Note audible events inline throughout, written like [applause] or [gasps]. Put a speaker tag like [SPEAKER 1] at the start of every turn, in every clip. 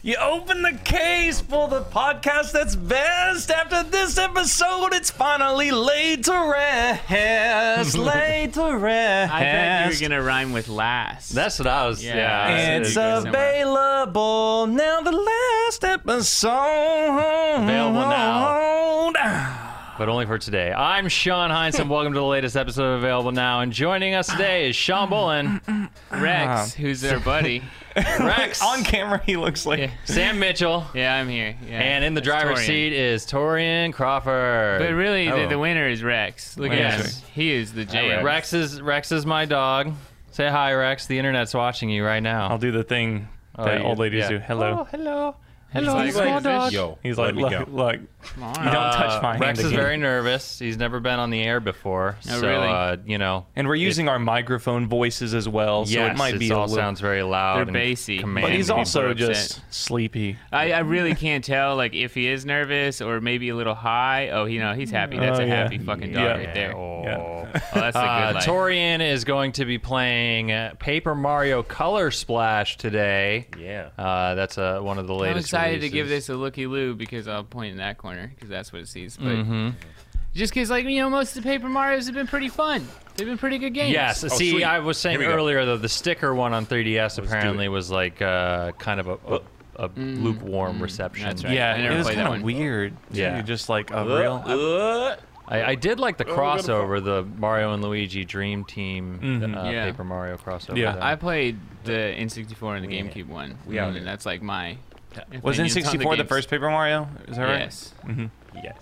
[SPEAKER 1] You open the case for the podcast that's best. After this episode, it's finally laid to
[SPEAKER 2] [laughs]
[SPEAKER 1] rest. laid to rest.
[SPEAKER 3] I thought you were gonna rhyme with last.
[SPEAKER 2] That's what I was.
[SPEAKER 3] Yeah.
[SPEAKER 2] Yeah.
[SPEAKER 1] it's
[SPEAKER 3] That's a good
[SPEAKER 1] available now. The last episode
[SPEAKER 2] Available now. but only for today. I'm Sean Heinz, and welcome to the latest episode of Available Now. And joining us today is Sean Bullen,
[SPEAKER 1] Ah. [laughs]
[SPEAKER 3] Rex, who's their buddy.
[SPEAKER 1] [laughs]
[SPEAKER 2] Rex,
[SPEAKER 1] On camera, he looks like
[SPEAKER 2] Sam Mitchell,
[SPEAKER 3] [laughs] Yeah, I'm here. Yeah.
[SPEAKER 2] and in the
[SPEAKER 3] It's
[SPEAKER 2] driver's
[SPEAKER 3] Torian.
[SPEAKER 2] seat is Torian Crawford.
[SPEAKER 3] But really,
[SPEAKER 2] Oh.
[SPEAKER 3] the, the winner is Rex. Look at
[SPEAKER 2] Yes.
[SPEAKER 3] him. He is the jam.
[SPEAKER 2] Rex is Rex is my dog. Say hi, Rex. The internet's watching you right now.
[SPEAKER 1] I'll do the thing
[SPEAKER 2] Oh,
[SPEAKER 1] that
[SPEAKER 2] you-
[SPEAKER 1] old ladies
[SPEAKER 2] yeah.
[SPEAKER 1] do. Hello.
[SPEAKER 2] Oh, hello.
[SPEAKER 3] He's
[SPEAKER 2] Hello,
[SPEAKER 3] like,
[SPEAKER 2] small
[SPEAKER 3] what is this?
[SPEAKER 2] dog.
[SPEAKER 4] Yo,
[SPEAKER 1] He's like,
[SPEAKER 4] let me
[SPEAKER 1] look,
[SPEAKER 4] go.
[SPEAKER 1] look.
[SPEAKER 3] Come on.
[SPEAKER 1] You don't touch
[SPEAKER 2] Uh,
[SPEAKER 1] my hand
[SPEAKER 2] Rex is
[SPEAKER 1] again.
[SPEAKER 2] very nervous. He's never been on the air before. so,
[SPEAKER 3] Oh, really?
[SPEAKER 2] uh, you know.
[SPEAKER 1] And we're using our microphone voices as well, so
[SPEAKER 2] yes,
[SPEAKER 1] it might be
[SPEAKER 2] it's
[SPEAKER 1] a
[SPEAKER 2] all
[SPEAKER 1] little.
[SPEAKER 2] sounds very loud.
[SPEAKER 3] They're
[SPEAKER 2] and
[SPEAKER 3] bassy.
[SPEAKER 1] but
[SPEAKER 2] commanding.
[SPEAKER 1] he's
[SPEAKER 3] people
[SPEAKER 1] also
[SPEAKER 3] are upset.
[SPEAKER 1] just sleepy.
[SPEAKER 3] I, I really can't tell like if he is nervous or maybe a little high. Oh, you know, he's happy. That's
[SPEAKER 1] Oh,
[SPEAKER 3] a
[SPEAKER 1] yeah.
[SPEAKER 3] happy fucking dog
[SPEAKER 1] Yeah.
[SPEAKER 3] right there. Oh,
[SPEAKER 2] Oh.
[SPEAKER 1] Yeah.
[SPEAKER 3] that's a good
[SPEAKER 2] Uh,
[SPEAKER 3] life.
[SPEAKER 2] Torian is going to be playing uh, Paper Mario Color Splash today.
[SPEAKER 4] Yeah.
[SPEAKER 2] Uh, that's uh, one of the
[SPEAKER 3] I'm
[SPEAKER 2] latest.
[SPEAKER 3] excited to give
[SPEAKER 2] releases.
[SPEAKER 3] this a looky loo because I'll point in that corner because that's what it sees. But
[SPEAKER 2] Mm-hmm.
[SPEAKER 3] just because, like you know, most of the Paper Mario's have been pretty fun. They've been pretty good games.
[SPEAKER 2] Yes. see,
[SPEAKER 4] sweet.
[SPEAKER 2] I was saying
[SPEAKER 4] Here we go.
[SPEAKER 2] earlier though, the sticker one on 3DS
[SPEAKER 4] do
[SPEAKER 2] apparently
[SPEAKER 4] it.
[SPEAKER 2] was like uh, kind of a, a, a
[SPEAKER 3] Mm.
[SPEAKER 2] lukewarm reception.
[SPEAKER 3] That's right.
[SPEAKER 1] Yeah,
[SPEAKER 3] I never
[SPEAKER 1] it was
[SPEAKER 3] played that
[SPEAKER 1] kinda
[SPEAKER 3] one.
[SPEAKER 1] weird.
[SPEAKER 2] Yeah.
[SPEAKER 1] too, just like a real.
[SPEAKER 2] I, I did like the
[SPEAKER 4] we got a phone.
[SPEAKER 2] crossover, the Mario and Luigi Dream Team uh,
[SPEAKER 3] Yeah.
[SPEAKER 2] Paper Mario crossover.
[SPEAKER 1] Yeah.
[SPEAKER 2] though.
[SPEAKER 3] I played the N64 and the GameCube one.
[SPEAKER 4] We out
[SPEAKER 3] and
[SPEAKER 4] here.
[SPEAKER 3] that's like my.
[SPEAKER 1] was
[SPEAKER 3] opinions on
[SPEAKER 1] N64 the,
[SPEAKER 3] games.
[SPEAKER 1] first Paper Mario? Is that right?
[SPEAKER 3] Yes.
[SPEAKER 4] Yes.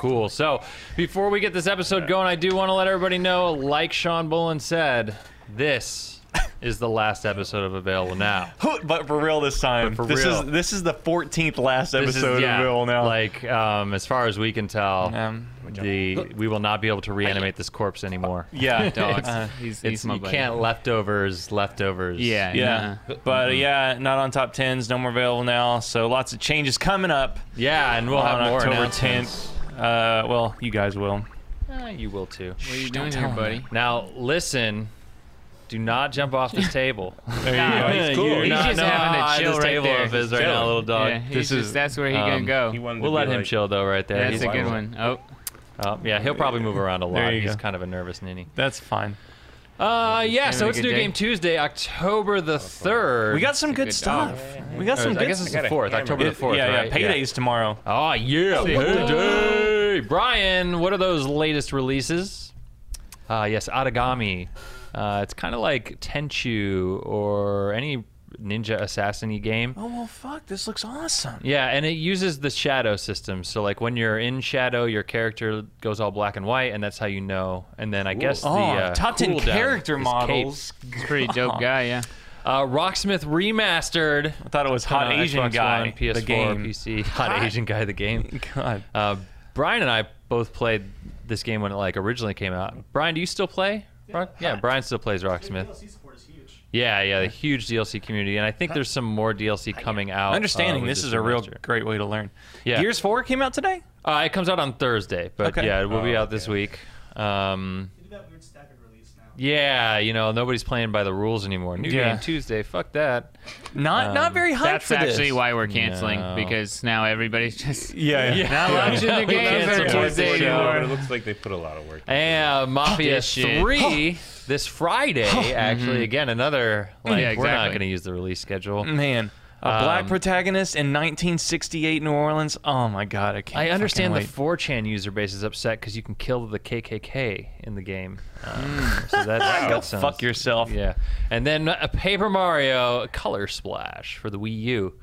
[SPEAKER 2] Cool. So before we get this episode going, I do want to let everybody know, like Sean Bullen said, this is the last episode of
[SPEAKER 1] [laughs]
[SPEAKER 2] Available Now.
[SPEAKER 1] Huh, But for real this time.
[SPEAKER 2] But for
[SPEAKER 1] this
[SPEAKER 2] real.
[SPEAKER 1] is this is the 14th last
[SPEAKER 2] This is-
[SPEAKER 1] episode
[SPEAKER 2] yeah,
[SPEAKER 1] of Real now.
[SPEAKER 2] Like, um, as far as we can tell,
[SPEAKER 1] Um,
[SPEAKER 2] the we will not be able to reanimate this
[SPEAKER 1] [laughs]
[SPEAKER 2] corpse anymore. [laughs]
[SPEAKER 1] yeah,
[SPEAKER 3] Dogs.
[SPEAKER 1] Uh,
[SPEAKER 3] he's, he's
[SPEAKER 2] It's,
[SPEAKER 3] my
[SPEAKER 2] you
[SPEAKER 3] buddy.
[SPEAKER 2] can't leftovers, leftovers.
[SPEAKER 3] Yeah.
[SPEAKER 1] yeah.
[SPEAKER 3] nah.
[SPEAKER 2] Mm-hmm.
[SPEAKER 1] But uh, yeah, not on top tens, no more available now. So lots of changes coming up
[SPEAKER 2] Yeah, and we'll
[SPEAKER 1] on
[SPEAKER 2] have more
[SPEAKER 1] October
[SPEAKER 2] announcements.
[SPEAKER 1] 10th. Uh, well, you guys will.
[SPEAKER 2] Eh, you will too.
[SPEAKER 3] What are you doing here, buddy?
[SPEAKER 2] Now listen, do not jump off
[SPEAKER 1] [laughs]
[SPEAKER 2] this table.
[SPEAKER 1] There you
[SPEAKER 3] Nah,
[SPEAKER 1] go.
[SPEAKER 3] he's
[SPEAKER 2] You
[SPEAKER 4] cool.
[SPEAKER 2] do
[SPEAKER 3] He's
[SPEAKER 2] not
[SPEAKER 3] just
[SPEAKER 2] know
[SPEAKER 3] having a
[SPEAKER 2] how high
[SPEAKER 3] chill
[SPEAKER 2] this
[SPEAKER 3] right
[SPEAKER 2] table
[SPEAKER 3] there.
[SPEAKER 2] is right
[SPEAKER 4] Chilling.
[SPEAKER 2] now, little dog.
[SPEAKER 3] Yeah, he's
[SPEAKER 1] this
[SPEAKER 3] just-
[SPEAKER 1] is-
[SPEAKER 3] that's where he
[SPEAKER 2] um,
[SPEAKER 3] can go.
[SPEAKER 4] He wanted
[SPEAKER 2] We'll
[SPEAKER 4] to
[SPEAKER 2] let
[SPEAKER 4] be
[SPEAKER 2] him
[SPEAKER 4] like,
[SPEAKER 2] chill though, right there.
[SPEAKER 3] that's
[SPEAKER 2] He's
[SPEAKER 3] a good
[SPEAKER 2] cool.
[SPEAKER 3] one. Oh,
[SPEAKER 2] Oh, yeah, he'll probably move around a lot.
[SPEAKER 1] There you
[SPEAKER 2] He's
[SPEAKER 1] go.
[SPEAKER 2] kind of a nervous ninny.
[SPEAKER 1] That's fine.
[SPEAKER 2] Uh, yeah.
[SPEAKER 3] having
[SPEAKER 2] So
[SPEAKER 3] a
[SPEAKER 2] it's
[SPEAKER 3] good
[SPEAKER 2] New
[SPEAKER 3] day. Oh.
[SPEAKER 2] Game Tuesday, October the third.
[SPEAKER 1] We got some good,
[SPEAKER 3] good dog.
[SPEAKER 1] stuff. We got some
[SPEAKER 2] I
[SPEAKER 1] good
[SPEAKER 2] guess it's
[SPEAKER 4] I
[SPEAKER 2] the
[SPEAKER 4] got a
[SPEAKER 2] fourth,
[SPEAKER 4] hammer.
[SPEAKER 2] October the
[SPEAKER 1] It-
[SPEAKER 2] fourth.
[SPEAKER 1] yeah,
[SPEAKER 2] right?
[SPEAKER 1] yeah. Paydays tomorrow.
[SPEAKER 2] Oh yeah, payday. Brian, what are those latest releases? Uh, yes, Atagami. Uh, it's kind of like Tenchu or any ninja assassin game.
[SPEAKER 1] Oh well, fuck! This looks awesome.
[SPEAKER 2] Yeah, and it uses the shadow system. So like when you're in shadow, your character goes all black and white, and that's how you know. And then I guess
[SPEAKER 1] Oh,
[SPEAKER 2] the uh,
[SPEAKER 1] top ten
[SPEAKER 2] cooldown
[SPEAKER 1] character
[SPEAKER 2] is
[SPEAKER 1] models.
[SPEAKER 3] he's a pretty dope guy, yeah.
[SPEAKER 2] cape. Uh, Rocksmith remastered.
[SPEAKER 1] I thought it was hot
[SPEAKER 2] on
[SPEAKER 1] Asian
[SPEAKER 2] Xbox
[SPEAKER 1] guy.
[SPEAKER 2] One, PS4,
[SPEAKER 1] the game.
[SPEAKER 2] PC. [laughs] Hot, Asian guy, the game.
[SPEAKER 1] [laughs] God.
[SPEAKER 2] Uh, Brian and I both played this game when it like originally came out. Brian, do you still play? Yeah, yeah Brian still plays Rocksmith.
[SPEAKER 5] DLC support is huge.
[SPEAKER 2] Yeah, yeah, the huge DLC community, and I think there's some more DLC coming out. uh,
[SPEAKER 1] Understanding
[SPEAKER 2] with
[SPEAKER 1] this is a real
[SPEAKER 2] remaster.
[SPEAKER 1] great way to learn.
[SPEAKER 2] Yeah.
[SPEAKER 1] Gears Four came out today.
[SPEAKER 2] Uh, it comes out on Thursday, but
[SPEAKER 1] Okay.
[SPEAKER 2] yeah, it will be
[SPEAKER 4] Oh,
[SPEAKER 2] out this week. Um,
[SPEAKER 5] They do that weird staggered release now.
[SPEAKER 2] yeah, you know nobody's playing by the rules anymore. New
[SPEAKER 1] Yeah.
[SPEAKER 2] Game Tuesday, fuck that.
[SPEAKER 1] Not
[SPEAKER 2] Um,
[SPEAKER 1] not very hyped
[SPEAKER 3] That's
[SPEAKER 1] for this.
[SPEAKER 3] actually why we're canceling
[SPEAKER 2] No.
[SPEAKER 3] because now everybody's just
[SPEAKER 1] Yeah, yeah.
[SPEAKER 3] not watching the
[SPEAKER 2] We
[SPEAKER 3] games
[SPEAKER 2] canceled
[SPEAKER 3] on
[SPEAKER 2] Tuesday
[SPEAKER 3] Tuesday
[SPEAKER 2] anymore.
[SPEAKER 3] anymore.
[SPEAKER 4] But it looks like they put a lot of work.
[SPEAKER 2] And uh, Mafia
[SPEAKER 3] This shit.
[SPEAKER 2] Three
[SPEAKER 1] Oh.
[SPEAKER 2] this Friday.
[SPEAKER 1] Mm-hmm.
[SPEAKER 2] actually, again another
[SPEAKER 1] Mm,
[SPEAKER 2] like
[SPEAKER 3] Yeah,
[SPEAKER 2] we're not
[SPEAKER 3] exactly.
[SPEAKER 2] going to use the release
[SPEAKER 1] [laughs]
[SPEAKER 2] schedule.
[SPEAKER 1] Man, a black
[SPEAKER 2] Um,
[SPEAKER 1] protagonist in 1968 New Orleans. Oh my God, I can't.
[SPEAKER 2] I understand the
[SPEAKER 1] fucking
[SPEAKER 2] 4chan user base is upset because you can kill the KKK in the game. Um, so that,
[SPEAKER 1] wait.
[SPEAKER 2] that
[SPEAKER 1] Mm. [laughs] Go
[SPEAKER 2] sounds,
[SPEAKER 1] fuck yourself.
[SPEAKER 2] [laughs] Yeah, and then a Paper Mario Color Splash for the Wii U.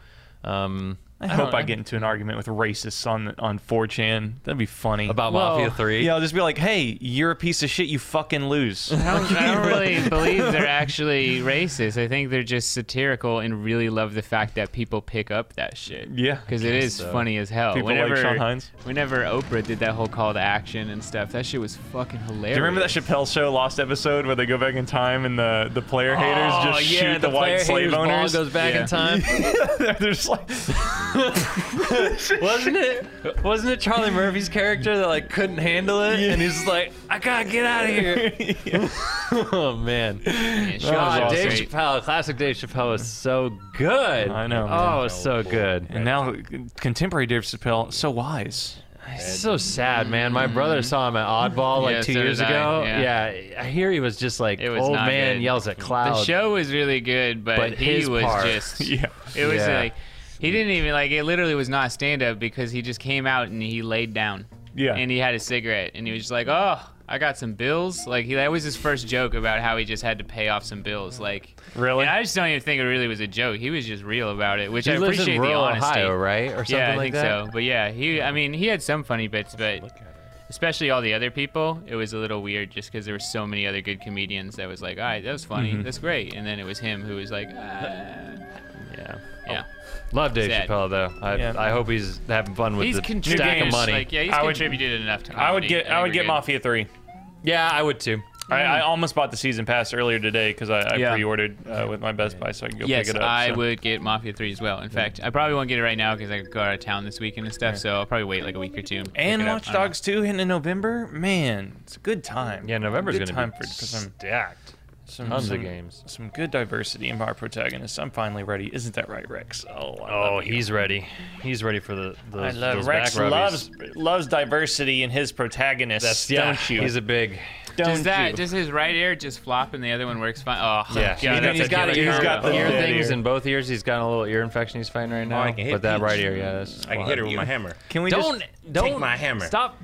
[SPEAKER 2] Um,
[SPEAKER 1] I, hope
[SPEAKER 2] don't-
[SPEAKER 1] I get into an argument with racists on on 4chan. That'd be funny.
[SPEAKER 2] about
[SPEAKER 3] Well,
[SPEAKER 2] Mafia
[SPEAKER 1] [laughs]
[SPEAKER 2] Three.
[SPEAKER 1] yeah, I'll just be like, hey, you're a piece of shit. You fucking
[SPEAKER 2] [laughs]
[SPEAKER 1] lose.
[SPEAKER 3] I don't, I don't really believe they're actually racist. I think they're just satirical and really love the fact that people pick up that shit.
[SPEAKER 1] Yeah,
[SPEAKER 3] Because it is
[SPEAKER 2] so.
[SPEAKER 3] funny as hell.
[SPEAKER 1] People like
[SPEAKER 3] whenever,
[SPEAKER 1] Sean Hines.
[SPEAKER 3] Whenever Oprah did that whole call to action and stuff, that shit was fucking hilarious.
[SPEAKER 1] Do you remember that Chappelle show lost episode where they go back in time and the, the player haters
[SPEAKER 2] Oh,
[SPEAKER 1] just
[SPEAKER 2] yeah,
[SPEAKER 1] shoot the,
[SPEAKER 2] player
[SPEAKER 1] white slave
[SPEAKER 2] haters ball
[SPEAKER 1] [laughs] owners?
[SPEAKER 2] goes back
[SPEAKER 3] Yeah.
[SPEAKER 2] in time.
[SPEAKER 1] They're just like,
[SPEAKER 2] [laughs] Wasn't it? Wasn't it Charlie Murphy's character that like couldn't handle it, and he's just like, I gotta get out of
[SPEAKER 1] [laughs]
[SPEAKER 2] here. [laughs] oh man,
[SPEAKER 3] Yeah, Sean
[SPEAKER 2] God,
[SPEAKER 3] Wall
[SPEAKER 2] Ah, Dave
[SPEAKER 3] Street.
[SPEAKER 2] Chappelle, classic Dave Chappelle was so good.
[SPEAKER 1] I know.
[SPEAKER 2] Oh, it was so good.
[SPEAKER 1] And now contemporary Dave Chappelle, so wise.
[SPEAKER 2] It's so sad, man. My brother
[SPEAKER 1] Mm-hmm.
[SPEAKER 2] saw him at Oddball like
[SPEAKER 3] Yeah,
[SPEAKER 2] two
[SPEAKER 3] so
[SPEAKER 2] years
[SPEAKER 3] did I,
[SPEAKER 2] ago.
[SPEAKER 3] yeah.
[SPEAKER 2] Yeah. I hear he was just like
[SPEAKER 3] It was
[SPEAKER 2] old
[SPEAKER 3] not
[SPEAKER 2] man
[SPEAKER 3] good.
[SPEAKER 2] yells at cloud.
[SPEAKER 3] The show was really good, but,
[SPEAKER 2] But
[SPEAKER 3] he
[SPEAKER 2] his
[SPEAKER 3] was
[SPEAKER 2] part.
[SPEAKER 4] [laughs]
[SPEAKER 3] just. [laughs]
[SPEAKER 1] Yeah.
[SPEAKER 3] It was
[SPEAKER 2] Yeah.
[SPEAKER 3] like he didn't even like it. Literally was not stand up because he just came out and he laid down.
[SPEAKER 1] Yeah.
[SPEAKER 3] And he had a cigarette and he was just like, oh. I got some bills. Like he, that was his first joke about how he just had to pay off some bills. Like
[SPEAKER 1] Really?
[SPEAKER 3] and I just don't even think it really was a joke. He was just real about it, which
[SPEAKER 2] He
[SPEAKER 3] I
[SPEAKER 2] lives
[SPEAKER 3] appreciate
[SPEAKER 2] in rural
[SPEAKER 3] the honesty.
[SPEAKER 2] Ohio, right, or something
[SPEAKER 3] yeah, I
[SPEAKER 2] like
[SPEAKER 3] think
[SPEAKER 2] that.
[SPEAKER 3] so. But yeah, he. I mean, he had some funny bits, but especially all the other people, it was a little weird just because there were so many other good comedians that was like, all right, that was funny, that's great. And then it was him who was like, ah.
[SPEAKER 2] Mm-hmm. Yeah. Oh,
[SPEAKER 3] yeah.
[SPEAKER 2] Love Dave
[SPEAKER 3] Sad.
[SPEAKER 2] Chappelle though. I,
[SPEAKER 1] Yeah.
[SPEAKER 2] I hope he's having fun with
[SPEAKER 3] He's
[SPEAKER 2] the stack
[SPEAKER 3] contributed.
[SPEAKER 2] of money.
[SPEAKER 3] Like, yeah, he's
[SPEAKER 1] I would-
[SPEAKER 3] contributed enough to
[SPEAKER 1] I would
[SPEAKER 3] comedy.
[SPEAKER 1] get
[SPEAKER 3] think
[SPEAKER 1] I would
[SPEAKER 3] we're
[SPEAKER 1] get
[SPEAKER 3] good.
[SPEAKER 1] Mafia Three.
[SPEAKER 2] yeah, I would too.
[SPEAKER 1] I, I almost bought the season pass earlier today because I, I
[SPEAKER 3] Yeah.
[SPEAKER 1] pre-ordered uh, with my Best Buy so I can go
[SPEAKER 3] Yes,
[SPEAKER 1] pick it up.
[SPEAKER 3] I
[SPEAKER 1] so.
[SPEAKER 3] would get Mafia 3 as well. In fact, I probably won't get it right now because I could go out of town this weekend and stuff, so I'll probably wait like a week or two. pick
[SPEAKER 1] And
[SPEAKER 3] it up.
[SPEAKER 1] Watch
[SPEAKER 3] I don't know.
[SPEAKER 1] Dogs 2 hitting in November, man, it's a good time.
[SPEAKER 2] Yeah, November's
[SPEAKER 1] good
[SPEAKER 2] gonna
[SPEAKER 1] time
[SPEAKER 2] be
[SPEAKER 1] for, for some
[SPEAKER 2] stacked.
[SPEAKER 1] some,
[SPEAKER 2] Tons of
[SPEAKER 1] some
[SPEAKER 2] games.
[SPEAKER 1] some good diversity in our protagonists. I'm finally ready. Isn't that right, Rex? Oh, I
[SPEAKER 2] Oh,
[SPEAKER 1] love you.
[SPEAKER 2] he's ready. He's ready for the those,
[SPEAKER 1] I love
[SPEAKER 2] those
[SPEAKER 1] Rex
[SPEAKER 2] back rubbies.
[SPEAKER 1] loves loves diversity in his protagonists.
[SPEAKER 2] That's yeah,
[SPEAKER 1] don't you?
[SPEAKER 2] He's a big.
[SPEAKER 1] don't
[SPEAKER 3] Does that
[SPEAKER 1] you?
[SPEAKER 3] does his right ear just flop and the other one works fine? Oh
[SPEAKER 2] Yeah,
[SPEAKER 3] God, that's
[SPEAKER 2] he's
[SPEAKER 3] a
[SPEAKER 2] got,
[SPEAKER 3] killer
[SPEAKER 2] ear,
[SPEAKER 1] he's got
[SPEAKER 3] combo.
[SPEAKER 1] the-
[SPEAKER 2] ear
[SPEAKER 1] dead
[SPEAKER 2] things
[SPEAKER 1] ear.
[SPEAKER 2] in both ears. He's got a little ear infection he's fighting right now.
[SPEAKER 4] Oh, I can hit
[SPEAKER 2] but that
[SPEAKER 4] Peach.
[SPEAKER 2] right ear, yeah. That's
[SPEAKER 4] I can hit her with my hammer.
[SPEAKER 1] Can we
[SPEAKER 2] Don't
[SPEAKER 1] just
[SPEAKER 2] don't
[SPEAKER 4] my
[SPEAKER 2] [laughs]
[SPEAKER 4] hammer.
[SPEAKER 2] Stop.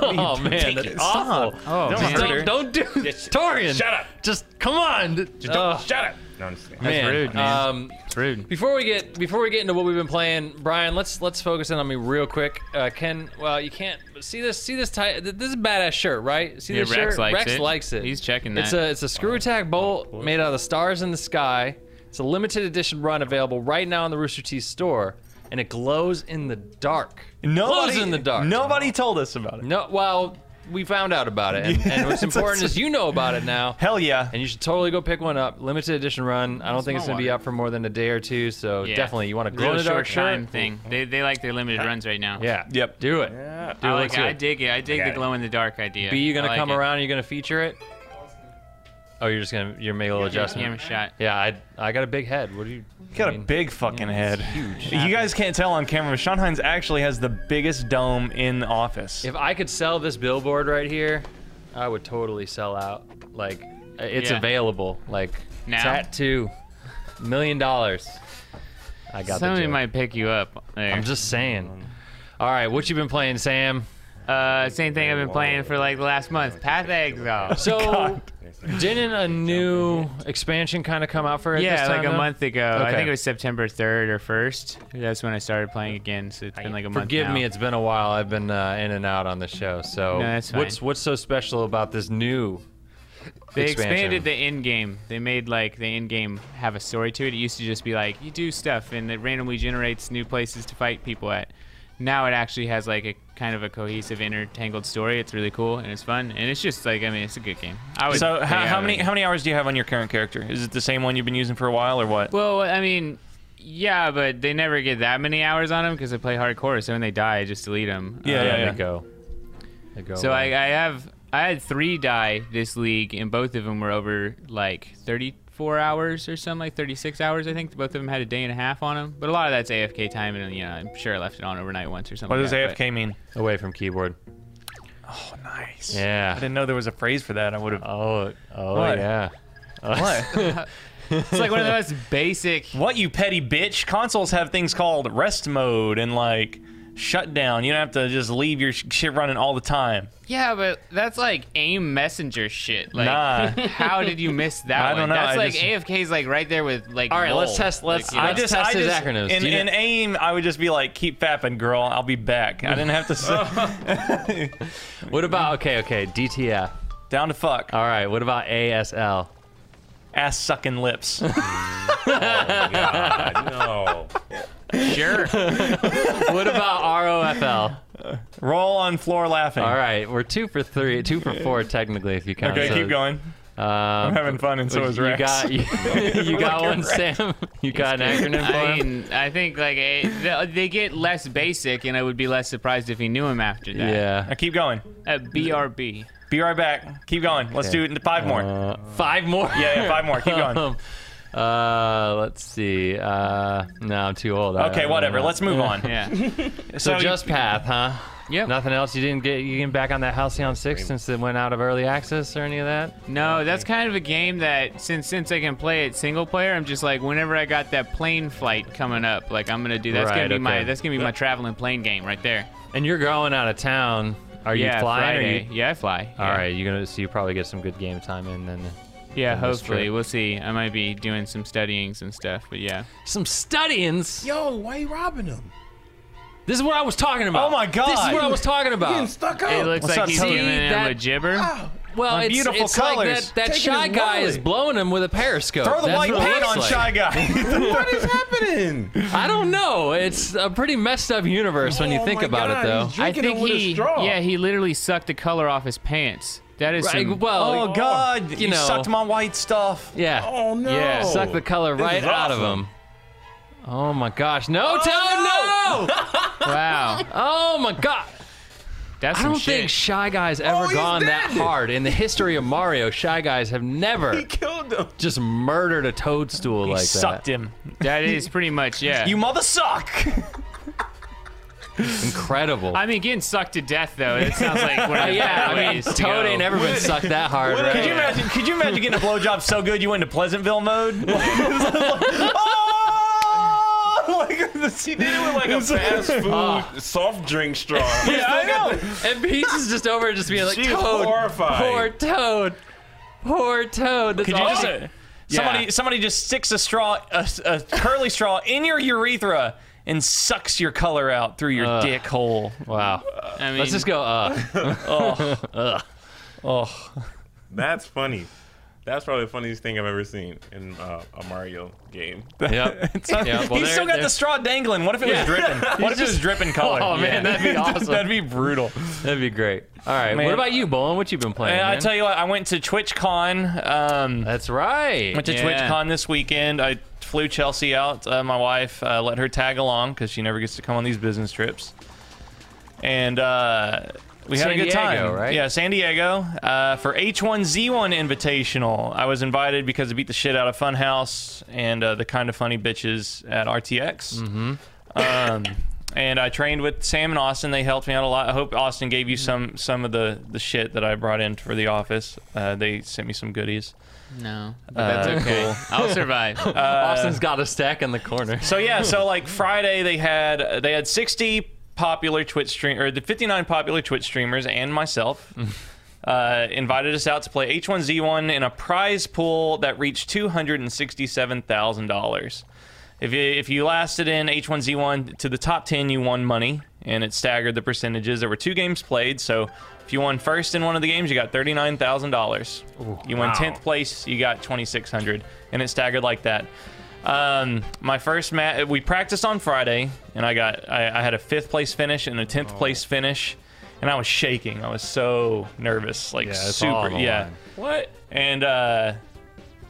[SPEAKER 2] oh man, that's
[SPEAKER 1] it.
[SPEAKER 2] awful.
[SPEAKER 3] Oh,
[SPEAKER 2] Just
[SPEAKER 3] man.
[SPEAKER 2] don't, don't do Torian.
[SPEAKER 4] shut up.
[SPEAKER 2] Just come on.
[SPEAKER 4] Just don't shut up. No, I'm just kidding.
[SPEAKER 2] man.
[SPEAKER 3] rude, man.
[SPEAKER 2] Um,
[SPEAKER 3] It's rude.
[SPEAKER 2] before we get before we get into what we've been playing, Brian, let's let's focus in on me real quick. Uh, Ken, well, you can't see this see this tie. th- This is a badass shirt, right? See
[SPEAKER 3] Yeah,
[SPEAKER 2] this
[SPEAKER 3] Rex
[SPEAKER 2] shirt.
[SPEAKER 3] likes
[SPEAKER 2] Rex
[SPEAKER 3] it.
[SPEAKER 2] likes it.
[SPEAKER 3] He's checking
[SPEAKER 2] It's
[SPEAKER 3] that.
[SPEAKER 2] a it's a screw attack bolt made out of the stars in the sky. It's a limited edition run available right now in the Rooster Teeth store, and it glows in the dark.
[SPEAKER 1] nobody
[SPEAKER 2] glows in the dark.
[SPEAKER 1] Nobody told us about it.
[SPEAKER 2] No, well, we found out about it, and, and
[SPEAKER 3] [laughs]
[SPEAKER 2] what's
[SPEAKER 1] That's
[SPEAKER 2] important
[SPEAKER 1] what-
[SPEAKER 2] is you know about it now.
[SPEAKER 1] Hell yeah.
[SPEAKER 2] And you should totally go pick one up. Limited edition run. I don't think it's
[SPEAKER 3] Small
[SPEAKER 2] gonna be
[SPEAKER 3] water.
[SPEAKER 2] up for more than a day or two. So
[SPEAKER 3] Yeah.
[SPEAKER 2] definitely, you want to glow in
[SPEAKER 3] Real
[SPEAKER 2] the dark
[SPEAKER 3] short
[SPEAKER 2] shirt.
[SPEAKER 3] time thing. They, they like their limited runs right now.
[SPEAKER 2] Yeah.
[SPEAKER 1] Yep.
[SPEAKER 2] Do it. Do
[SPEAKER 3] I
[SPEAKER 2] it.
[SPEAKER 3] like
[SPEAKER 2] Let's
[SPEAKER 3] it.
[SPEAKER 2] do
[SPEAKER 3] I
[SPEAKER 2] it.
[SPEAKER 3] dig it. I dig
[SPEAKER 4] got
[SPEAKER 3] the
[SPEAKER 4] it.
[SPEAKER 3] glow in the dark idea.
[SPEAKER 2] B, you gonna
[SPEAKER 3] I like
[SPEAKER 2] come
[SPEAKER 3] it.
[SPEAKER 2] around? You gonna feature it? Oh, you're just gonna you're making a little
[SPEAKER 3] Camera
[SPEAKER 2] adjustment. [laughs]
[SPEAKER 3] shot.
[SPEAKER 2] Yeah, I I got a big head. What do you?
[SPEAKER 1] Got
[SPEAKER 2] I
[SPEAKER 1] a
[SPEAKER 2] mean,
[SPEAKER 1] big fucking head. Huge. You guys can't tell on camera, but Sean Hines actually has the biggest dome in the office.
[SPEAKER 2] If I could sell this billboard right here, I would totally sell out. Like, uh, it's
[SPEAKER 3] Yeah.
[SPEAKER 2] available. Like,
[SPEAKER 3] Now?
[SPEAKER 2] tattoo, million dollars. I
[SPEAKER 3] [laughs]
[SPEAKER 2] got. the
[SPEAKER 3] Somebody
[SPEAKER 2] joke.
[SPEAKER 3] might pick you up. There.
[SPEAKER 2] I'm just saying. All right, what you been playing, Sam?
[SPEAKER 3] uh, same thing I've been playing for like the last month. Path Exile.
[SPEAKER 2] So,
[SPEAKER 4] God.
[SPEAKER 2] didn't a new expansion kind of come out for it?
[SPEAKER 3] Yeah,
[SPEAKER 2] this time,
[SPEAKER 3] like a
[SPEAKER 2] though?
[SPEAKER 3] month ago. I
[SPEAKER 2] Okay.
[SPEAKER 3] think it was September 3rd or 1st. That's when I started playing again. So it's been like a month.
[SPEAKER 2] Forgive
[SPEAKER 3] now.
[SPEAKER 2] me, it's been a while. I've been uh, in and out on the show. So,
[SPEAKER 3] No, that's
[SPEAKER 2] what's
[SPEAKER 3] fine.
[SPEAKER 2] what's so special about this new?
[SPEAKER 3] They
[SPEAKER 2] expansion?
[SPEAKER 3] expanded the end game. They made like the end game have a story to it. It used to just be like you do stuff and it randomly generates new places to fight people at. Now it actually has like a kind of a cohesive, intertangled story. It's really cool and it's fun and it's just like I mean it's a good game. I would.
[SPEAKER 1] so how,
[SPEAKER 3] yeah,
[SPEAKER 1] how
[SPEAKER 3] I
[SPEAKER 1] many
[SPEAKER 3] would-
[SPEAKER 1] how many hours do you have on your current character? Is it the same one you've been using for a while or what?
[SPEAKER 3] Well, I mean, yeah, but they never get that many hours on them because they play hardcore. So when they die, I just delete them.
[SPEAKER 1] Yeah, yeah,
[SPEAKER 2] they
[SPEAKER 1] yeah.
[SPEAKER 2] go. They
[SPEAKER 1] Oh,
[SPEAKER 2] go.
[SPEAKER 3] So I,
[SPEAKER 2] away.
[SPEAKER 3] I have I had three die this league, and both of them were over like 34 hours or something, like 36 hours. I think both of them had a day and a half on them. But a lot of that's AFK time, and you know I'm sure I left it on overnight once or something.
[SPEAKER 1] what does
[SPEAKER 3] like that,
[SPEAKER 1] AFK mean?
[SPEAKER 2] away from keyboard.
[SPEAKER 1] Oh, nice. I
[SPEAKER 2] Yeah.
[SPEAKER 1] didn't know there was a phrase for that. I would have.
[SPEAKER 2] Oh, oh
[SPEAKER 1] What?
[SPEAKER 2] yeah.
[SPEAKER 1] [laughs] What?
[SPEAKER 3] but It's like one of the most
[SPEAKER 1] [laughs]
[SPEAKER 3] basic.
[SPEAKER 1] what you petty bitch? Consoles have things called rest mode and like shutdown. You don't have to just leave your sh- shit running all the time.
[SPEAKER 3] Yeah, but that's like aim messenger shit. Like,
[SPEAKER 1] Nah.
[SPEAKER 3] [laughs] how did you miss
[SPEAKER 1] [laughs]
[SPEAKER 3] that
[SPEAKER 1] I
[SPEAKER 3] one?
[SPEAKER 1] don't know,
[SPEAKER 3] That's
[SPEAKER 1] I
[SPEAKER 3] like
[SPEAKER 1] just-
[SPEAKER 3] AFK's like right there with like.
[SPEAKER 2] All right, let's
[SPEAKER 3] roll.
[SPEAKER 2] test- let's-
[SPEAKER 3] you know,
[SPEAKER 1] [laughs]
[SPEAKER 2] I just- test his acronyms.
[SPEAKER 1] In,
[SPEAKER 2] Do you
[SPEAKER 1] in
[SPEAKER 2] know-
[SPEAKER 1] aim, I would just be like, "Keep fapping, girl. I'll be back." I didn't have to [laughs] say
[SPEAKER 2] What about okay, okay, DTF.
[SPEAKER 1] down to fuck.
[SPEAKER 2] All right, what about ASL?
[SPEAKER 1] Ass sucking lips.
[SPEAKER 4] Oh, No.
[SPEAKER 3] sure.
[SPEAKER 2] [laughs] What about ROFL?
[SPEAKER 1] Roll on floor laughing.
[SPEAKER 2] All right, we're two for three, two for four technically if you count.
[SPEAKER 1] Okay,
[SPEAKER 2] so
[SPEAKER 1] keep going.
[SPEAKER 2] Um,
[SPEAKER 1] I'm having fun, and so
[SPEAKER 2] you
[SPEAKER 1] is Rex.
[SPEAKER 2] Got, [laughs] you,
[SPEAKER 1] [laughs]
[SPEAKER 2] you
[SPEAKER 1] Like
[SPEAKER 2] got
[SPEAKER 1] you're
[SPEAKER 2] one, Sam. You got an acronym for
[SPEAKER 3] I
[SPEAKER 2] him?
[SPEAKER 3] mean, I think like eh, they- they get less basic, and I would be less surprised if he knew him after that.
[SPEAKER 1] Now
[SPEAKER 2] Yeah.
[SPEAKER 1] keep going.
[SPEAKER 3] Uh, BRB.
[SPEAKER 1] Be right back. Keep going. Let's
[SPEAKER 2] Okay.
[SPEAKER 1] do it in five more.
[SPEAKER 2] Uh, five more.
[SPEAKER 1] Yeah, yeah, five more. Keep going.
[SPEAKER 2] [laughs] Um, uh, let's see. Uh, no, I'm too old. I- I
[SPEAKER 1] okay,
[SPEAKER 2] don't
[SPEAKER 1] whatever.
[SPEAKER 2] know.
[SPEAKER 1] Let's move
[SPEAKER 2] [laughs]
[SPEAKER 1] on.
[SPEAKER 3] Yeah.
[SPEAKER 2] So,
[SPEAKER 1] so you-
[SPEAKER 2] just path, huh?
[SPEAKER 3] Yep.
[SPEAKER 2] Nothing else. You didn't get you getting back on that Halcyon Six since it went out of early access or any of that.
[SPEAKER 3] No, that's kind of a game that since since I can play it single player, I'm just like whenever I got that plane flight coming up, like I'm gonna do that's
[SPEAKER 2] Right,
[SPEAKER 3] gonna be my
[SPEAKER 2] okay.
[SPEAKER 3] that's gonna be my traveling plane game right there.
[SPEAKER 2] And you're going out of town. Are
[SPEAKER 3] yeah,
[SPEAKER 2] you flying? Or
[SPEAKER 3] Friday.
[SPEAKER 2] you,
[SPEAKER 3] Yeah, I fly.
[SPEAKER 2] All
[SPEAKER 3] yeah.
[SPEAKER 2] right, you're gonna so you probably get some good game time in then.
[SPEAKER 3] Yeah,
[SPEAKER 2] on this
[SPEAKER 3] hopefully
[SPEAKER 2] trip.
[SPEAKER 3] we'll see. I might be doing some studyings and stuff, but yeah.
[SPEAKER 2] Some studyings.
[SPEAKER 6] Yo, why you robbing him?
[SPEAKER 2] This is what I was talking about.
[SPEAKER 1] Oh my God.
[SPEAKER 2] This is what I was talking
[SPEAKER 6] Getting
[SPEAKER 2] about.
[SPEAKER 6] stuck
[SPEAKER 3] It
[SPEAKER 6] up.
[SPEAKER 3] looks
[SPEAKER 1] What's
[SPEAKER 3] like
[SPEAKER 1] up,
[SPEAKER 3] he's
[SPEAKER 1] Tony?
[SPEAKER 3] giving
[SPEAKER 2] See,
[SPEAKER 3] him a
[SPEAKER 2] that- Ah,
[SPEAKER 3] gibber.
[SPEAKER 2] Well,
[SPEAKER 1] My
[SPEAKER 2] it's,
[SPEAKER 1] beautiful
[SPEAKER 2] it's
[SPEAKER 1] colors.
[SPEAKER 2] like that, that
[SPEAKER 6] Taking
[SPEAKER 2] shy
[SPEAKER 6] his
[SPEAKER 2] guy is
[SPEAKER 6] wallet.
[SPEAKER 2] blowing him with a periscope.
[SPEAKER 1] Throw the
[SPEAKER 2] That's
[SPEAKER 1] white
[SPEAKER 2] what it
[SPEAKER 1] paint
[SPEAKER 2] looks
[SPEAKER 1] on
[SPEAKER 2] like.
[SPEAKER 1] Shy Guy.
[SPEAKER 2] [laughs]
[SPEAKER 6] what is happening?
[SPEAKER 2] I don't know. It's a pretty messed up universe when you
[SPEAKER 6] Oh
[SPEAKER 2] think
[SPEAKER 6] my
[SPEAKER 2] about
[SPEAKER 6] God,
[SPEAKER 2] it, though.
[SPEAKER 6] he's
[SPEAKER 3] I
[SPEAKER 6] Drinking it
[SPEAKER 3] think
[SPEAKER 6] with a
[SPEAKER 3] he
[SPEAKER 6] straw.
[SPEAKER 3] yeah he literally sucked the color off his pants. That is
[SPEAKER 2] Right, [laughs]
[SPEAKER 3] some,
[SPEAKER 2] well,
[SPEAKER 1] oh God!
[SPEAKER 2] you
[SPEAKER 1] You,
[SPEAKER 2] know.
[SPEAKER 1] sucked my white stuff.
[SPEAKER 2] yeah.
[SPEAKER 6] Oh, no.
[SPEAKER 2] Yeah, suck the color
[SPEAKER 4] This
[SPEAKER 2] right
[SPEAKER 4] is
[SPEAKER 2] out of
[SPEAKER 4] awesome.
[SPEAKER 2] him. Oh my gosh! No, Toad, no!
[SPEAKER 3] wow.
[SPEAKER 2] oh my God!
[SPEAKER 3] That's
[SPEAKER 2] I
[SPEAKER 3] some
[SPEAKER 2] don't
[SPEAKER 3] shit.
[SPEAKER 2] think Shy Guy's ever
[SPEAKER 6] Oh, he's
[SPEAKER 2] gone that
[SPEAKER 6] dead.
[SPEAKER 2] hard in the history of Mario. Shy Guys have never
[SPEAKER 6] He killed him.
[SPEAKER 2] just murdered a toadstool
[SPEAKER 1] You
[SPEAKER 2] like
[SPEAKER 1] sucked
[SPEAKER 2] that.
[SPEAKER 1] him.
[SPEAKER 3] that is pretty
[SPEAKER 2] [laughs]
[SPEAKER 3] much yeah.
[SPEAKER 1] You mother suck.
[SPEAKER 2] Incredible.
[SPEAKER 3] I mean, getting sucked to death though. It sounds like
[SPEAKER 2] [laughs]
[SPEAKER 3] one of
[SPEAKER 2] Uh,
[SPEAKER 3] the
[SPEAKER 2] yeah,
[SPEAKER 3] bad
[SPEAKER 2] I mean,
[SPEAKER 3] ways
[SPEAKER 2] Toad
[SPEAKER 3] to go.
[SPEAKER 2] ain't ever been sucked that hard. Right?
[SPEAKER 1] Could you imagine? Could you imagine getting a blowjob so good you went into Pleasantville
[SPEAKER 2] [laughs]
[SPEAKER 1] mode? It was like, oh! Like, this- he did it with like a
[SPEAKER 4] Fast food, soft drink straw.
[SPEAKER 1] Yeah, I know.
[SPEAKER 2] And [laughs] Peach is just over, just being like,
[SPEAKER 4] She is
[SPEAKER 2] Toad,
[SPEAKER 4] horrified.
[SPEAKER 2] poor Toad, poor Toad. That's
[SPEAKER 1] Could you
[SPEAKER 2] all
[SPEAKER 1] just
[SPEAKER 2] she-
[SPEAKER 1] uh, somebody
[SPEAKER 2] Yeah.
[SPEAKER 1] somebody just sticks a straw a, a curly straw in your urethra and sucks your color out through your
[SPEAKER 2] Ugh.
[SPEAKER 1] dick hole.
[SPEAKER 2] wow.
[SPEAKER 3] I mean,
[SPEAKER 2] Let's just go.
[SPEAKER 1] [laughs]
[SPEAKER 2] Uh,
[SPEAKER 1] Oh,
[SPEAKER 4] That's funny. That's probably the funniest thing I've ever seen in uh, a Mario game.
[SPEAKER 2] yep. Yeah, well,
[SPEAKER 1] [laughs] he's
[SPEAKER 2] there-
[SPEAKER 1] still got
[SPEAKER 2] there-
[SPEAKER 1] the straw dangling. What if it was dripping?
[SPEAKER 2] [laughs]
[SPEAKER 1] What if it was dripping color?
[SPEAKER 2] Oh man, [laughs] that'd be awesome.
[SPEAKER 1] [laughs] That'd be brutal.
[SPEAKER 2] That'd be great. All right.
[SPEAKER 1] Man.
[SPEAKER 2] What about you, Bolin? What you been playing?
[SPEAKER 1] And I
[SPEAKER 2] man?
[SPEAKER 1] tell you what, I went to TwitchCon. Um,
[SPEAKER 2] That's right.
[SPEAKER 1] went to
[SPEAKER 3] Yeah.
[SPEAKER 1] TwitchCon this weekend. I flew Chelsea out. Uh, my wife uh, let her tag along because she never gets to come on these business trips. And uh, we had
[SPEAKER 2] San
[SPEAKER 1] a good
[SPEAKER 2] Diego,
[SPEAKER 1] time.
[SPEAKER 2] right?
[SPEAKER 1] Yeah, San Diego uh, for H1Z1 Invitational. I was invited because I beat the shit out of Funhouse and uh, the kind of funny bitches at RTX. Mm-hmm. Um, and I trained with Sam and Austin. They helped me out a lot. I hope Austin gave you some some of the, the shit that I brought in for the office. Uh, they sent me some goodies.
[SPEAKER 3] no. But that's
[SPEAKER 1] Uh,
[SPEAKER 3] okay.
[SPEAKER 1] [laughs]
[SPEAKER 3] I'll survive.
[SPEAKER 2] Austin's got a stack in the corner.
[SPEAKER 1] So yeah, so like Friday they had they had 60 popular Twitch stream or the 59 popular Twitch streamers and myself uh, invited us out to play H1Z1 in a prize pool that reached $267,000. If you, if you lasted in H1Z1 to the top 10, you won money, and it staggered the percentages. There were two games played, so if you won first in one of the games, you got $39,000. You won 10th place, you got 2600 and it staggered like that. Um, my first match, we practiced on Friday, and I got I, I had a fifth place finish and a 10th
[SPEAKER 2] Oh.
[SPEAKER 1] place finish, and I was shaking. I was so nervous, like
[SPEAKER 2] it's all
[SPEAKER 1] super,
[SPEAKER 2] on the
[SPEAKER 1] yeah.
[SPEAKER 2] line.
[SPEAKER 1] What? And uh,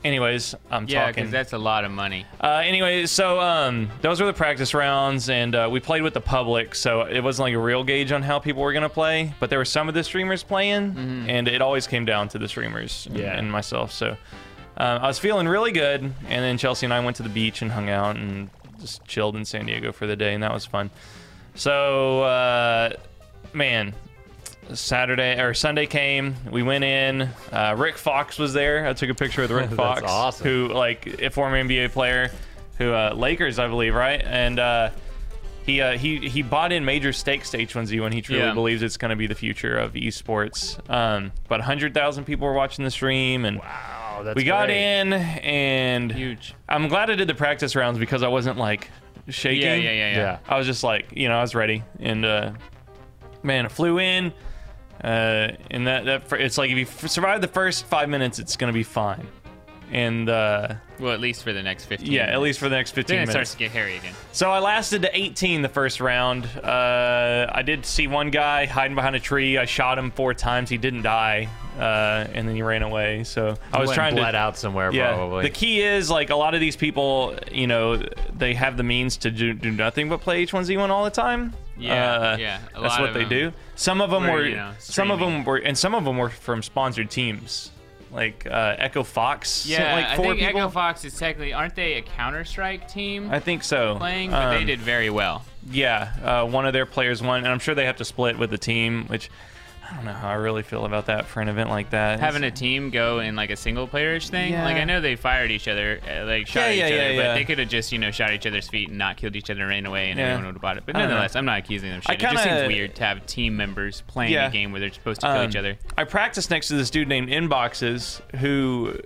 [SPEAKER 1] anyways, I'm
[SPEAKER 3] yeah,
[SPEAKER 1] talking.
[SPEAKER 3] because that's a lot of money.
[SPEAKER 1] Uh, anyway, so um, those were the practice rounds, and uh, we played with the public, so it wasn't like a real gauge on how people were gonna play. But there were some of the streamers playing, and it always came down to the streamers and,
[SPEAKER 2] Yeah.
[SPEAKER 1] and myself. So um, I was feeling really good, and then Chelsea and I went to the beach and hung out and just chilled in San Diego for the day, and that was fun. So uh, man, Saturday or Sunday came. We went in. Uh, Rick Fox was there. I took a picture with Rick
[SPEAKER 2] [laughs] That's
[SPEAKER 1] Fox,
[SPEAKER 2] awesome.
[SPEAKER 1] who like a former NBA player, who uh, Lakers I believe, right? And uh, he uh, he he bought in major stakes to H1Z1. He truly
[SPEAKER 3] Yeah.
[SPEAKER 1] believes it's going to be the future of esports. Um, but 100,000 people were watching the stream, and
[SPEAKER 2] Wow, that's
[SPEAKER 1] we got
[SPEAKER 2] great.
[SPEAKER 1] in. And
[SPEAKER 3] Huge.
[SPEAKER 1] I'm glad I did the practice rounds because I wasn't like shaking.
[SPEAKER 3] Yeah, yeah, yeah, yeah.
[SPEAKER 2] Yeah.
[SPEAKER 1] I was just like, you know, I was ready, and uh, man, I flew in, uh, and that that fir- it's like if you f- survive the first five minutes, it's gonna be fine, and uh,
[SPEAKER 3] Well, at least for the next 15.
[SPEAKER 1] yeah, at
[SPEAKER 3] minutes.
[SPEAKER 1] least for the next fifteen
[SPEAKER 3] Then it
[SPEAKER 1] minutes.
[SPEAKER 3] starts to get hairy again.
[SPEAKER 1] So I lasted to 18 the first round. Uh, I did see one guy hiding behind a tree. I shot him four times. He didn't die. uh, and then he ran away. So I was
[SPEAKER 2] Went
[SPEAKER 1] trying to
[SPEAKER 2] bled out somewhere
[SPEAKER 1] yeah.
[SPEAKER 2] probably.
[SPEAKER 1] The key is like a lot of these people, you know, they have the means to do, do nothing but play H1Z1 all the time. Uh,
[SPEAKER 3] Yeah, yeah, a
[SPEAKER 1] that's
[SPEAKER 3] lot
[SPEAKER 1] what
[SPEAKER 3] of
[SPEAKER 1] they
[SPEAKER 3] them
[SPEAKER 1] do. Some of them were,
[SPEAKER 3] were, you know,
[SPEAKER 1] some of them
[SPEAKER 3] streaming.
[SPEAKER 1] were, and some of them were from sponsored teams, like uh, Echo Fox. sent,
[SPEAKER 3] Yeah,
[SPEAKER 1] like
[SPEAKER 3] I
[SPEAKER 1] four
[SPEAKER 3] think
[SPEAKER 1] people.
[SPEAKER 3] Echo Fox is technically aren't they a Counter Strike team
[SPEAKER 1] I think so.
[SPEAKER 3] playing? But they
[SPEAKER 1] Um,
[SPEAKER 3] did very well.
[SPEAKER 1] Yeah, uh, one of their players won, and I'm sure they have to split with the team, which I don't know how I really feel about that for an event like that.
[SPEAKER 3] Having a team go in like a single playerish thing, like
[SPEAKER 1] Yeah.
[SPEAKER 3] I know they fired each other, uh, like shot
[SPEAKER 1] Yeah,
[SPEAKER 3] at
[SPEAKER 1] yeah,
[SPEAKER 3] each other,
[SPEAKER 1] yeah,
[SPEAKER 3] but
[SPEAKER 1] yeah.
[SPEAKER 3] they could have just you know shot each other's feet and not killed each other and ran away, and
[SPEAKER 1] Yeah.
[SPEAKER 3] everyone would have bought it. But
[SPEAKER 1] I don't know.
[SPEAKER 3] nonetheless, I'm not accusing them. Of
[SPEAKER 1] I
[SPEAKER 3] shit. it just
[SPEAKER 1] kinda-
[SPEAKER 3] seems weird to have team members playing
[SPEAKER 1] Yeah.
[SPEAKER 3] a game where they're supposed to kill
[SPEAKER 1] Um,
[SPEAKER 3] each other.
[SPEAKER 1] I practiced next to this dude named Inboxes who.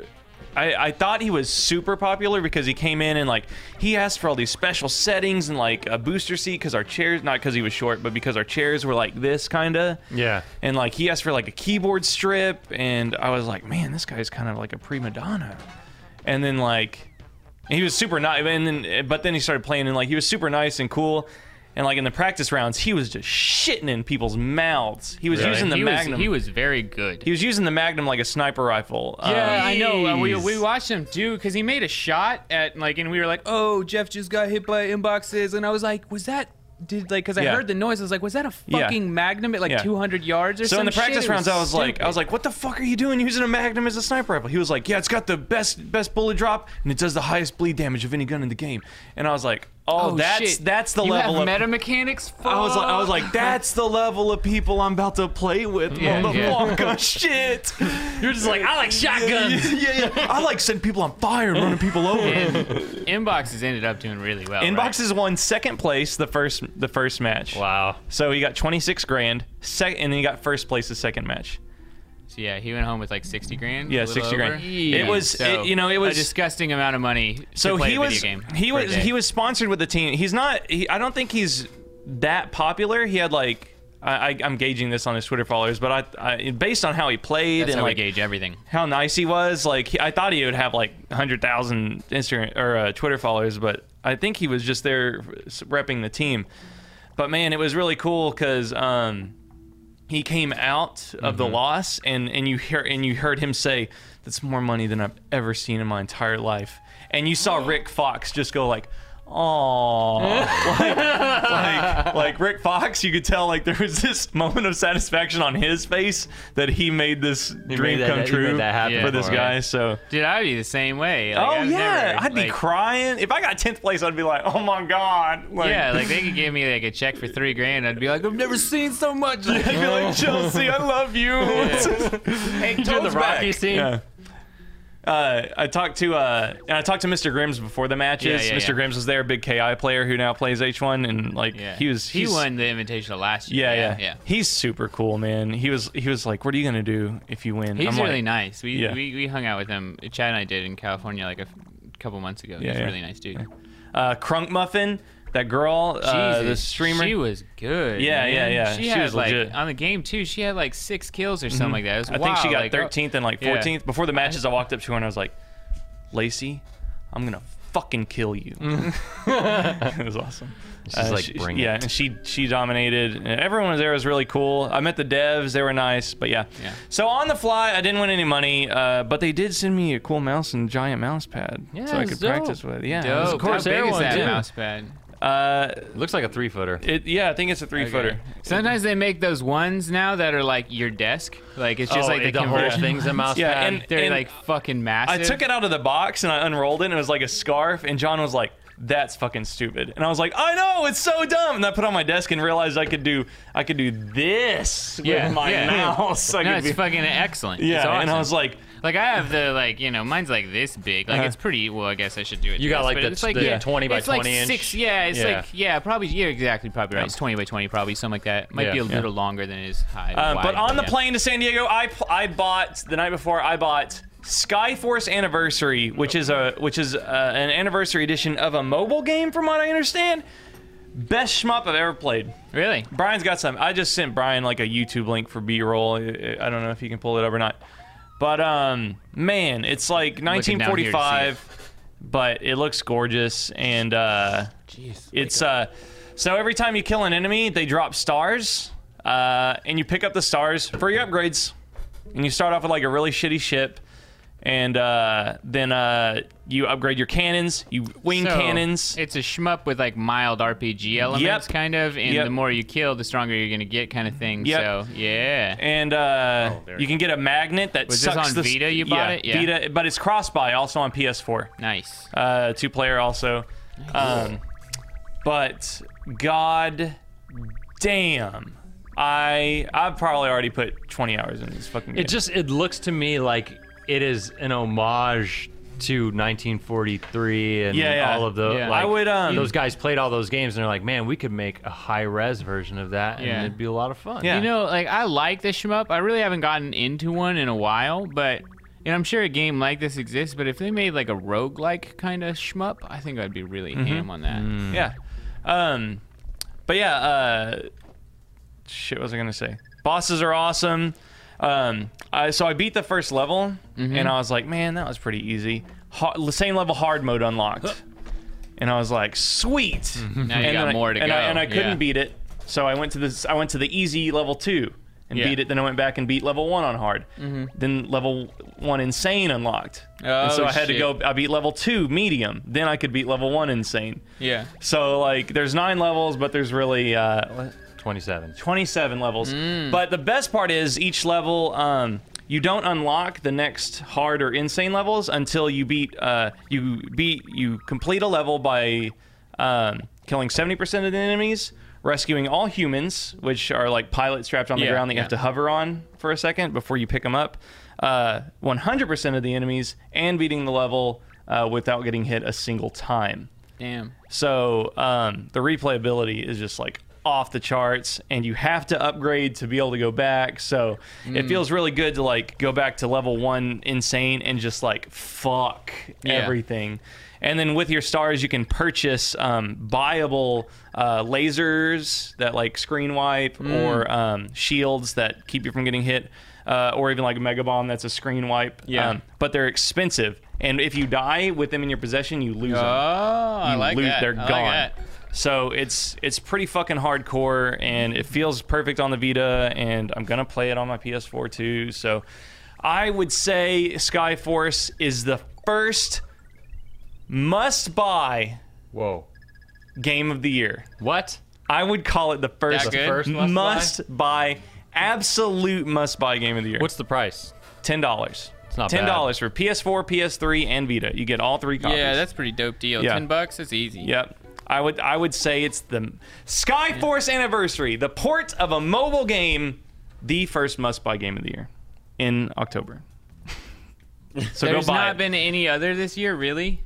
[SPEAKER 1] I, I thought he was super popular because he came in and like he asked for all these special settings and like a booster seat because our chairs not because he was short but because our chairs were like this kind of
[SPEAKER 2] Yeah.
[SPEAKER 1] and like he asked for like a keyboard strip and I was like man this guy's kind of like a prima donna and then like he was super nice and then but then he started playing and like he was super nice and cool and like in the practice rounds he was just shitting in people's mouths he was
[SPEAKER 2] Really?
[SPEAKER 1] using the
[SPEAKER 3] he
[SPEAKER 1] magnum
[SPEAKER 3] was he was very good.
[SPEAKER 1] he was using the Magnum like a sniper rifle. Um,
[SPEAKER 3] Yeah, I know. Uh, we,
[SPEAKER 2] Jeez.
[SPEAKER 3] we watched him do because he made a shot at like, and we were like, "Oh, Jeff just got hit by inboxes," and I was like, "Was that?" Did like because I
[SPEAKER 1] Yeah.
[SPEAKER 3] heard the noise. I was like, "Was that a
[SPEAKER 1] Yeah.
[SPEAKER 3] fucking magnum at like
[SPEAKER 1] Yeah.
[SPEAKER 3] 200 yards or
[SPEAKER 1] so
[SPEAKER 3] something?"
[SPEAKER 1] in the practice rounds, I was like, I was like, "What the fuck are you doing using a Magnum as a sniper rifle?" He was like, "Yeah, it's got the best best bullet drop, and it does the highest bleed damage of any gun in the game." And I was like, "Oh, that's that's the
[SPEAKER 3] you
[SPEAKER 1] level
[SPEAKER 3] have
[SPEAKER 1] of."
[SPEAKER 3] meta mechanics.
[SPEAKER 1] I was like, I was like, that's the level of people I'm about to play with.
[SPEAKER 3] Yeah, yeah.
[SPEAKER 1] motherfucker, shit.
[SPEAKER 2] You're just like, I like shotguns.
[SPEAKER 1] yeah, yeah, yeah. I like setting people on fire and running people over.
[SPEAKER 3] inboxes ended up doing really well. right?
[SPEAKER 1] Inboxes won second place the first the first match.
[SPEAKER 2] Wow.
[SPEAKER 1] So he got 26 grand, sec- and then he got first place the second match.
[SPEAKER 3] So yeah, he went home with like 60 grand.
[SPEAKER 1] Yeah,
[SPEAKER 3] a little
[SPEAKER 1] 60 grand.
[SPEAKER 3] over.
[SPEAKER 1] It was-
[SPEAKER 3] So,
[SPEAKER 1] it- you know, it was-
[SPEAKER 3] a disgusting amount of money.
[SPEAKER 1] So
[SPEAKER 3] to play
[SPEAKER 1] he
[SPEAKER 3] a
[SPEAKER 1] was
[SPEAKER 3] video game
[SPEAKER 1] he
[SPEAKER 3] for a
[SPEAKER 1] was
[SPEAKER 3] day.
[SPEAKER 1] he was sponsored with the team. He's not. He, I don't think he's that popular. He had like I, I, I'm gauging this on his Twitter followers, but I, I based on how he played
[SPEAKER 3] That's
[SPEAKER 1] and
[SPEAKER 3] how we
[SPEAKER 1] like
[SPEAKER 3] gauge everything.
[SPEAKER 1] how nice he was. Like he, I thought he would have like hundred thousand Instagram or uh, Twitter followers, but I think he was just there s- repping the team. But man, it was really cool because um, he came out of the loss, and and you hear and you heard him say, "That's more money than I've ever seen in my entire life." And you saw Rick Fox just go like. Oh, [laughs] like, like, like Rick Fox, you could tell like there was this [laughs] moment of satisfaction on his face that he made this
[SPEAKER 2] made
[SPEAKER 1] dream
[SPEAKER 2] that-
[SPEAKER 1] come
[SPEAKER 2] he made
[SPEAKER 1] true
[SPEAKER 2] that happen
[SPEAKER 1] for this
[SPEAKER 2] for him.
[SPEAKER 1] guy. So,
[SPEAKER 3] Dude, I'd be the same way. Like,
[SPEAKER 1] oh
[SPEAKER 3] I've
[SPEAKER 1] yeah,
[SPEAKER 3] never,
[SPEAKER 1] I'd be
[SPEAKER 3] like-
[SPEAKER 1] crying if I got tenth place. I'd be like, oh my god, like,
[SPEAKER 3] Yeah, like they could give me like a check for three grand. I'd be like, I've never seen so much. Like,
[SPEAKER 1] I'd be like Chelsea, I love you.
[SPEAKER 2] Hey, the
[SPEAKER 6] Toad's back.
[SPEAKER 2] Rocky
[SPEAKER 3] [laughs]
[SPEAKER 2] scene.
[SPEAKER 1] yeah. Uh, I talked to uh, and I talked to Mr. Grims before the matches.
[SPEAKER 3] Yeah, yeah,
[SPEAKER 1] Mr.
[SPEAKER 3] yeah.
[SPEAKER 1] Grims was there, big KI player who now plays H1, and like
[SPEAKER 3] yeah.
[SPEAKER 1] he was
[SPEAKER 3] he
[SPEAKER 1] he's-
[SPEAKER 3] won the invitational last year.
[SPEAKER 1] Yeah, yeah,
[SPEAKER 3] yeah.
[SPEAKER 1] He's super cool, man. He was he was like, what are you gonna do if you win?
[SPEAKER 3] He's
[SPEAKER 1] I'm
[SPEAKER 3] really
[SPEAKER 1] like,
[SPEAKER 3] nice. We,
[SPEAKER 1] Yeah.
[SPEAKER 3] we we hung out with him. Chad and I did in California like a f- couple months ago.
[SPEAKER 1] Yeah,
[SPEAKER 3] He's
[SPEAKER 1] yeah.
[SPEAKER 3] a really nice dude.
[SPEAKER 1] uh, Crunk Muffin, that girl, uh, the
[SPEAKER 3] Jesus,
[SPEAKER 1] streamer.
[SPEAKER 3] She was good.
[SPEAKER 1] Yeah,
[SPEAKER 3] man.
[SPEAKER 1] yeah, yeah.
[SPEAKER 3] She,
[SPEAKER 1] She
[SPEAKER 3] had,
[SPEAKER 1] was
[SPEAKER 3] like,
[SPEAKER 1] legit. Mm-hmm.
[SPEAKER 3] On the game too, she had like six kills or something like that. It was
[SPEAKER 1] I think she
[SPEAKER 3] wild,
[SPEAKER 1] got
[SPEAKER 3] like, oh,
[SPEAKER 1] 13th and like
[SPEAKER 3] yeah.
[SPEAKER 1] 14th. Before the matches, I walked up to her and I was like, Lacey, I'm gonna fucking kill you. it was awesome. Uh,
[SPEAKER 2] She's like,
[SPEAKER 1] she-
[SPEAKER 2] "Bring
[SPEAKER 1] yeah,
[SPEAKER 2] it."
[SPEAKER 1] and she she dominated. And Everyone was there was really cool. I met the devs; they were nice. But yeah,
[SPEAKER 3] Yeah.
[SPEAKER 1] So on the fly, I didn't win any money, uh, but they did send me a cool mouse and giant mouse pad,
[SPEAKER 2] Yeah,
[SPEAKER 1] so I
[SPEAKER 2] it's
[SPEAKER 1] could
[SPEAKER 2] dope.
[SPEAKER 1] practice with. Yeah, it was
[SPEAKER 3] Dope.
[SPEAKER 2] course,
[SPEAKER 3] How big is
[SPEAKER 2] everyone
[SPEAKER 3] that
[SPEAKER 2] did.
[SPEAKER 3] mouse pad?
[SPEAKER 1] cool. Uh,
[SPEAKER 2] It looks like a three footer.
[SPEAKER 1] it, yeah, I think it's a three footer.
[SPEAKER 3] Sometimes they make those ones now that are like your desk. Like it's just
[SPEAKER 2] Oh,
[SPEAKER 3] like
[SPEAKER 2] the whole
[SPEAKER 3] conversion
[SPEAKER 2] thing's a [laughs]
[SPEAKER 3] ones.
[SPEAKER 2] mouse
[SPEAKER 1] Yeah,
[SPEAKER 3] pad.
[SPEAKER 1] and-
[SPEAKER 3] Um, they're
[SPEAKER 1] and
[SPEAKER 3] like fucking
[SPEAKER 1] I
[SPEAKER 3] massive.
[SPEAKER 1] took it out of the box and I unrolled it and it was like a scarf and John was like, that's fucking stupid. And I was like, I know, it's so dumb. And I put it on my desk and realized I could do I could do this
[SPEAKER 3] Yeah,
[SPEAKER 1] with my
[SPEAKER 3] yeah.
[SPEAKER 1] mouse. I
[SPEAKER 3] No,
[SPEAKER 1] could
[SPEAKER 3] it's
[SPEAKER 1] be-
[SPEAKER 3] fucking excellent.
[SPEAKER 1] yeah,
[SPEAKER 3] it's awesome.
[SPEAKER 1] and I was like,
[SPEAKER 3] Like I have the like you know mine's like this big like
[SPEAKER 1] Uh-huh.
[SPEAKER 3] it's pretty well I guess I should do it.
[SPEAKER 2] You
[SPEAKER 3] to
[SPEAKER 2] got,
[SPEAKER 3] this,
[SPEAKER 2] like,
[SPEAKER 3] but
[SPEAKER 2] the-
[SPEAKER 3] it's like
[SPEAKER 2] the
[SPEAKER 3] yeah,
[SPEAKER 2] 20 by
[SPEAKER 3] it's like
[SPEAKER 2] 20 inch.
[SPEAKER 3] Six, yeah, it's
[SPEAKER 2] Yeah.
[SPEAKER 3] like yeah, probably you're exactly probably right. It's twenty by twenty, probably something like that. Might
[SPEAKER 2] Yeah.
[SPEAKER 3] be a
[SPEAKER 2] Yeah.
[SPEAKER 3] little longer than it is high.
[SPEAKER 1] um,
[SPEAKER 3] wide,
[SPEAKER 1] but on the
[SPEAKER 3] yeah.
[SPEAKER 1] plane to San Diego, I pl- I bought the night before I bought Skyforce Anniversary, which is a which is uh an anniversary edition of a mobile game from what I understand. Best shmup I've ever played.
[SPEAKER 3] really
[SPEAKER 1] Brian's got some. I just sent Brian like a YouTube link for B-roll. I I don't know if he can pull it up or not. But um, man, it's like
[SPEAKER 3] Looking down here to see it.
[SPEAKER 1] 1945, but it looks gorgeous and uh,
[SPEAKER 3] jeez
[SPEAKER 1] it's uh, so every time you kill an enemy, they drop stars, uh, and you pick up the stars for your upgrades. and you start off with like a really shitty ship, and uh, then uh, you upgrade your cannons, you wing
[SPEAKER 3] So,
[SPEAKER 1] cannons.
[SPEAKER 3] It's a shmup with like mild RPG elements,
[SPEAKER 1] Yep.
[SPEAKER 3] kind of. And
[SPEAKER 1] Yep.
[SPEAKER 3] the more you kill, the stronger you're gonna get, kind of thing.
[SPEAKER 1] Yep.
[SPEAKER 3] So yeah.
[SPEAKER 1] and uh,
[SPEAKER 4] Oh, there
[SPEAKER 1] you
[SPEAKER 4] it
[SPEAKER 1] can get a magnet that
[SPEAKER 3] Was this
[SPEAKER 1] sucks
[SPEAKER 3] on
[SPEAKER 1] the s-
[SPEAKER 3] Vita you bought it? Yeah.
[SPEAKER 1] Vita, but it's cross-buy also on PS4.
[SPEAKER 3] Nice.
[SPEAKER 1] uh, two player also. Um, but god damn. I I've probably already put 20 hours in this fucking game.
[SPEAKER 2] It just it looks to me like it is an homage to 1943 and
[SPEAKER 1] Yeah, yeah.
[SPEAKER 2] all of the.
[SPEAKER 3] Yeah.
[SPEAKER 2] like,
[SPEAKER 1] I would, um,
[SPEAKER 2] those guys played all those games and they're like, man, we could make a high res version of that and
[SPEAKER 3] Yeah.
[SPEAKER 2] it'd be a lot of fun.
[SPEAKER 1] Yeah.
[SPEAKER 3] You know, like I like the shmup. I really haven't gotten into one in a while, but and I'm sure a game like this exists. But if they made like a roguelike kind of shmup, I think I'd be really
[SPEAKER 1] Mm-hmm.
[SPEAKER 3] ham on that.
[SPEAKER 1] yeah. Um but yeah, uh shit what was I going to say? Bosses are awesome. Um I, so I beat the first level
[SPEAKER 3] Mm-hmm.
[SPEAKER 1] and I was like, man, that was pretty easy. Hard, same level hard mode unlocked. And I was like, sweet.
[SPEAKER 3] Mm-hmm. Now you
[SPEAKER 1] and
[SPEAKER 3] got
[SPEAKER 1] then I-
[SPEAKER 3] more to
[SPEAKER 1] and
[SPEAKER 3] go.
[SPEAKER 1] I, and I couldn't
[SPEAKER 3] Yeah.
[SPEAKER 1] beat it, so I went to this. I went to the easy level two and
[SPEAKER 3] Yeah. Mm-hmm.
[SPEAKER 1] beat it. Then I went back and beat level one on hard. Then level one insane unlocked, and so
[SPEAKER 3] Oh,
[SPEAKER 1] I had to
[SPEAKER 3] shit.
[SPEAKER 1] go. I beat level two medium. Then I could beat level one insane.
[SPEAKER 3] Yeah.
[SPEAKER 1] So like, there's nine levels, but there's really uh,
[SPEAKER 2] 27.
[SPEAKER 1] 27 levels.
[SPEAKER 3] Mm.
[SPEAKER 1] But the best part is each level, um, you don't unlock the next hard or insane levels until you beat uh, you beat you complete a level by um, killing 70% of the enemies, rescuing all humans, which are like pilots strapped on the
[SPEAKER 3] Yeah,
[SPEAKER 1] ground that you
[SPEAKER 3] yeah.
[SPEAKER 1] have to hover on for a second before you pick them up. Uh, 100% of the enemies and beating the level uh, without getting hit a single time.
[SPEAKER 3] Damn.
[SPEAKER 1] So um, the replayability is just like off the charts, and you have to upgrade to be able to go back. So
[SPEAKER 3] Mm.
[SPEAKER 1] it feels really good to like go back to level one insane and just like fuck
[SPEAKER 3] Yeah.
[SPEAKER 1] everything. And then with your stars, you can purchase um, buyable uh, lasers that like screen wipe
[SPEAKER 3] Mm.
[SPEAKER 1] or um, shields that keep you from getting hit, uh, or even like a mega bomb that's a screen wipe. Um,
[SPEAKER 3] Yeah.
[SPEAKER 1] but they're expensive. And if you die with them in your possession, you lose
[SPEAKER 3] Oh,
[SPEAKER 1] them
[SPEAKER 3] I
[SPEAKER 1] you
[SPEAKER 3] like
[SPEAKER 1] loot,
[SPEAKER 3] that.
[SPEAKER 1] they're
[SPEAKER 3] I like
[SPEAKER 1] gone.
[SPEAKER 3] that.
[SPEAKER 1] So it's it's pretty fucking hardcore, and it feels perfect on the Vita, and I'm gonna play it on my PS4 too. So I would say Skyforce is the first must-buy
[SPEAKER 2] Whoa.
[SPEAKER 1] game of the year.
[SPEAKER 2] What?
[SPEAKER 1] I would call it the first,
[SPEAKER 3] good? First
[SPEAKER 2] must-buy?
[SPEAKER 1] must-buy, absolute must-buy game of the year.
[SPEAKER 2] What's the price?
[SPEAKER 1] ten dollars? It's
[SPEAKER 2] not bad.
[SPEAKER 1] ten dollars for PS4, PS3, and Vita. You get all three copies.
[SPEAKER 3] Yeah, that's a pretty dope deal.
[SPEAKER 1] Yeah.
[SPEAKER 3] Ten bucks, that's easy.
[SPEAKER 1] Yep. I would I would say it's the Skyforce anniversary, the port of a mobile game, the first must-buy game of the year in October. so
[SPEAKER 3] There's
[SPEAKER 1] go buy
[SPEAKER 3] not
[SPEAKER 1] it.
[SPEAKER 3] been any other this year, really.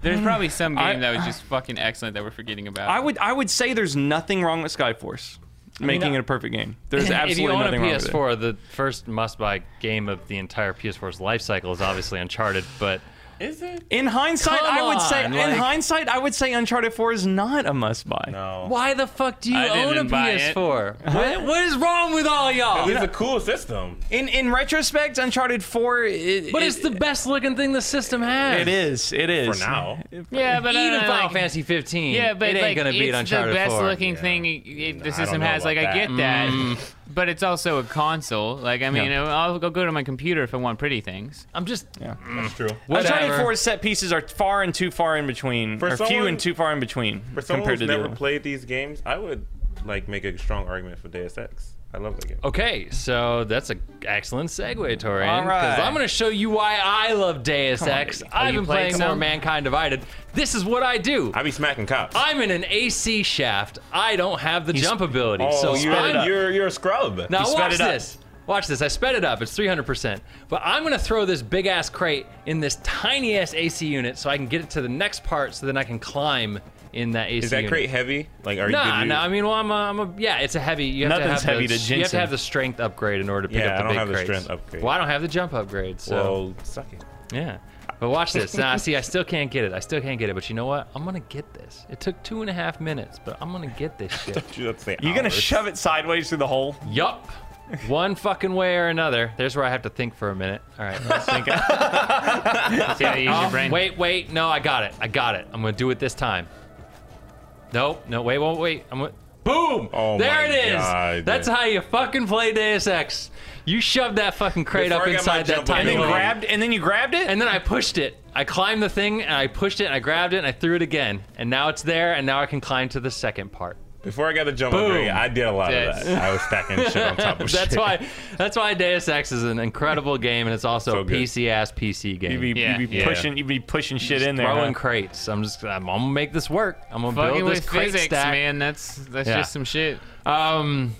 [SPEAKER 3] There's probably some game
[SPEAKER 1] I-
[SPEAKER 3] that was just fucking excellent that we're forgetting about.
[SPEAKER 1] I would I would say there's nothing wrong with Skyforce, making
[SPEAKER 2] I- uh,
[SPEAKER 1] it a perfect game. There's
[SPEAKER 2] [laughs] if you
[SPEAKER 1] absolutely
[SPEAKER 2] own a
[SPEAKER 1] nothing wrong with it.
[SPEAKER 2] PS4, the first must-buy game of the entire PS4's life cycle is obviously Uncharted, but
[SPEAKER 4] Is it?
[SPEAKER 1] In hindsight,
[SPEAKER 2] Come
[SPEAKER 1] I would say
[SPEAKER 2] on,
[SPEAKER 1] in
[SPEAKER 2] like-
[SPEAKER 1] hindsight, I would say Uncharted 4 is not a must-buy.
[SPEAKER 4] No.
[SPEAKER 2] why the fuck do you
[SPEAKER 3] I
[SPEAKER 2] own a
[SPEAKER 3] didn't buy it.
[SPEAKER 2] PS4? What, what is wrong with all y'all?
[SPEAKER 4] It's a cool system.
[SPEAKER 1] In in retrospect, Uncharted 4 it,
[SPEAKER 2] But
[SPEAKER 1] it-
[SPEAKER 2] it's the best looking thing the system has.
[SPEAKER 1] it is. It
[SPEAKER 4] For
[SPEAKER 1] is.
[SPEAKER 2] [laughs]
[SPEAKER 4] now.
[SPEAKER 3] yeah, but
[SPEAKER 2] Even
[SPEAKER 3] uh,
[SPEAKER 2] Final
[SPEAKER 3] [laughs] like-
[SPEAKER 2] Fantasy 15.
[SPEAKER 3] Yeah, but
[SPEAKER 2] it ain't
[SPEAKER 3] like,
[SPEAKER 2] gonna beat
[SPEAKER 3] it's
[SPEAKER 2] Uncharted
[SPEAKER 3] the best
[SPEAKER 2] 4.
[SPEAKER 3] looking
[SPEAKER 4] Yeah.
[SPEAKER 3] thing it,
[SPEAKER 4] I
[SPEAKER 3] the
[SPEAKER 4] don't
[SPEAKER 3] system
[SPEAKER 4] know
[SPEAKER 3] has. Like,
[SPEAKER 4] about
[SPEAKER 3] I get that, but it's also a console. Like, I mean,
[SPEAKER 2] Mm. Yeah.
[SPEAKER 3] I'll go go to my computer if I want pretty things.
[SPEAKER 2] I'm just
[SPEAKER 4] That's true.
[SPEAKER 1] Uncharted
[SPEAKER 2] whatever.
[SPEAKER 1] 4 set pieces are far and too far in between,
[SPEAKER 4] For
[SPEAKER 1] or few
[SPEAKER 4] someone-
[SPEAKER 1] and too far in between
[SPEAKER 4] For someone
[SPEAKER 1] compared
[SPEAKER 4] who's
[SPEAKER 1] to the
[SPEAKER 4] never
[SPEAKER 1] other.
[SPEAKER 4] played these games, I would like make a strong argument for Deus Ex. I love that game.
[SPEAKER 2] Okay, so that's an excellent segue, Torian.
[SPEAKER 1] All right.
[SPEAKER 2] Because I'm going to show you why I love Deus Ex.
[SPEAKER 1] baby.
[SPEAKER 2] I've
[SPEAKER 3] you
[SPEAKER 2] been
[SPEAKER 3] playing
[SPEAKER 2] playing more
[SPEAKER 3] some?
[SPEAKER 2] Mankind Divided. This is what I do.
[SPEAKER 4] I be smacking cops.
[SPEAKER 2] I'm in an AC shaft. I don't have the jump ability.
[SPEAKER 4] oh,
[SPEAKER 2] so
[SPEAKER 4] you're,
[SPEAKER 2] I'm,
[SPEAKER 4] you're you're a scrub.
[SPEAKER 2] now
[SPEAKER 1] sped
[SPEAKER 2] watch
[SPEAKER 1] it up.
[SPEAKER 2] this. Watch this. I sped it up. It's 300%. But I'm going to throw this big ass crate in this tiny ass AC unit so I can get it to the next part so then I can climb in that AC
[SPEAKER 4] Is that
[SPEAKER 2] unit.
[SPEAKER 4] crate heavy? Like, are you?
[SPEAKER 2] Nah,
[SPEAKER 4] good
[SPEAKER 2] no,
[SPEAKER 4] to-
[SPEAKER 2] I mean, well, I'm a, I'm a, yeah, it's a heavy. You have
[SPEAKER 1] Nothing's
[SPEAKER 2] to have
[SPEAKER 1] heavy
[SPEAKER 2] the,
[SPEAKER 1] to
[SPEAKER 2] You have to
[SPEAKER 1] Jensen.
[SPEAKER 2] have the strength upgrade in order to pick
[SPEAKER 4] Yeah,
[SPEAKER 2] up
[SPEAKER 4] I
[SPEAKER 2] the
[SPEAKER 4] don't
[SPEAKER 2] big
[SPEAKER 4] have the
[SPEAKER 2] crates.
[SPEAKER 4] strength upgrade.
[SPEAKER 2] Well, I don't have the jump upgrade, so
[SPEAKER 4] well, suck it.
[SPEAKER 2] yeah. But watch this. Nah, see, I still can't get it. I still can't get it. But you know what? I'm gonna get this. It took two and a half minutes, but I'm gonna get this shit.
[SPEAKER 4] You have to say
[SPEAKER 1] You're gonna
[SPEAKER 4] hours.
[SPEAKER 1] shove it sideways through the hole.
[SPEAKER 2] yup. One fucking way or another. There's where I have to think for a minute. All right, let's think.
[SPEAKER 3] See how you use your
[SPEAKER 2] Oh,
[SPEAKER 3] brain.
[SPEAKER 2] Wait, wait. No, I got it. I got it. I'm gonna do it this time. Nope. No, wait, wait, wait. I'm gonna. Boom!
[SPEAKER 4] Oh
[SPEAKER 2] there
[SPEAKER 4] my
[SPEAKER 2] it is.
[SPEAKER 4] God.
[SPEAKER 2] That's how you fucking play Deus Ex. You shoved that fucking crate
[SPEAKER 4] Before
[SPEAKER 2] up
[SPEAKER 4] I got my
[SPEAKER 2] inside that
[SPEAKER 4] jump on
[SPEAKER 1] and
[SPEAKER 2] tiny
[SPEAKER 1] then
[SPEAKER 4] Really?
[SPEAKER 2] little-
[SPEAKER 1] grabbed and then you grabbed it.
[SPEAKER 2] and then I pushed it. I climbed the thing and I pushed it and I grabbed it and I threw it again. And now it's there and now I can climb to the second
[SPEAKER 4] [laughs]
[SPEAKER 2] part.
[SPEAKER 4] Before I got the jump
[SPEAKER 2] Boom.
[SPEAKER 4] on grade, I did a lot
[SPEAKER 3] Yes.
[SPEAKER 4] of that. I was stacking shit on top of Oh, shit.
[SPEAKER 2] [laughs] That's
[SPEAKER 4] [laughs]
[SPEAKER 2] why that's why Deus Ex is an incredible game and it's also
[SPEAKER 4] So
[SPEAKER 2] a
[SPEAKER 4] good.
[SPEAKER 2] PC ass PC game.
[SPEAKER 1] you'd be,
[SPEAKER 3] Yeah.
[SPEAKER 1] you'd be
[SPEAKER 4] Yeah.
[SPEAKER 1] pushing you'd be pushing shit in there.
[SPEAKER 2] throwing
[SPEAKER 1] huh?
[SPEAKER 2] crates. I'm just I'm, gonna make this work. I'm gonna
[SPEAKER 3] Fucking
[SPEAKER 2] build this
[SPEAKER 3] with
[SPEAKER 2] crate
[SPEAKER 3] physics,
[SPEAKER 2] stack.
[SPEAKER 3] man. That's that's
[SPEAKER 2] Yeah.
[SPEAKER 3] just some shit.
[SPEAKER 2] Um,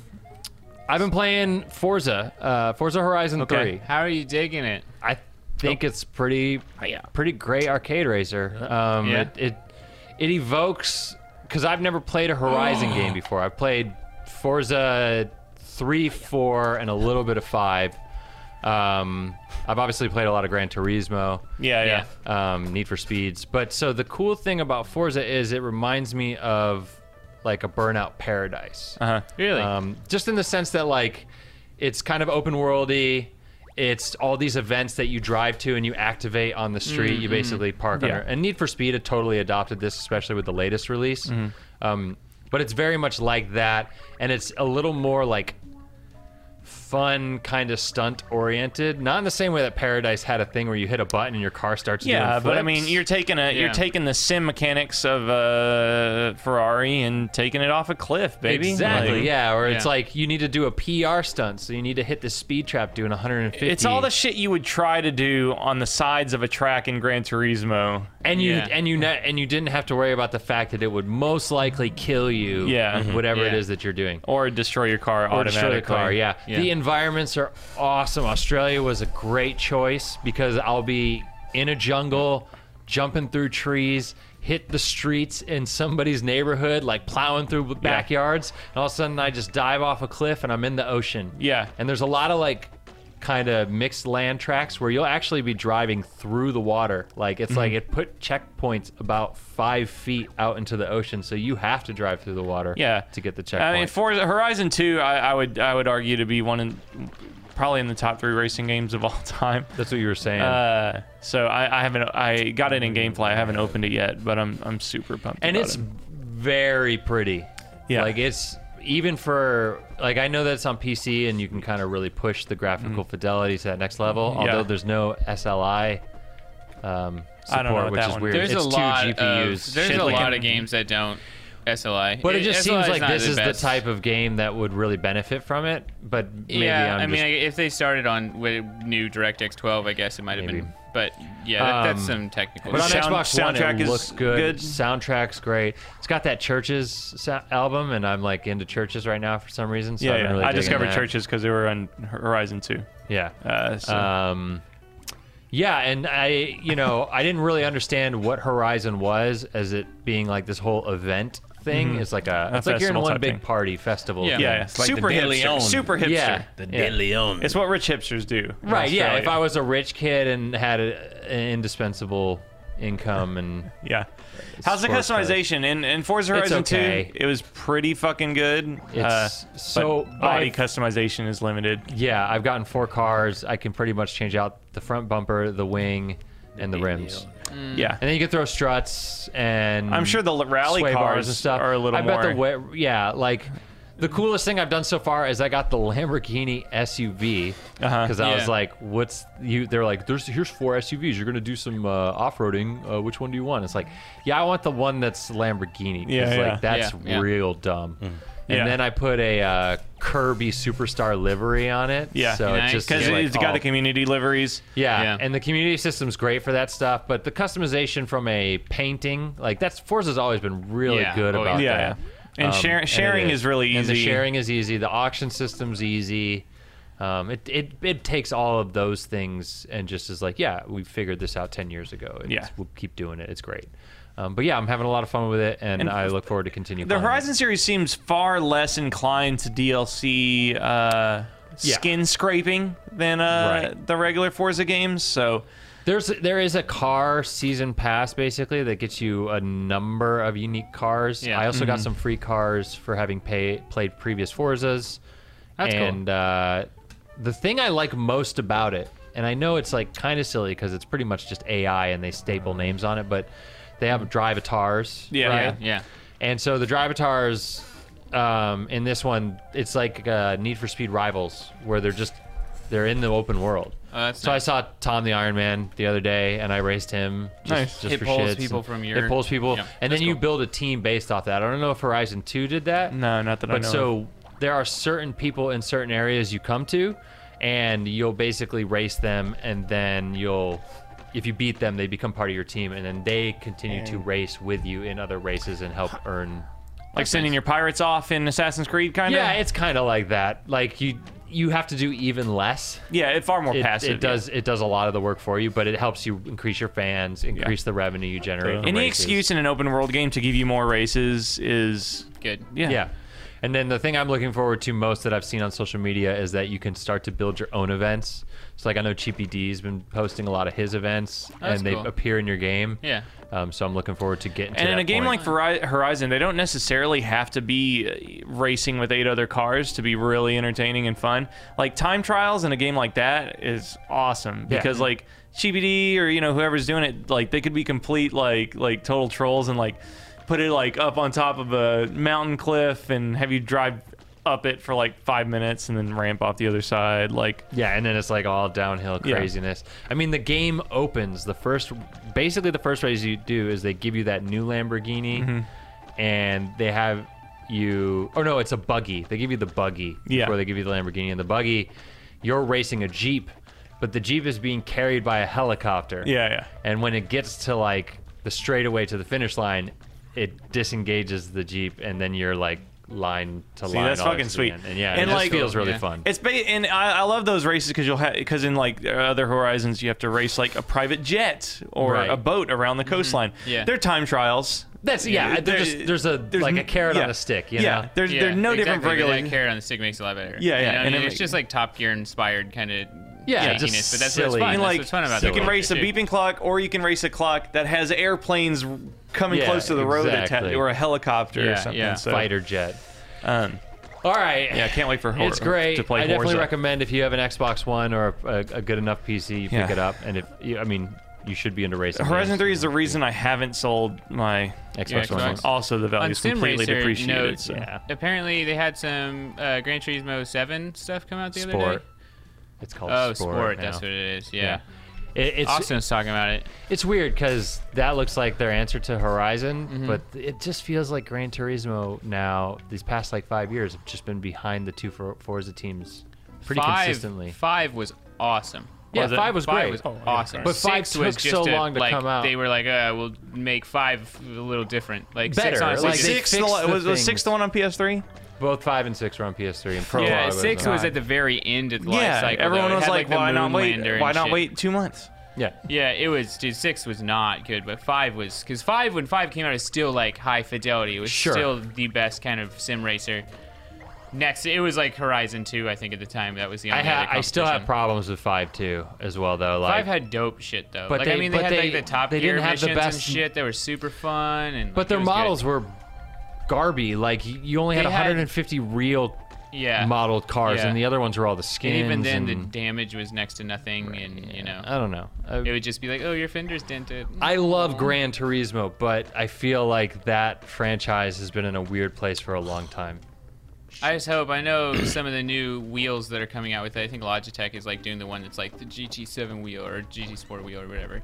[SPEAKER 2] I've been playing Forza, uh, Forza Horizon Three.
[SPEAKER 3] How are you digging it?
[SPEAKER 2] I think it's pretty, pretty great arcade racer. Um,
[SPEAKER 3] Yeah.
[SPEAKER 2] it, it it evokes because I've never played a
[SPEAKER 3] [gasps]
[SPEAKER 2] Horizon game before. I've played Forza three, four, and a little bit of five. Um, I've obviously played a lot of Gran Turismo
[SPEAKER 1] Yeah, yeah.
[SPEAKER 2] um, Need for Speeds. But so the cool thing about Forza is it reminds me of like a Burnout Paradise.
[SPEAKER 1] Uh-huh.
[SPEAKER 3] Really?
[SPEAKER 2] Um, just in the sense that like it's kind of open worldy. It's all these events that you drive to and you activate on the street.
[SPEAKER 1] Mm-hmm.
[SPEAKER 2] You basically park under. And Need for Speed had totally adopted this, especially with the latest release.
[SPEAKER 1] Mm-hmm.
[SPEAKER 2] Um, but it's very much like that, and it's a little more like fun, kind of stunt oriented. Not in the same way that Paradise had a thing where you hit a button and your car starts.
[SPEAKER 1] Yeah,
[SPEAKER 2] doing
[SPEAKER 1] but I
[SPEAKER 2] flips.
[SPEAKER 1] mean, you're taking a
[SPEAKER 3] Yeah.
[SPEAKER 1] you're taking the sim mechanics of uh, Ferrari and taking it off a cliff, baby.
[SPEAKER 2] Exactly.
[SPEAKER 1] Like,
[SPEAKER 2] yeah, or it's
[SPEAKER 3] Yeah.
[SPEAKER 2] like you need to do a PR stunt, so you need to hit this speed trap doing 150.
[SPEAKER 1] It's all the shit you would try to do on the sides of a track in Gran Turismo.
[SPEAKER 2] and you
[SPEAKER 3] Yeah.
[SPEAKER 2] and you ne- and you didn't have to worry about the fact that it would most likely kill you.
[SPEAKER 1] Yeah. Mhm.
[SPEAKER 2] whatever it
[SPEAKER 3] Yeah.
[SPEAKER 2] is that you're doing.
[SPEAKER 1] Or destroy your car
[SPEAKER 2] Or
[SPEAKER 1] automatically.
[SPEAKER 2] destroy the car. Yeah.
[SPEAKER 3] Yeah.
[SPEAKER 2] the environments are awesome. Australia was a great choice because I'll be in a jungle, jumping through trees. Hit the streets in somebody's neighborhood, like plowing through backyards, and all of a sudden I just dive off a cliff and I'm in the ocean.
[SPEAKER 1] Yeah.
[SPEAKER 2] And there's a lot of like kind of mixed land tracks where you'll actually be driving through the water. Like it's like
[SPEAKER 1] Mm-hmm.
[SPEAKER 2] it put checkpoints about five feet out into the ocean, so you have to drive through the water
[SPEAKER 1] Yeah.
[SPEAKER 2] to get the checkpoint.
[SPEAKER 1] I mean, Forza Horizon Two, I, I would I would argue to be one in probably in the top three racing games of all [laughs] time.
[SPEAKER 2] That's what you were saying.
[SPEAKER 1] Uh, so I, I haven't I got it in gameplay. I haven't opened it yet, but I'm I'm super pumped.
[SPEAKER 2] and
[SPEAKER 1] about
[SPEAKER 2] it's
[SPEAKER 1] it.
[SPEAKER 2] very pretty.
[SPEAKER 1] Yeah.
[SPEAKER 2] Like it's even for like I know that it's on PC and you can kind of really push the graphical fidelity to that next level.
[SPEAKER 1] Mm-hmm. Yeah.
[SPEAKER 2] Although there's no SLI um, support,
[SPEAKER 1] I don't know what
[SPEAKER 2] which
[SPEAKER 1] that
[SPEAKER 2] is
[SPEAKER 1] one-
[SPEAKER 2] weird.
[SPEAKER 3] there's
[SPEAKER 2] it's
[SPEAKER 3] a
[SPEAKER 2] two
[SPEAKER 3] lot
[SPEAKER 2] GPUs.
[SPEAKER 3] of there's
[SPEAKER 1] Shit
[SPEAKER 3] a
[SPEAKER 1] like
[SPEAKER 3] lot
[SPEAKER 1] in-
[SPEAKER 3] of games that don't SLI.
[SPEAKER 2] But it just
[SPEAKER 3] SLI
[SPEAKER 2] seems like
[SPEAKER 3] not
[SPEAKER 2] this is
[SPEAKER 3] best.
[SPEAKER 2] the type of game that would really benefit from it. But maybe
[SPEAKER 3] yeah,
[SPEAKER 2] I'm
[SPEAKER 3] I mean,
[SPEAKER 2] just-
[SPEAKER 3] I if they started on with new DirectX 12, I guess it might have been.
[SPEAKER 2] Maybe.
[SPEAKER 3] But yeah, that, that's
[SPEAKER 2] Um,
[SPEAKER 3] some technical.
[SPEAKER 2] but on
[SPEAKER 3] shit.
[SPEAKER 1] Sound-
[SPEAKER 2] Xbox One,
[SPEAKER 1] soundtrack
[SPEAKER 2] it
[SPEAKER 1] is
[SPEAKER 2] looks good.
[SPEAKER 1] good.
[SPEAKER 2] Soundtrack's great. It's got that Churches sa- album, and I'm like into Churches right now for some reason. So
[SPEAKER 1] yeah,
[SPEAKER 2] I've been
[SPEAKER 1] yeah.
[SPEAKER 2] really
[SPEAKER 1] I
[SPEAKER 2] digging
[SPEAKER 1] discovered
[SPEAKER 2] that.
[SPEAKER 1] churches because they were on Horizon Two.
[SPEAKER 2] Yeah.
[SPEAKER 1] Uh, so.
[SPEAKER 2] Um, yeah, and I, you know, I didn't really understand what Horizon was as it being like this whole event thing. It's like a, it's like you're in
[SPEAKER 1] festival
[SPEAKER 2] one
[SPEAKER 1] type
[SPEAKER 2] big
[SPEAKER 1] thing.
[SPEAKER 2] party festival.
[SPEAKER 3] Yeah.
[SPEAKER 2] thing.
[SPEAKER 1] yeah, yeah.
[SPEAKER 6] like the
[SPEAKER 1] super
[SPEAKER 6] De
[SPEAKER 1] hipster.
[SPEAKER 6] Leon.
[SPEAKER 1] Super hipster.
[SPEAKER 2] Yeah.
[SPEAKER 6] The
[SPEAKER 2] Yeah.
[SPEAKER 6] De Leon.
[SPEAKER 1] It's what rich hipsters do. in
[SPEAKER 2] Right. Yeah. If
[SPEAKER 1] Australia.
[SPEAKER 2] I was a rich kid and had a, an indispensable income and
[SPEAKER 1] Yeah. How's the
[SPEAKER 2] sports cars.
[SPEAKER 1] customization in in Forza
[SPEAKER 2] It's
[SPEAKER 1] Horizon
[SPEAKER 2] okay.
[SPEAKER 1] 2? It was pretty fucking good. Uh,
[SPEAKER 2] it's so
[SPEAKER 1] but body
[SPEAKER 2] I've-
[SPEAKER 1] customization is limited.
[SPEAKER 2] yeah, I've gotten four cars. I can pretty much change out the front bumper, the wing, and the rims.
[SPEAKER 1] Yeah.
[SPEAKER 2] And then you can throw struts and
[SPEAKER 1] I'm sure the l- rally
[SPEAKER 2] Mm-hmm. sway
[SPEAKER 1] cars
[SPEAKER 2] bars and stuff
[SPEAKER 1] are a little
[SPEAKER 2] I bet the
[SPEAKER 1] more-
[SPEAKER 2] way, yeah, like the coolest thing I've done so far is I got the Lamborghini SUV
[SPEAKER 1] Uh-huh.
[SPEAKER 2] because I was
[SPEAKER 3] Yeah.
[SPEAKER 2] like, "What's you?" They're like, "There's here's four SUVs. You're gonna do some uh, off-roading. Uh, which one do you want?" It's like, "Yeah, I want the one that's Lamborghini." 'cause,
[SPEAKER 1] Yeah, yeah. Hmm.
[SPEAKER 2] like that's
[SPEAKER 3] Yeah, yeah.
[SPEAKER 2] real dumb. And
[SPEAKER 1] Yeah.
[SPEAKER 2] then I put a uh, Kirby Superstar livery on it.
[SPEAKER 1] Yeah.
[SPEAKER 2] so
[SPEAKER 3] Nice.
[SPEAKER 2] it just
[SPEAKER 1] Because
[SPEAKER 2] is like,
[SPEAKER 1] it's got
[SPEAKER 2] oh,
[SPEAKER 1] the community liveries.
[SPEAKER 2] yeah,
[SPEAKER 3] Yeah.
[SPEAKER 2] and the community system's great for that stuff, but the customization from a painting, like that's Forza's always been really
[SPEAKER 3] Yeah,
[SPEAKER 2] good
[SPEAKER 3] oh,
[SPEAKER 2] about
[SPEAKER 1] yeah.
[SPEAKER 2] that.
[SPEAKER 1] Yeah, yeah. And share-
[SPEAKER 2] Um, it
[SPEAKER 1] sharing is really
[SPEAKER 2] And the
[SPEAKER 1] easy.
[SPEAKER 2] sharing is easy. The auction system's easy. Um, it, it it takes all of those things and just is like, yeah, we figured this out ten years ago. and
[SPEAKER 1] Yeah.
[SPEAKER 2] it's- we'll keep doing it. It's great. Um, but yeah, I'm having a lot of fun with it, and,
[SPEAKER 1] And
[SPEAKER 2] I look forward to continuing.
[SPEAKER 1] The Horizon series seems far less inclined to DLC uh,
[SPEAKER 2] Yeah.
[SPEAKER 1] skin scraping than uh,
[SPEAKER 2] Right.
[SPEAKER 1] the regular Forza games. So
[SPEAKER 2] There's there is a car season pass basically that gets you a number of unique cars.
[SPEAKER 3] Yeah.
[SPEAKER 2] I also got some free cars for having pay, played previous Forzas.
[SPEAKER 3] That's cool.
[SPEAKER 2] and uh, the thing I like most about it, and I know it's like kind of silly because it's pretty much just AI and they staple names on it, but they have drivatars.
[SPEAKER 1] Yeah.
[SPEAKER 2] right?
[SPEAKER 3] yeah, yeah.
[SPEAKER 2] And so the drivatars um, in this one, it's like uh, Need for Speed Rivals, where they're just they're in the open world.
[SPEAKER 3] Oh, that's
[SPEAKER 2] so
[SPEAKER 3] nice.
[SPEAKER 2] I saw Tom the Iron Man the other day, and I raced him. Just,
[SPEAKER 1] Nice.
[SPEAKER 2] Just
[SPEAKER 3] It
[SPEAKER 2] for
[SPEAKER 3] pulls
[SPEAKER 2] shits.
[SPEAKER 3] people from your-
[SPEAKER 2] It pulls people,
[SPEAKER 3] Yep,
[SPEAKER 2] and
[SPEAKER 3] that's
[SPEAKER 2] then you
[SPEAKER 3] cool.
[SPEAKER 2] build a team based off that. I don't know if Horizon Two did that.
[SPEAKER 1] No, not that I
[SPEAKER 2] But
[SPEAKER 1] know.
[SPEAKER 2] so
[SPEAKER 1] of.
[SPEAKER 2] there are certain people in certain areas you come to, and you'll basically race them, and then you'll, if you beat them, they become part of your team, and then they continue to race with you in other races and help earn.
[SPEAKER 1] like sending your pirates off in Assassin's Creed, kind of.
[SPEAKER 2] Yeah, it's kind of like that. Like you, you have to do even less.
[SPEAKER 1] yeah, it far more
[SPEAKER 2] It,
[SPEAKER 1] passive.
[SPEAKER 2] it does it does a lot of the work for you, but it helps you increase your fans, increase the revenue you generate.
[SPEAKER 1] yeah.
[SPEAKER 2] from
[SPEAKER 1] Any
[SPEAKER 2] races.
[SPEAKER 1] excuse in an open world game to give you more races is
[SPEAKER 3] Good.
[SPEAKER 1] yeah.
[SPEAKER 2] Yeah. And then the thing I'm looking forward to most that I've seen on social media is that you can start to build your own events. So like I know Cheapy D's been posting a lot of his events,
[SPEAKER 1] Oh,
[SPEAKER 3] that's
[SPEAKER 2] and they
[SPEAKER 3] cool.
[SPEAKER 2] appear in your game.
[SPEAKER 3] Yeah.
[SPEAKER 2] Um, so I'm looking forward to getting. to
[SPEAKER 1] And in
[SPEAKER 2] that
[SPEAKER 1] a game like
[SPEAKER 2] point.
[SPEAKER 1] Veri- Horizon, they don't necessarily have to be uh, racing with eight other cars to be really entertaining and fun. Like time trials in a game like that is awesome
[SPEAKER 2] Yeah.
[SPEAKER 1] because like CBD or you know whoever's doing it, like they could be complete like like total trolls and like put it like up on top of a mountain cliff and have you drive up it for like five minutes and then ramp off the other side. Like
[SPEAKER 2] Yeah, and then it's like all downhill
[SPEAKER 1] Yeah.
[SPEAKER 2] craziness. I mean, the game opens. The first, basically, the first race you do is they give you that new Lamborghini,
[SPEAKER 1] Mm-hmm.
[SPEAKER 2] and they have you. Oh no, it's a buggy. They give you the buggy
[SPEAKER 1] Yeah.
[SPEAKER 2] before they give you the Lamborghini. And the buggy, you're racing a jeep, but the jeep is being carried by a helicopter.
[SPEAKER 1] yeah, yeah.
[SPEAKER 2] And when it gets to like the straightaway to the finish line, it disengages the jeep, and then you're like line to
[SPEAKER 1] See,
[SPEAKER 2] line.
[SPEAKER 1] that's
[SPEAKER 2] all the way
[SPEAKER 1] fucking
[SPEAKER 2] to the
[SPEAKER 1] sweet.
[SPEAKER 2] end. And yeah,
[SPEAKER 1] And,
[SPEAKER 2] it just
[SPEAKER 1] like,
[SPEAKER 2] feels really
[SPEAKER 3] yeah.
[SPEAKER 2] fun.
[SPEAKER 1] It's ba- and I, I love those races because you'll have because in like other Horizons you have to race like a private jet or
[SPEAKER 2] Right.
[SPEAKER 1] a boat around the coastline.
[SPEAKER 3] Yeah.
[SPEAKER 1] they're time trials.
[SPEAKER 2] That's yeah.
[SPEAKER 1] Yeah,
[SPEAKER 2] they're
[SPEAKER 1] there-
[SPEAKER 2] just- there's a like a
[SPEAKER 1] n-
[SPEAKER 2] carrot
[SPEAKER 1] yeah.
[SPEAKER 2] on a stick. You
[SPEAKER 1] yeah,
[SPEAKER 2] know?
[SPEAKER 1] they're they're no different from
[SPEAKER 3] exactly, but
[SPEAKER 1] regular.
[SPEAKER 3] That carrot on the stick makes it a lot better.
[SPEAKER 1] Yeah,
[SPEAKER 3] You
[SPEAKER 1] yeah,
[SPEAKER 3] know,
[SPEAKER 1] and
[SPEAKER 3] and
[SPEAKER 1] it
[SPEAKER 3] it's
[SPEAKER 1] ma-
[SPEAKER 3] just like Top Gear inspired kind of
[SPEAKER 2] Yeah,
[SPEAKER 3] jankiness,
[SPEAKER 2] just
[SPEAKER 3] but that's
[SPEAKER 2] silly.
[SPEAKER 3] what's
[SPEAKER 1] and
[SPEAKER 3] fun.
[SPEAKER 2] And,
[SPEAKER 3] that's
[SPEAKER 1] like
[SPEAKER 3] what's fun about
[SPEAKER 1] you
[SPEAKER 3] that
[SPEAKER 1] can
[SPEAKER 3] game,
[SPEAKER 1] race a
[SPEAKER 3] too.
[SPEAKER 1] beeping clock, or you can race a clock that has airplanes r- coming
[SPEAKER 2] Yeah,
[SPEAKER 1] close to the road, atta-
[SPEAKER 2] exactly.
[SPEAKER 1] or a helicopter
[SPEAKER 3] Yeah,
[SPEAKER 1] or something.
[SPEAKER 3] yeah.
[SPEAKER 1] So,
[SPEAKER 2] Fighter jet.
[SPEAKER 1] Um,
[SPEAKER 2] All right.
[SPEAKER 1] yeah, I can't wait for Hor-
[SPEAKER 2] [laughs] It's great.
[SPEAKER 1] to play
[SPEAKER 2] I definitely
[SPEAKER 1] Forza.
[SPEAKER 2] recommend if you have an Xbox One or a, a good enough PC, you pick
[SPEAKER 1] Yeah.
[SPEAKER 2] it up. And if you, I mean, you should be into racing.
[SPEAKER 1] Horizon
[SPEAKER 2] games.
[SPEAKER 1] Three is the reason I haven't sold my
[SPEAKER 2] Xbox
[SPEAKER 3] Yeah,
[SPEAKER 2] One.
[SPEAKER 3] Xbox.
[SPEAKER 1] Also, the value
[SPEAKER 3] on
[SPEAKER 1] is
[SPEAKER 3] Sim
[SPEAKER 1] completely
[SPEAKER 3] Racer
[SPEAKER 1] depreciated.
[SPEAKER 3] note,
[SPEAKER 1] so.
[SPEAKER 2] yeah.
[SPEAKER 3] apparently they had some uh, Gran Turismo 7 stuff come out the other
[SPEAKER 2] Sport.
[SPEAKER 3] day.
[SPEAKER 2] It's called
[SPEAKER 3] Oh,
[SPEAKER 2] sport.
[SPEAKER 3] sport.
[SPEAKER 2] now.
[SPEAKER 3] that's what it is.
[SPEAKER 2] Yeah.
[SPEAKER 3] Yeah.
[SPEAKER 2] It, it's
[SPEAKER 3] Austin was talking about it.
[SPEAKER 2] it's weird because that looks like their answer to Horizon,
[SPEAKER 1] Mm-hmm.
[SPEAKER 2] but it just feels like Gran Turismo now. These past like five years have just been behind the two For- Forza teams pretty
[SPEAKER 3] five,
[SPEAKER 2] consistently.
[SPEAKER 3] Five was awesome.
[SPEAKER 2] Yeah, Was it? five was great.
[SPEAKER 3] was awesome.
[SPEAKER 2] But five
[SPEAKER 3] six was
[SPEAKER 2] took
[SPEAKER 3] just
[SPEAKER 2] so
[SPEAKER 3] a-
[SPEAKER 2] long to
[SPEAKER 3] like,
[SPEAKER 2] come out.
[SPEAKER 3] They were like, uh, we'll make five a little different. Like six
[SPEAKER 2] Better,
[SPEAKER 3] honestly.
[SPEAKER 2] like,
[SPEAKER 3] just-
[SPEAKER 2] they
[SPEAKER 1] six
[SPEAKER 2] fixed
[SPEAKER 1] the one-
[SPEAKER 2] the
[SPEAKER 1] was, was six
[SPEAKER 2] things.
[SPEAKER 1] the one on PS3?
[SPEAKER 2] Both five and six were on PS3 and Prologue.
[SPEAKER 3] yeah,
[SPEAKER 2] was
[SPEAKER 3] six
[SPEAKER 2] on-
[SPEAKER 3] was at the very end of the life cycle.
[SPEAKER 1] everyone
[SPEAKER 3] though. It
[SPEAKER 1] was
[SPEAKER 3] had,
[SPEAKER 1] like,
[SPEAKER 3] the
[SPEAKER 1] "Why not
[SPEAKER 3] moon
[SPEAKER 1] wait?
[SPEAKER 3] lander and
[SPEAKER 1] Why not
[SPEAKER 3] shit."
[SPEAKER 1] wait two months?"
[SPEAKER 2] yeah.
[SPEAKER 3] Yeah, it was. Dude, six was not good, but five was because five when five came out is still like high fidelity. It was
[SPEAKER 2] Sure.
[SPEAKER 3] still the best kind of sim racer. Next, it was like Horizon Two, I think at the time that was the only.
[SPEAKER 2] I ha-
[SPEAKER 3] other
[SPEAKER 2] I still have
[SPEAKER 3] competition.
[SPEAKER 2] problems with five too as well though. Like,
[SPEAKER 3] Five had dope shit though.
[SPEAKER 2] But
[SPEAKER 3] like, I
[SPEAKER 2] they-
[SPEAKER 3] mean, they
[SPEAKER 2] but
[SPEAKER 3] had like
[SPEAKER 2] they-
[SPEAKER 3] the top
[SPEAKER 2] they
[SPEAKER 3] gear
[SPEAKER 2] didn't have the
[SPEAKER 3] missions and
[SPEAKER 2] best-
[SPEAKER 3] shit that were super fun. And
[SPEAKER 2] but their models were Garby. Like y- you only had
[SPEAKER 3] They had-
[SPEAKER 2] 150 real
[SPEAKER 3] were yeah.
[SPEAKER 2] modeled cars,
[SPEAKER 3] Yeah.
[SPEAKER 2] and the other ones were all the
[SPEAKER 3] And
[SPEAKER 2] skins.
[SPEAKER 3] even
[SPEAKER 2] and-
[SPEAKER 3] then, the damage was next to nothing, and you know,
[SPEAKER 2] I don't know. I-
[SPEAKER 3] it would just be like, oh, your fender's dented.
[SPEAKER 2] I love Gran Turismo, but I feel like that franchise has been in a weird place for a long time.
[SPEAKER 3] I just hope. I know some of the new wheels that are coming out with it. I think Logitech is like doing the one that's like the GT7 wheel or GT Sport wheel or whatever,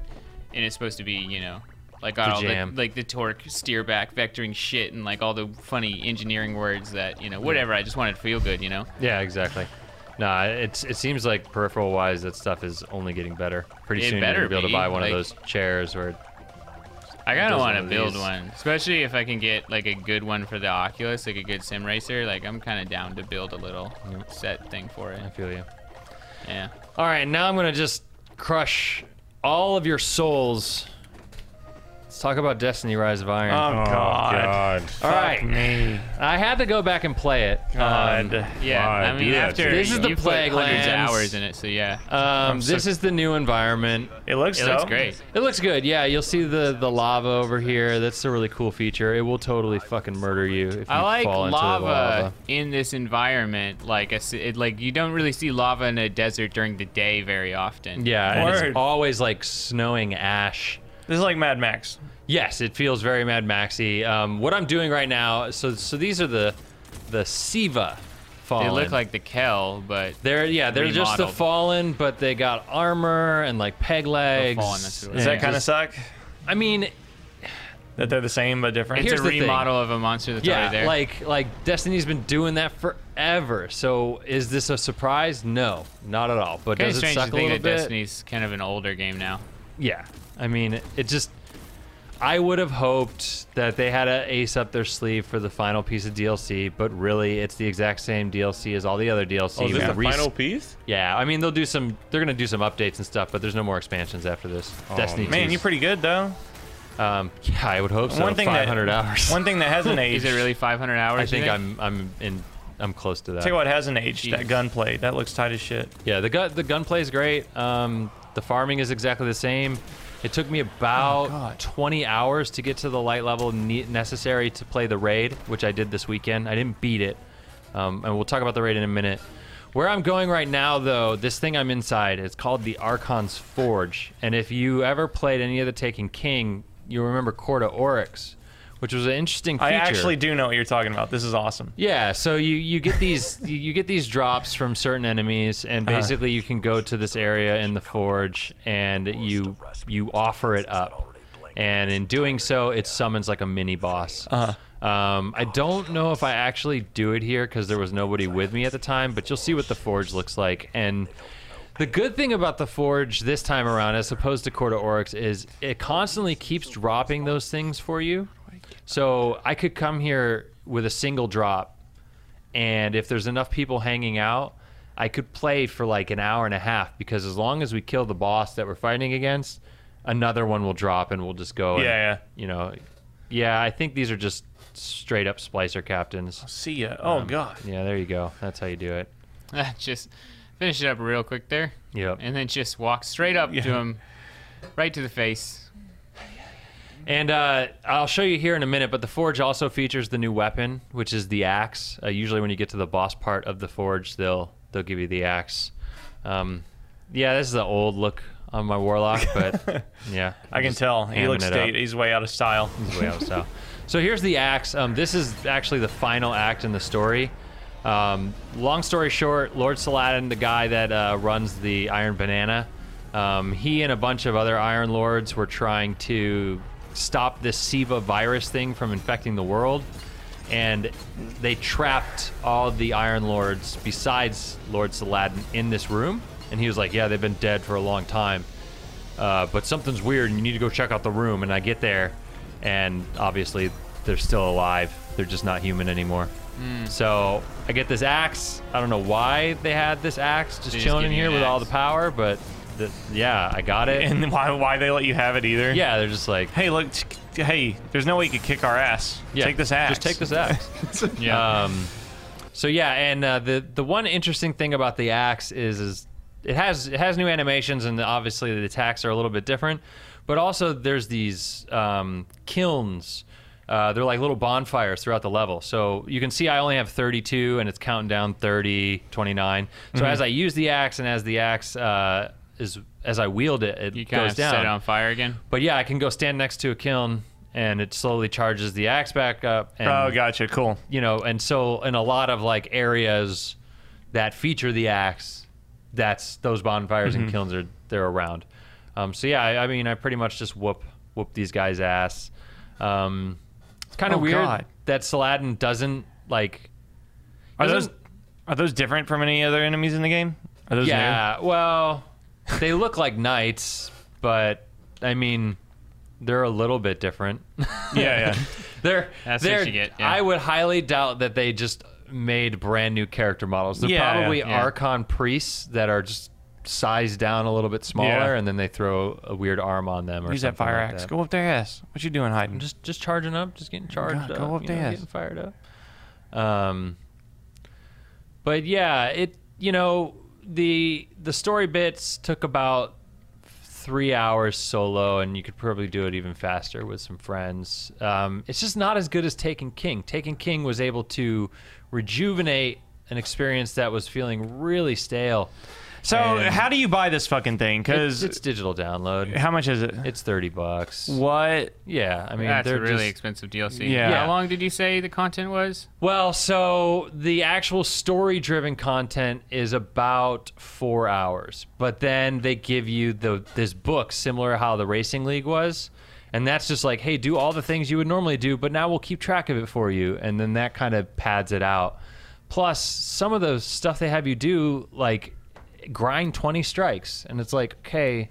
[SPEAKER 3] and it's supposed to be you know like got
[SPEAKER 2] The
[SPEAKER 3] all the,
[SPEAKER 2] jam.
[SPEAKER 3] like the torque, steer back, vectoring shit, and like all the funny engineering words that you know whatever. I just wanted to feel good, you know.
[SPEAKER 2] Yeah, exactly. Nah, it's it seems like peripheral wise that stuff is only getting better. Pretty
[SPEAKER 3] It
[SPEAKER 2] soon you're gonna
[SPEAKER 3] better
[SPEAKER 2] be able to
[SPEAKER 3] be,
[SPEAKER 2] buy one
[SPEAKER 3] like-
[SPEAKER 2] of those chairs or
[SPEAKER 3] I kind
[SPEAKER 2] Does
[SPEAKER 3] of
[SPEAKER 2] one
[SPEAKER 3] want to
[SPEAKER 2] of
[SPEAKER 3] build
[SPEAKER 2] these.
[SPEAKER 3] one, especially if I can get like a good one for the Oculus, like a good sim racer. Like I'm kind of down to build a little set thing for
[SPEAKER 2] I
[SPEAKER 3] it.
[SPEAKER 2] feel you.
[SPEAKER 3] Yeah.
[SPEAKER 2] All right, now I'm gonna just crush all of your souls. Let's talk about Destiny: Rise of Iron.
[SPEAKER 3] Um,
[SPEAKER 1] Oh, God!
[SPEAKER 4] God.
[SPEAKER 2] all right,
[SPEAKER 1] Me.
[SPEAKER 2] I had to go back and play it. Um,
[SPEAKER 1] God.
[SPEAKER 3] Yeah.
[SPEAKER 4] Why
[SPEAKER 3] I mean,
[SPEAKER 4] do that to
[SPEAKER 3] after
[SPEAKER 4] yourself?
[SPEAKER 2] This is the
[SPEAKER 3] you put
[SPEAKER 2] Plague
[SPEAKER 3] hundreds of
[SPEAKER 2] Lands.
[SPEAKER 3] hours in it, so yeah.
[SPEAKER 2] um, this is the new environment.
[SPEAKER 1] it looks
[SPEAKER 3] It
[SPEAKER 1] so.
[SPEAKER 3] looks great.
[SPEAKER 2] It looks good. Yeah, you'll see the the lava over here. That's a really cool feature. It will totally fucking murder you if you
[SPEAKER 3] I like
[SPEAKER 2] fall
[SPEAKER 3] lava,
[SPEAKER 2] into the lava.
[SPEAKER 3] in this environment. Like I s- it, like you don't really see lava in a desert during the day very often.
[SPEAKER 2] Yeah, and
[SPEAKER 1] Word.
[SPEAKER 2] it's always like snowing ash.
[SPEAKER 1] This is like Mad Max.
[SPEAKER 2] Yes, it feels very Mad Maxy. Um, what I'm doing right now, so so these are the the Siva fallen.
[SPEAKER 3] They look like the Kel, but
[SPEAKER 2] They're yeah, they're just the
[SPEAKER 3] Remodeled.
[SPEAKER 2] fallen, but they got armor and like peg legs.
[SPEAKER 3] Fallen, that's what it
[SPEAKER 1] Does
[SPEAKER 3] Yeah.
[SPEAKER 1] that kind of suck?
[SPEAKER 2] I mean,
[SPEAKER 1] That they're the same but different?
[SPEAKER 3] it's
[SPEAKER 2] Here's
[SPEAKER 3] a
[SPEAKER 2] the thing.
[SPEAKER 3] remodel of a monster that's
[SPEAKER 2] yeah,
[SPEAKER 3] already there.
[SPEAKER 2] like like Destiny's been doing that forever. So is this a surprise? No, not at all. But
[SPEAKER 3] kind of
[SPEAKER 2] does it
[SPEAKER 3] strange
[SPEAKER 2] suck
[SPEAKER 3] to
[SPEAKER 2] a little
[SPEAKER 3] think
[SPEAKER 2] bit?
[SPEAKER 3] that Destiny's kind of an older game now.
[SPEAKER 2] Yeah, I mean, it just. I would have hoped that they had an ace up their sleeve for the final piece of DLC, but really, it's the exact same DLC as all the other DLC.
[SPEAKER 4] Oh, is this
[SPEAKER 2] with
[SPEAKER 4] the
[SPEAKER 2] res-
[SPEAKER 4] final piece?
[SPEAKER 2] Yeah, I mean they'll do some. They're gonna do some updates and stuff, but there's no more expansions after this.
[SPEAKER 3] Oh,
[SPEAKER 2] Destiny.
[SPEAKER 1] Man,
[SPEAKER 2] 2's.
[SPEAKER 1] you're pretty good though.
[SPEAKER 2] Um, yeah, I would hope so.
[SPEAKER 1] One thing that-
[SPEAKER 2] 500 hours.
[SPEAKER 1] One thing that hasn't
[SPEAKER 3] [laughs] Is
[SPEAKER 1] aged.
[SPEAKER 3] it really 500 hours?
[SPEAKER 2] I
[SPEAKER 3] you
[SPEAKER 2] think I'm I'm in. I'm close to that.
[SPEAKER 1] Tell you what hasn't aged. That
[SPEAKER 3] Jeez.
[SPEAKER 1] gunplay. That looks tight as shit.
[SPEAKER 2] Yeah, the gun the gunplay's great. Um, the farming is exactly the same. It took me
[SPEAKER 1] Oh
[SPEAKER 2] about 20 hours to get to the light level ne- necessary to play the raid, which I did this weekend. I didn't beat it, um, and we'll talk about the raid in a minute. Where I'm going right now, though, this thing I'm inside, it's called the Archon's Forge. And if you ever played any of the Taken King, you remember Corda Oryx, which was an interesting feature.
[SPEAKER 1] I actually do know what you're talking about. This is awesome.
[SPEAKER 2] Yeah, so you, you get these you- you get these drops from certain enemies, and basically you can go to this area in the forge and you you offer it up, and in doing so, it summons like a mini boss. Um, I don't know if I actually do it here because there was nobody with me at the time, but you'll see what the forge looks like. And the good thing about the forge this time around, as opposed to Corda Oryx, is it constantly keeps dropping those things for you. So I could come here with a single drop, and if there's enough people hanging out, I could play for like an hour and a half because as long as we kill the boss that we're fighting against, another one will drop and we'll just go. and,
[SPEAKER 1] Yeah, yeah.
[SPEAKER 2] You know, yeah. I think these are just straight up splicer captains.
[SPEAKER 1] See ya. Oh
[SPEAKER 3] Um,
[SPEAKER 1] god.
[SPEAKER 2] Yeah, there you go. That's how you do it.
[SPEAKER 3] [laughs] just finish it up real quick there.
[SPEAKER 2] Yep.
[SPEAKER 3] And then just walk straight up to him, right to the face.
[SPEAKER 2] And uh, I'll show you here in a minute, but the forge also features the new weapon, which is the axe. Uh, usually, when you get to the boss part of the forge, they'll they'll give you the axe. Um, yeah, this is the old look on my warlock,
[SPEAKER 1] [laughs]
[SPEAKER 2] but yeah,
[SPEAKER 1] I can
[SPEAKER 2] just
[SPEAKER 1] tell. He
[SPEAKER 2] hamming
[SPEAKER 1] looks
[SPEAKER 2] it
[SPEAKER 1] dated. He's way out of style. [laughs]
[SPEAKER 2] up. Way out of style. So here's the axe. Um, this is actually the final act in the story. Um, long story short, Lord Saladin, the guy that uh, runs the Iron Banana, um, he and a bunch of other Iron Lords were trying to stop this SIVA virus thing from infecting the world. And they trapped all the Iron Lords besides Lord Saladin in this room. And he was like, Yeah, they've been dead for a long time. Uh, but something's weird and you need to go check out the room. And I get there, and obviously they're still alive. They're just not human anymore.
[SPEAKER 3] Hmm.
[SPEAKER 2] So I get this axe. I don't know why they had this axe just
[SPEAKER 3] They just
[SPEAKER 2] chilling
[SPEAKER 3] give
[SPEAKER 2] in
[SPEAKER 3] you
[SPEAKER 2] here
[SPEAKER 3] an
[SPEAKER 2] with all the
[SPEAKER 3] axe.
[SPEAKER 2] power, but the, yeah, I got
[SPEAKER 3] [laughs]
[SPEAKER 2] it.
[SPEAKER 1] And why why they let you have it either?
[SPEAKER 2] yeah, they're just like,
[SPEAKER 1] Hey, look. t- Hey, there's no way you could kick our ass.
[SPEAKER 2] yeah,
[SPEAKER 1] Take this axe.
[SPEAKER 2] Just take this
[SPEAKER 3] [laughs]
[SPEAKER 2] axe.
[SPEAKER 3] Yeah.
[SPEAKER 2] Um, so yeah, and uh, the the one interesting thing about the axe is is it has it has new animations, and obviously the attacks are a little bit different. But also there's these um, kilns. Uh, they're like little bonfires throughout the level. So you can see I only have 32 and it's counting down 30, 29. So
[SPEAKER 3] Mm-hmm.
[SPEAKER 2] as I use the axe and as the axe uh, is as I wield it, it
[SPEAKER 3] You kind
[SPEAKER 2] goes
[SPEAKER 3] of
[SPEAKER 2] down.
[SPEAKER 3] set it on fire again.
[SPEAKER 2] But yeah, I can go stand next to a kiln and it slowly charges the axe back up. And
[SPEAKER 1] Oh, gotcha. Cool.
[SPEAKER 2] you know, and so in a lot of like areas that feature the axe, that's those bonfires
[SPEAKER 1] Mm-hmm.
[SPEAKER 2] and kilns are they're around. Um, so yeah, I, I mean, I pretty much just whoop whoop these guys' ass. Um, it's kind of
[SPEAKER 1] Oh,
[SPEAKER 2] weird
[SPEAKER 1] God.
[SPEAKER 2] that Saladin doesn't like.
[SPEAKER 1] Are
[SPEAKER 2] doesn't-
[SPEAKER 1] those are those different from any other enemies in the game? Are those new?
[SPEAKER 2] Yeah, well, they look like knights, but I mean, they're a little bit different. [laughs]
[SPEAKER 4] [laughs]
[SPEAKER 1] Yeah, yeah.
[SPEAKER 2] They're,
[SPEAKER 3] That's what
[SPEAKER 2] they're
[SPEAKER 3] you get, yeah.
[SPEAKER 2] I would highly doubt that they just made brand new character models. They're
[SPEAKER 1] Yeah,
[SPEAKER 2] probably
[SPEAKER 1] yeah.
[SPEAKER 2] Archon priests that are just sized down a little bit smaller,
[SPEAKER 1] Yeah.
[SPEAKER 2] and then they throw a weird arm on them or
[SPEAKER 1] Use that
[SPEAKER 2] something
[SPEAKER 1] fire
[SPEAKER 2] like
[SPEAKER 1] axe.
[SPEAKER 2] that.
[SPEAKER 1] Go up their ass. What you doing hiding?
[SPEAKER 2] Just just charging up, just getting charged
[SPEAKER 1] Oh God,
[SPEAKER 2] up,
[SPEAKER 1] go up
[SPEAKER 2] you
[SPEAKER 1] the
[SPEAKER 2] know,
[SPEAKER 1] ass.
[SPEAKER 2] getting fired up. Um, but yeah, it you know the the story bits took about three hours solo, and you could probably do it even faster with some friends. Um, it's just not as good as Taken King. Taken King was able to rejuvenate an experience that was feeling really stale.
[SPEAKER 1] So
[SPEAKER 2] And
[SPEAKER 1] how do you buy this fucking thing?
[SPEAKER 2] It's,
[SPEAKER 1] Because
[SPEAKER 2] it's digital download.
[SPEAKER 1] how much is it?
[SPEAKER 2] It's thirty bucks.
[SPEAKER 1] what?
[SPEAKER 2] Yeah, I mean
[SPEAKER 3] That's
[SPEAKER 2] they're
[SPEAKER 3] a really
[SPEAKER 2] just,
[SPEAKER 3] expensive DLC.
[SPEAKER 1] Yeah.
[SPEAKER 3] How long did you say the content was?
[SPEAKER 2] Well, so the actual story driven content is about four hours, but then they give you the this book similar to how the Racing League was. And that's just like, hey, do all the things you would normally do, but now we'll keep track of it for you. And then that kind of pads it out. Plus, some of the stuff they have you do, like grind 20 strikes. And it's like, okay,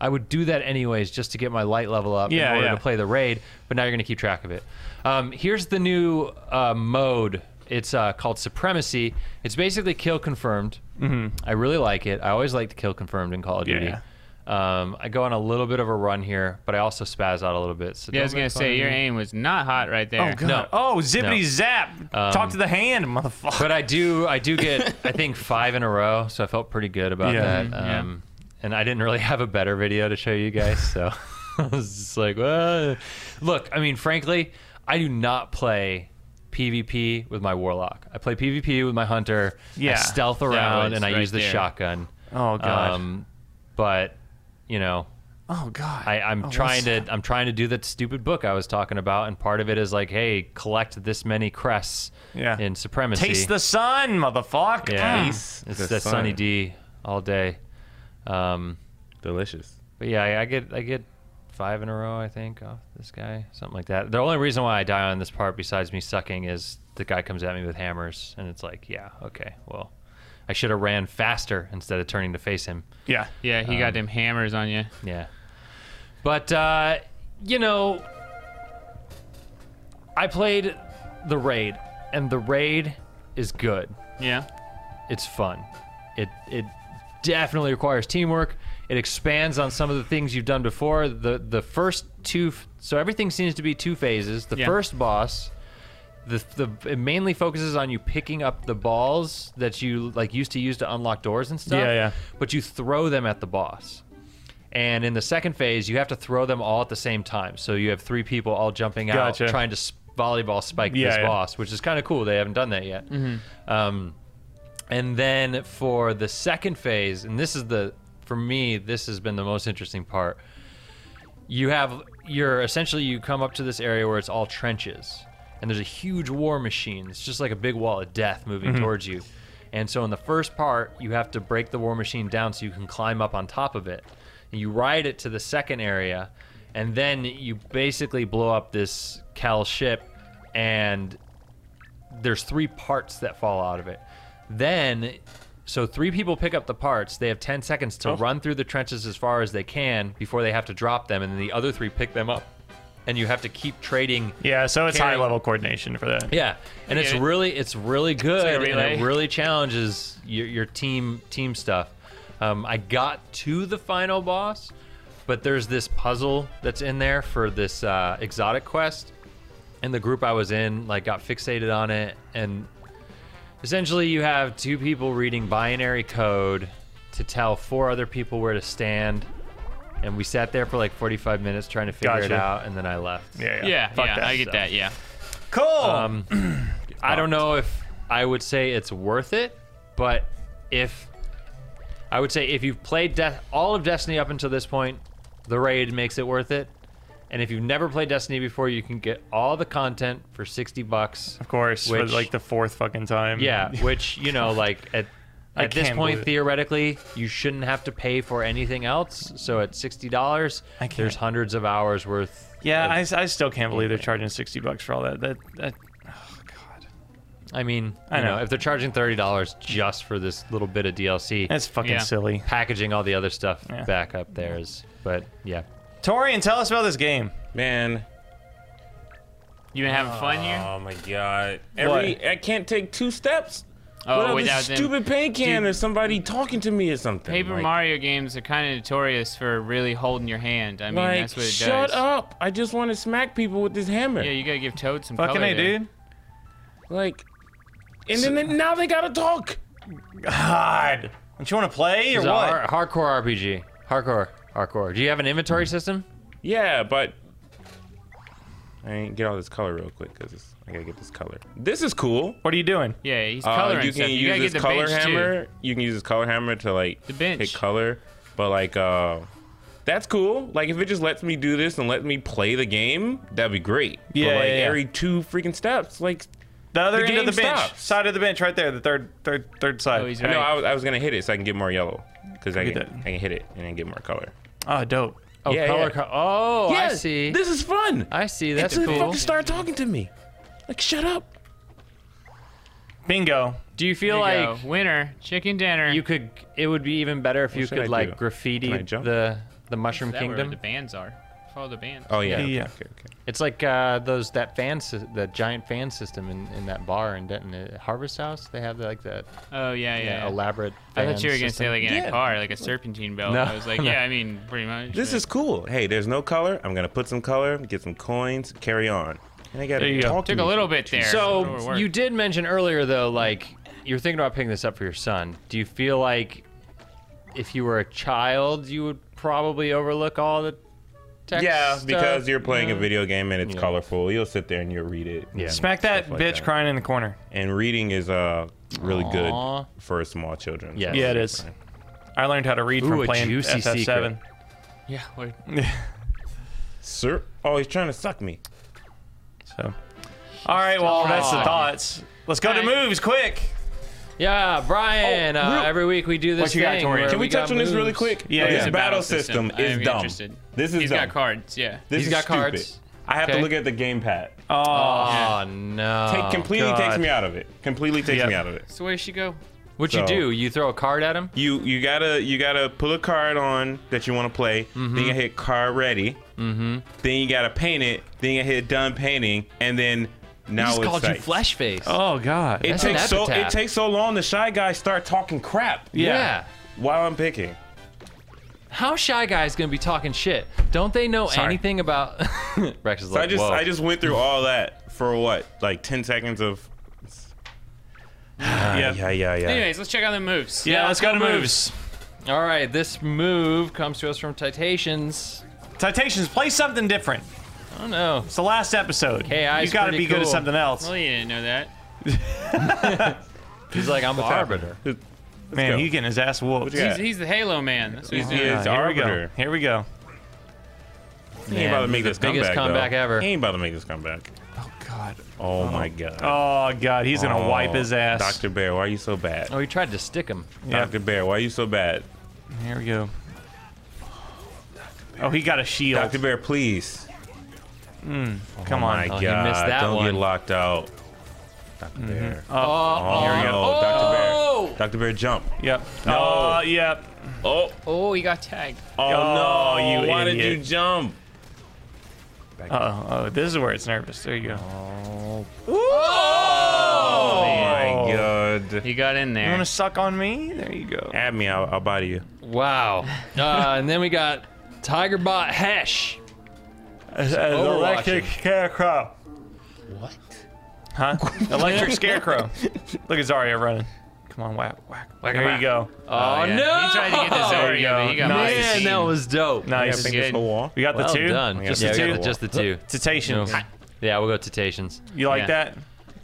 [SPEAKER 2] I would do that anyways just to get my light level up
[SPEAKER 1] Yeah,
[SPEAKER 2] in order
[SPEAKER 1] yeah.
[SPEAKER 2] to play the raid, but now you're going to keep track of it. Um, here's the new uh, mode. It's uh, called Supremacy. It's basically kill confirmed. Mm-hmm. I really like it. I always like to kill confirmed in Call of Duty.
[SPEAKER 1] Yeah.
[SPEAKER 2] Um, I go on a little bit of a run here, but I also spaz out a little bit. So
[SPEAKER 3] Yeah, I was
[SPEAKER 2] don't
[SPEAKER 3] gonna
[SPEAKER 2] make fun
[SPEAKER 3] say
[SPEAKER 2] of
[SPEAKER 3] your
[SPEAKER 2] me.
[SPEAKER 3] aim was not hot right there.
[SPEAKER 1] Oh god.
[SPEAKER 2] No.
[SPEAKER 1] Oh zippity
[SPEAKER 2] No.
[SPEAKER 1] zap. Talk
[SPEAKER 2] Um,
[SPEAKER 1] to the hand, motherfucker.
[SPEAKER 2] But I do, I do get, I think five in a row, so I felt pretty good about
[SPEAKER 1] Yeah.
[SPEAKER 2] that.
[SPEAKER 3] Mhm, yeah.
[SPEAKER 2] Um, And I didn't really [laughs] have a better video to show you guys, so [laughs] I was just like, "Whoa." look. I mean, frankly, I do not play PvP with my warlock. I play PvP with my hunter. I
[SPEAKER 1] Yeah.
[SPEAKER 2] stealth around
[SPEAKER 3] it's
[SPEAKER 2] and I
[SPEAKER 3] right
[SPEAKER 2] use the
[SPEAKER 3] there.
[SPEAKER 2] shotgun.
[SPEAKER 1] Oh, God.
[SPEAKER 2] um, but you know,
[SPEAKER 1] oh god.
[SPEAKER 2] I, I'm
[SPEAKER 1] Oh,
[SPEAKER 2] trying
[SPEAKER 1] what's-
[SPEAKER 2] to I'm trying to do that stupid book I was talking about, and part of it is like, hey, collect this many crests
[SPEAKER 1] Yeah.
[SPEAKER 2] in supremacy.
[SPEAKER 1] taste the sun, motherfucker.
[SPEAKER 2] Yeah,
[SPEAKER 1] Mm.
[SPEAKER 2] it's
[SPEAKER 4] the
[SPEAKER 2] that Sunny
[SPEAKER 4] sun.
[SPEAKER 2] D all day. Um,
[SPEAKER 4] Delicious.
[SPEAKER 2] but yeah, I, I get I get five in a row, I think, off this guy, something like that. The only reason why I die on this part, besides me sucking, is the guy comes at me with hammers, and it's like, yeah, okay, well, I should have ran faster instead of turning to face him.
[SPEAKER 1] Yeah.
[SPEAKER 3] Yeah, he got them hammers on you.
[SPEAKER 2] Yeah. But uh, you know, I played the raid, and the raid is good.
[SPEAKER 3] Yeah.
[SPEAKER 2] it's fun. It it definitely requires teamwork. It expands on some of the things you've done before. The the first two f- so everything seems to be two phases. The
[SPEAKER 3] Yeah.
[SPEAKER 2] first boss the, the it mainly focuses on you picking up the balls that you like used to use to unlock doors and stuff.
[SPEAKER 1] Yeah, yeah.
[SPEAKER 2] But you throw them at the boss. And in the second phase, you have to throw them all at the same time. So you have three people all jumping
[SPEAKER 1] Gotcha.
[SPEAKER 2] out trying to s- volleyball spike
[SPEAKER 1] Yeah,
[SPEAKER 2] this
[SPEAKER 1] yeah. Mm-hmm.
[SPEAKER 2] boss, which is kind of cool. They haven't done that yet. Um, and then for the second phase, and this is the for me, this has been the most interesting part. You have you're essentially you come up to this area where it's all trenches, and there's a huge war machine. It's just like a big wall of death moving towards you. And so in the first part, you have to break the war machine down so you can climb up on top of it. And you ride it to the second area, and then you basically blow up this Cal ship, and there's three parts that fall out of it. Then, so three people pick up the parts. They have 10 seconds to run through the trenches as far as they can before they have to drop them, and then the other three pick them up. And you have to keep trading.
[SPEAKER 1] Yeah, so it's
[SPEAKER 2] Carrying-
[SPEAKER 1] high level coordination for that.
[SPEAKER 2] Yeah, and it's
[SPEAKER 3] get it.
[SPEAKER 2] really it's really good.
[SPEAKER 3] like a
[SPEAKER 2] and
[SPEAKER 3] relay.
[SPEAKER 2] it really challenges your, your team team stuff. Um, I got to the final boss, but there's this puzzle that's in there for this uh, exotic quest, and the group I was in like got fixated on it, and essentially you have two people reading binary code to tell four other people where to stand. And we sat there for like 45 minutes trying to figure it
[SPEAKER 1] Gotcha.
[SPEAKER 2] out, and then I left.
[SPEAKER 1] Yeah, yeah.
[SPEAKER 3] Yeah, yeah,
[SPEAKER 1] Fuck that.
[SPEAKER 3] I get
[SPEAKER 2] stuff.
[SPEAKER 3] that. Yeah.
[SPEAKER 1] Cool.
[SPEAKER 2] Um, I don't know if I would say it's worth it, but if I would say if you've played Death, all of Destiny up until this point, the raid makes it worth it. And if you've never played Destiny before, you can get all the content for
[SPEAKER 1] [laughs]
[SPEAKER 2] sixty bucks.
[SPEAKER 1] of course, for
[SPEAKER 2] Which-
[SPEAKER 1] like the fourth fucking time. [laughs]
[SPEAKER 2] Yeah, which you know, like at
[SPEAKER 1] I
[SPEAKER 2] at this
[SPEAKER 1] can't believe
[SPEAKER 2] point,
[SPEAKER 1] it.
[SPEAKER 2] theoretically, you shouldn't have to pay for anything else. So at sixty dollars,
[SPEAKER 1] I can't.
[SPEAKER 2] there's hundreds of hours worth.
[SPEAKER 1] Yeah,
[SPEAKER 2] of-
[SPEAKER 1] I, I still can't believe they're charging sixty bucks for all that. That that oh god.
[SPEAKER 2] I mean,
[SPEAKER 1] I
[SPEAKER 2] you know,
[SPEAKER 1] know.
[SPEAKER 2] if they're charging thirty dollars just for this little bit of DLC,
[SPEAKER 1] That's fucking
[SPEAKER 3] Yeah.
[SPEAKER 1] silly.
[SPEAKER 2] packaging all the other stuff
[SPEAKER 1] Yeah.
[SPEAKER 2] back up there is but yeah
[SPEAKER 1] Torian, tell us about this game.
[SPEAKER 4] Man,
[SPEAKER 3] You been having fun here?
[SPEAKER 4] oh my god. Every I can't take two steps
[SPEAKER 3] Oh,
[SPEAKER 4] without
[SPEAKER 3] without
[SPEAKER 4] this
[SPEAKER 3] them.
[SPEAKER 4] stupid paint can
[SPEAKER 3] Dude.
[SPEAKER 4] or somebody talking to me or something.
[SPEAKER 3] Paper
[SPEAKER 4] Like-
[SPEAKER 3] Mario games are kind of notorious for really holding your hand. I mean,
[SPEAKER 4] Like,
[SPEAKER 3] that's what it
[SPEAKER 4] shut
[SPEAKER 3] does.
[SPEAKER 4] up! I just want to smack people with this hammer.
[SPEAKER 3] Yeah, you gotta give Toad some
[SPEAKER 1] Fucking
[SPEAKER 3] color.
[SPEAKER 1] hey,
[SPEAKER 3] there.
[SPEAKER 1] dude.
[SPEAKER 4] Like, and then they- now they gotta talk.
[SPEAKER 1] God. Don't you want to play or
[SPEAKER 2] it's
[SPEAKER 1] what?
[SPEAKER 2] a har- hardcore rpg
[SPEAKER 3] Mm.
[SPEAKER 2] hardcore hardcore do you have an inventory system
[SPEAKER 4] Yeah, but I ain't get all this color real quick because I gotta get this color. This is cool.
[SPEAKER 1] What are you doing?
[SPEAKER 3] Yeah, he's
[SPEAKER 4] Uh,
[SPEAKER 3] coloring
[SPEAKER 4] you
[SPEAKER 3] stuff.
[SPEAKER 4] can
[SPEAKER 3] You gotta
[SPEAKER 4] use
[SPEAKER 3] get the
[SPEAKER 4] this color
[SPEAKER 3] bench too.
[SPEAKER 4] hammer. You can use this color hammer to like
[SPEAKER 3] The bench.
[SPEAKER 4] pick color, but like uh, that's cool. Like if it just lets me do this and let me play the game, that'd be great.
[SPEAKER 1] Yeah,
[SPEAKER 4] but, like
[SPEAKER 1] yeah, yeah.
[SPEAKER 4] every two freaking steps, like
[SPEAKER 1] The other
[SPEAKER 4] The
[SPEAKER 1] end of
[SPEAKER 4] game
[SPEAKER 1] the bench,
[SPEAKER 4] stops.
[SPEAKER 1] side of the bench, right there, the third, third, third side.
[SPEAKER 3] Oh, he's
[SPEAKER 4] I know
[SPEAKER 3] right.
[SPEAKER 4] I was, I was gonna hit it so I can get more yellow because I
[SPEAKER 1] Look
[SPEAKER 4] can
[SPEAKER 1] at
[SPEAKER 4] I
[SPEAKER 1] that.
[SPEAKER 4] can hit it and then get more color.
[SPEAKER 1] Oh, dope.
[SPEAKER 2] Oh,
[SPEAKER 4] Yeah,
[SPEAKER 2] color.
[SPEAKER 4] yeah.
[SPEAKER 2] co- oh, I
[SPEAKER 4] Yeah,
[SPEAKER 2] see.
[SPEAKER 4] This is fun.
[SPEAKER 2] I see. That's
[SPEAKER 4] Until they
[SPEAKER 2] cool.
[SPEAKER 4] Fucking start talking to me. Like shut up.
[SPEAKER 1] Bingo.
[SPEAKER 2] Do you feel
[SPEAKER 3] There you
[SPEAKER 2] like
[SPEAKER 3] go. winner, chicken dinner.
[SPEAKER 2] you could? It would be even better if you
[SPEAKER 4] should
[SPEAKER 2] could
[SPEAKER 4] I
[SPEAKER 2] like
[SPEAKER 4] do?
[SPEAKER 2] graffiti
[SPEAKER 4] Can I jump?
[SPEAKER 2] the the Mushroom
[SPEAKER 3] Is that where
[SPEAKER 2] Kingdom.
[SPEAKER 3] the bands are. Follow the bands.
[SPEAKER 4] Oh yeah.
[SPEAKER 1] Yeah.
[SPEAKER 4] Okay, okay, okay.
[SPEAKER 2] It's like uh, those that fan sy- the giant fan system in, in that bar in Denton, uh, Harvest House. They have like that
[SPEAKER 3] Oh yeah, yeah.
[SPEAKER 2] yeah,
[SPEAKER 3] yeah.
[SPEAKER 2] elaborate.
[SPEAKER 3] I
[SPEAKER 2] fan
[SPEAKER 3] thought you were gonna
[SPEAKER 2] system.
[SPEAKER 3] say like in
[SPEAKER 4] Yeah.
[SPEAKER 3] a car, like a serpentine belt.
[SPEAKER 2] No.
[SPEAKER 3] I was like, yeah, I mean, pretty much.
[SPEAKER 4] This
[SPEAKER 3] but-
[SPEAKER 4] is cool. Hey, there's no color. I'm gonna put some color, get some coins, carry on. And I gotta
[SPEAKER 1] There you go.
[SPEAKER 4] talk to
[SPEAKER 3] took a
[SPEAKER 4] me.
[SPEAKER 3] little bit there. but it'll
[SPEAKER 2] So
[SPEAKER 3] work.
[SPEAKER 2] you did mention earlier though, like you're thinking about picking this up for your son. Do you feel like if you were a child, you would probably overlook all the text?
[SPEAKER 4] Yeah,
[SPEAKER 2] stuff?
[SPEAKER 4] because you're playing a video game and it's
[SPEAKER 2] Yeah.
[SPEAKER 4] colorful. You'll sit there and you'll read it.
[SPEAKER 2] Yeah.
[SPEAKER 4] and
[SPEAKER 1] Smack that
[SPEAKER 4] stuff like
[SPEAKER 1] bitch crying in the corner.
[SPEAKER 4] And reading is uh really
[SPEAKER 2] Aw.
[SPEAKER 4] good for small children.
[SPEAKER 2] Yes.
[SPEAKER 1] Yeah, it is. I learned how to read
[SPEAKER 2] Ooh,
[SPEAKER 1] from
[SPEAKER 2] a
[SPEAKER 1] playing
[SPEAKER 2] juicy
[SPEAKER 1] FF7.
[SPEAKER 3] yeah, we're-
[SPEAKER 4] Sir, oh, he's trying to suck me.
[SPEAKER 1] So, all right, well, that's the thoughts. Let's go to
[SPEAKER 3] All right.
[SPEAKER 1] moves quick.
[SPEAKER 2] Yeah, Brian.
[SPEAKER 4] Oh,
[SPEAKER 2] uh,
[SPEAKER 4] real-
[SPEAKER 2] every week we do this
[SPEAKER 1] What you got,
[SPEAKER 2] thing.
[SPEAKER 1] Torian?
[SPEAKER 2] where
[SPEAKER 4] Can we,
[SPEAKER 2] got
[SPEAKER 4] touch on this really
[SPEAKER 2] moves.
[SPEAKER 4] quick?
[SPEAKER 1] Yeah,
[SPEAKER 4] this
[SPEAKER 1] yeah.
[SPEAKER 4] battle system,
[SPEAKER 3] I am
[SPEAKER 4] is dumb.
[SPEAKER 3] interested.
[SPEAKER 4] This is
[SPEAKER 3] He's
[SPEAKER 4] dumb.
[SPEAKER 3] got cards. Yeah.
[SPEAKER 4] This
[SPEAKER 2] He's
[SPEAKER 4] is
[SPEAKER 2] got
[SPEAKER 4] stupid.
[SPEAKER 2] cards.
[SPEAKER 4] I have
[SPEAKER 2] Okay.
[SPEAKER 4] to look at the gamepad.
[SPEAKER 1] Oh,
[SPEAKER 2] Oh no!
[SPEAKER 4] Take completely takes
[SPEAKER 1] God.
[SPEAKER 4] me out of it. Completely takes
[SPEAKER 1] Yep.
[SPEAKER 4] me out of it.
[SPEAKER 3] So where she go?
[SPEAKER 2] What you
[SPEAKER 4] So-
[SPEAKER 2] do? You throw a card at him?
[SPEAKER 4] You you gotta you gotta pull a card on that you want to play.
[SPEAKER 2] Mm-hmm.
[SPEAKER 4] Then you hit card ready. Mm-hmm. Then you gotta paint it. Then you hit done painting, and then now
[SPEAKER 2] just
[SPEAKER 4] it's
[SPEAKER 2] called
[SPEAKER 4] sight.
[SPEAKER 2] you Flesh Face.
[SPEAKER 1] oh God.
[SPEAKER 4] It
[SPEAKER 2] That's an
[SPEAKER 4] takes so
[SPEAKER 2] epitaph.
[SPEAKER 4] it takes so long. The shy guys start talking crap
[SPEAKER 2] yeah.
[SPEAKER 1] yeah.
[SPEAKER 4] while I'm picking.
[SPEAKER 2] How shy guys gonna be talking shit? Don't they know
[SPEAKER 1] Sorry.
[SPEAKER 2] anything about? [laughs] Rex is
[SPEAKER 4] So
[SPEAKER 2] like,
[SPEAKER 4] I just
[SPEAKER 2] whoa.
[SPEAKER 4] I just went through all that for what like ten seconds of. [sighs] yeah yeah yeah yeah.
[SPEAKER 3] Anyways, let's check out the moves.
[SPEAKER 1] Yeah, let's go to moves.
[SPEAKER 2] All right, this move comes to us from Titations.
[SPEAKER 1] Titations, play something different.
[SPEAKER 2] I
[SPEAKER 4] Oh,
[SPEAKER 2] don't know.
[SPEAKER 1] It's the last episode.
[SPEAKER 2] KI
[SPEAKER 1] you
[SPEAKER 2] is
[SPEAKER 1] gotta
[SPEAKER 2] pretty
[SPEAKER 1] be good at
[SPEAKER 2] cool.
[SPEAKER 1] something else.
[SPEAKER 3] Well, Oh, you didn't know that.
[SPEAKER 2] He's like, I'm the arbiter.
[SPEAKER 1] Man,
[SPEAKER 4] go.
[SPEAKER 1] he getting his ass whooped.
[SPEAKER 4] you got?
[SPEAKER 3] He's, he's the Halo man. That's what
[SPEAKER 4] He's,
[SPEAKER 3] he's
[SPEAKER 1] Yeah,
[SPEAKER 3] doing.
[SPEAKER 4] he's
[SPEAKER 1] here we go.
[SPEAKER 4] arbiter.
[SPEAKER 1] Here we go.
[SPEAKER 4] He ain't about to make
[SPEAKER 2] the
[SPEAKER 4] this
[SPEAKER 2] biggest comeback
[SPEAKER 4] comeback, though.
[SPEAKER 2] ever.
[SPEAKER 4] He ain't about to make this comeback.
[SPEAKER 1] Oh God.
[SPEAKER 4] Oh, my god.
[SPEAKER 1] Oh God, he's gonna wipe his ass.
[SPEAKER 4] Doctor Bear, why are you so bad?
[SPEAKER 2] Oh, he tried to stick him.
[SPEAKER 1] Yeah.
[SPEAKER 4] Doctor Bear, why are you so bad?
[SPEAKER 1] Here we go. Oh, he got a shield.
[SPEAKER 4] Doctor Bear, please.
[SPEAKER 1] Come on.
[SPEAKER 4] My God,
[SPEAKER 2] Oh, he missed that
[SPEAKER 4] don't
[SPEAKER 2] one.
[SPEAKER 4] get locked out. Doctor
[SPEAKER 1] Mm-hmm.
[SPEAKER 4] Bear. Oh,
[SPEAKER 2] Oh,
[SPEAKER 4] here we go. Doctor
[SPEAKER 2] Oh.
[SPEAKER 4] Bear. Doctor Bear, jump.
[SPEAKER 1] Yep.
[SPEAKER 4] No.
[SPEAKER 1] Oh, yep.
[SPEAKER 4] Oh,
[SPEAKER 3] Oh, he got tagged.
[SPEAKER 4] oh,
[SPEAKER 1] Oh,
[SPEAKER 4] no!
[SPEAKER 1] you
[SPEAKER 4] why
[SPEAKER 1] idiot.
[SPEAKER 4] did you jump?
[SPEAKER 1] Uh oh. This is where it's nervous. There you go.
[SPEAKER 4] Oh, my God!
[SPEAKER 3] He got in
[SPEAKER 1] You
[SPEAKER 3] there.
[SPEAKER 1] want to suck on me? There you go.
[SPEAKER 4] At me, I'll, I'll body you.
[SPEAKER 2] Wow. Uh, and then we got Tiger Bot Hesh.
[SPEAKER 1] Oh, electric
[SPEAKER 2] Overwatching.
[SPEAKER 1] scarecrow. What? Huh? [laughs] electric scarecrow. Look at Zarya running. Come on, whack, whack. there you go.
[SPEAKER 2] Oh,
[SPEAKER 3] yeah.
[SPEAKER 2] no!
[SPEAKER 3] He tried
[SPEAKER 2] [laughs]
[SPEAKER 3] to get this
[SPEAKER 1] There you
[SPEAKER 3] Zarya,
[SPEAKER 1] go.
[SPEAKER 3] but he got
[SPEAKER 1] Nice.
[SPEAKER 2] Man, that was dope.
[SPEAKER 1] Nice.
[SPEAKER 3] Yeah,
[SPEAKER 4] Think this
[SPEAKER 3] Good.
[SPEAKER 4] whole wall.
[SPEAKER 1] We got
[SPEAKER 2] Well
[SPEAKER 1] the two.
[SPEAKER 2] done.
[SPEAKER 4] Yeah,
[SPEAKER 1] Just
[SPEAKER 2] yeah,
[SPEAKER 1] the
[SPEAKER 2] we
[SPEAKER 1] two.
[SPEAKER 2] got just the two.
[SPEAKER 1] Cetaceans.
[SPEAKER 2] Yeah, we'll go Titations.
[SPEAKER 1] You like
[SPEAKER 3] Yeah.
[SPEAKER 1] that?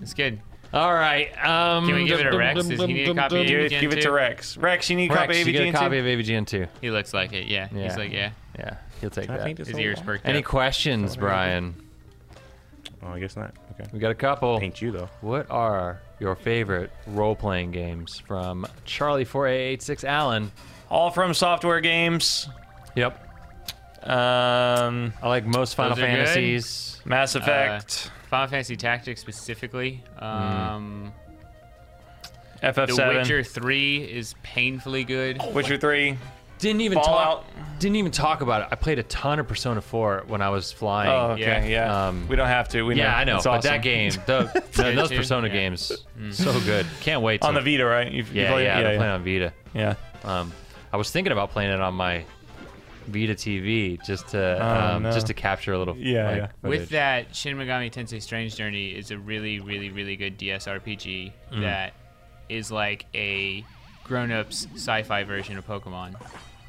[SPEAKER 3] It's good.
[SPEAKER 2] All right. Um,
[SPEAKER 3] Can we give it a Rex? Does he need a copy of
[SPEAKER 1] Give it,
[SPEAKER 3] AVGN
[SPEAKER 1] give it
[SPEAKER 3] too?
[SPEAKER 1] to Rex. Rex, you need a
[SPEAKER 2] Rex,
[SPEAKER 1] copy of E
[SPEAKER 2] you get a
[SPEAKER 1] AVGN too?
[SPEAKER 2] copy of AVGN too.
[SPEAKER 3] He looks like it. Yeah.
[SPEAKER 2] Yeah.
[SPEAKER 3] He's like, yeah.
[SPEAKER 2] Yeah, he'll take
[SPEAKER 4] I think
[SPEAKER 2] that.
[SPEAKER 4] this
[SPEAKER 3] His
[SPEAKER 4] whole
[SPEAKER 3] ears
[SPEAKER 4] wall.
[SPEAKER 3] perked
[SPEAKER 2] Any
[SPEAKER 3] up.
[SPEAKER 2] questions, Brian?
[SPEAKER 4] Oh, I guess not. Okay.
[SPEAKER 2] We got a couple.
[SPEAKER 4] Paint you though.
[SPEAKER 2] What are your favorite role playing games from Charlie4886 Allen?
[SPEAKER 1] All from software games.
[SPEAKER 2] Yep.
[SPEAKER 1] Um,
[SPEAKER 2] I like most Final
[SPEAKER 3] Those are good.
[SPEAKER 2] Fantasies.
[SPEAKER 1] Mass Effect,
[SPEAKER 3] Final Fantasy Tactics specifically. Um, The
[SPEAKER 1] FF7,
[SPEAKER 3] Witcher 3 is painfully good.
[SPEAKER 1] Witcher 3.
[SPEAKER 2] Didn't even
[SPEAKER 1] Fallout.
[SPEAKER 2] talk didn't even talk about it. I played a ton of Persona 4 when I was flying.
[SPEAKER 1] Oh, okay, yeah.
[SPEAKER 3] Yeah.
[SPEAKER 2] Um,
[SPEAKER 1] we don't have to. We
[SPEAKER 2] yeah, I know.
[SPEAKER 1] It's
[SPEAKER 2] But
[SPEAKER 1] awesome.
[SPEAKER 2] that game, the, the-
[SPEAKER 3] Good
[SPEAKER 2] those
[SPEAKER 3] too.
[SPEAKER 2] Persona
[SPEAKER 3] Yeah.
[SPEAKER 2] games, so good. Can't wait.
[SPEAKER 1] on the
[SPEAKER 2] till-
[SPEAKER 1] Vita, right? You've,
[SPEAKER 2] yeah,
[SPEAKER 1] you played
[SPEAKER 2] yeah,
[SPEAKER 1] it?
[SPEAKER 2] they're
[SPEAKER 1] yeah, yeah.
[SPEAKER 2] playing on Vita.
[SPEAKER 1] yeah.
[SPEAKER 2] Um, I was thinking about playing it on my Vita TV just to
[SPEAKER 1] Oh,
[SPEAKER 2] um,
[SPEAKER 1] no.
[SPEAKER 2] just to capture a little.
[SPEAKER 1] Yeah,
[SPEAKER 2] like,
[SPEAKER 1] yeah.
[SPEAKER 2] footage.
[SPEAKER 3] With that, Shin Megami Tensei Strange Journey is a really, really, really good DS RPG that is like a grown-ups sci-fi version of Pokemon.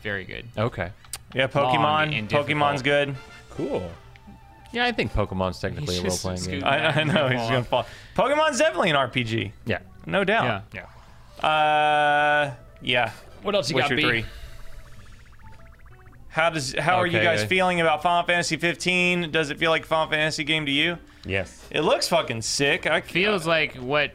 [SPEAKER 3] Very good.
[SPEAKER 2] Okay.
[SPEAKER 1] Yeah,
[SPEAKER 3] long
[SPEAKER 1] Pokemon.
[SPEAKER 3] and
[SPEAKER 1] Pokemon's
[SPEAKER 3] difficult.
[SPEAKER 1] good.
[SPEAKER 4] Cool.
[SPEAKER 2] Yeah, I think Pokemon's technically a
[SPEAKER 3] He's
[SPEAKER 2] role
[SPEAKER 3] just
[SPEAKER 2] playing game.
[SPEAKER 3] scooting
[SPEAKER 1] I, I know he's gonna fall. Pokemon's definitely an RPG,
[SPEAKER 2] Yeah.
[SPEAKER 1] no doubt.
[SPEAKER 3] Yeah.
[SPEAKER 2] Yeah.
[SPEAKER 1] Uh, yeah.
[SPEAKER 2] What else you
[SPEAKER 1] Witcher three. How does how are you
[SPEAKER 2] Okay.
[SPEAKER 1] guys feeling about Final Fantasy 15? Does it feel like a Final Fantasy game to you?
[SPEAKER 4] Yes.
[SPEAKER 1] It looks fucking sick. I
[SPEAKER 3] Feels like what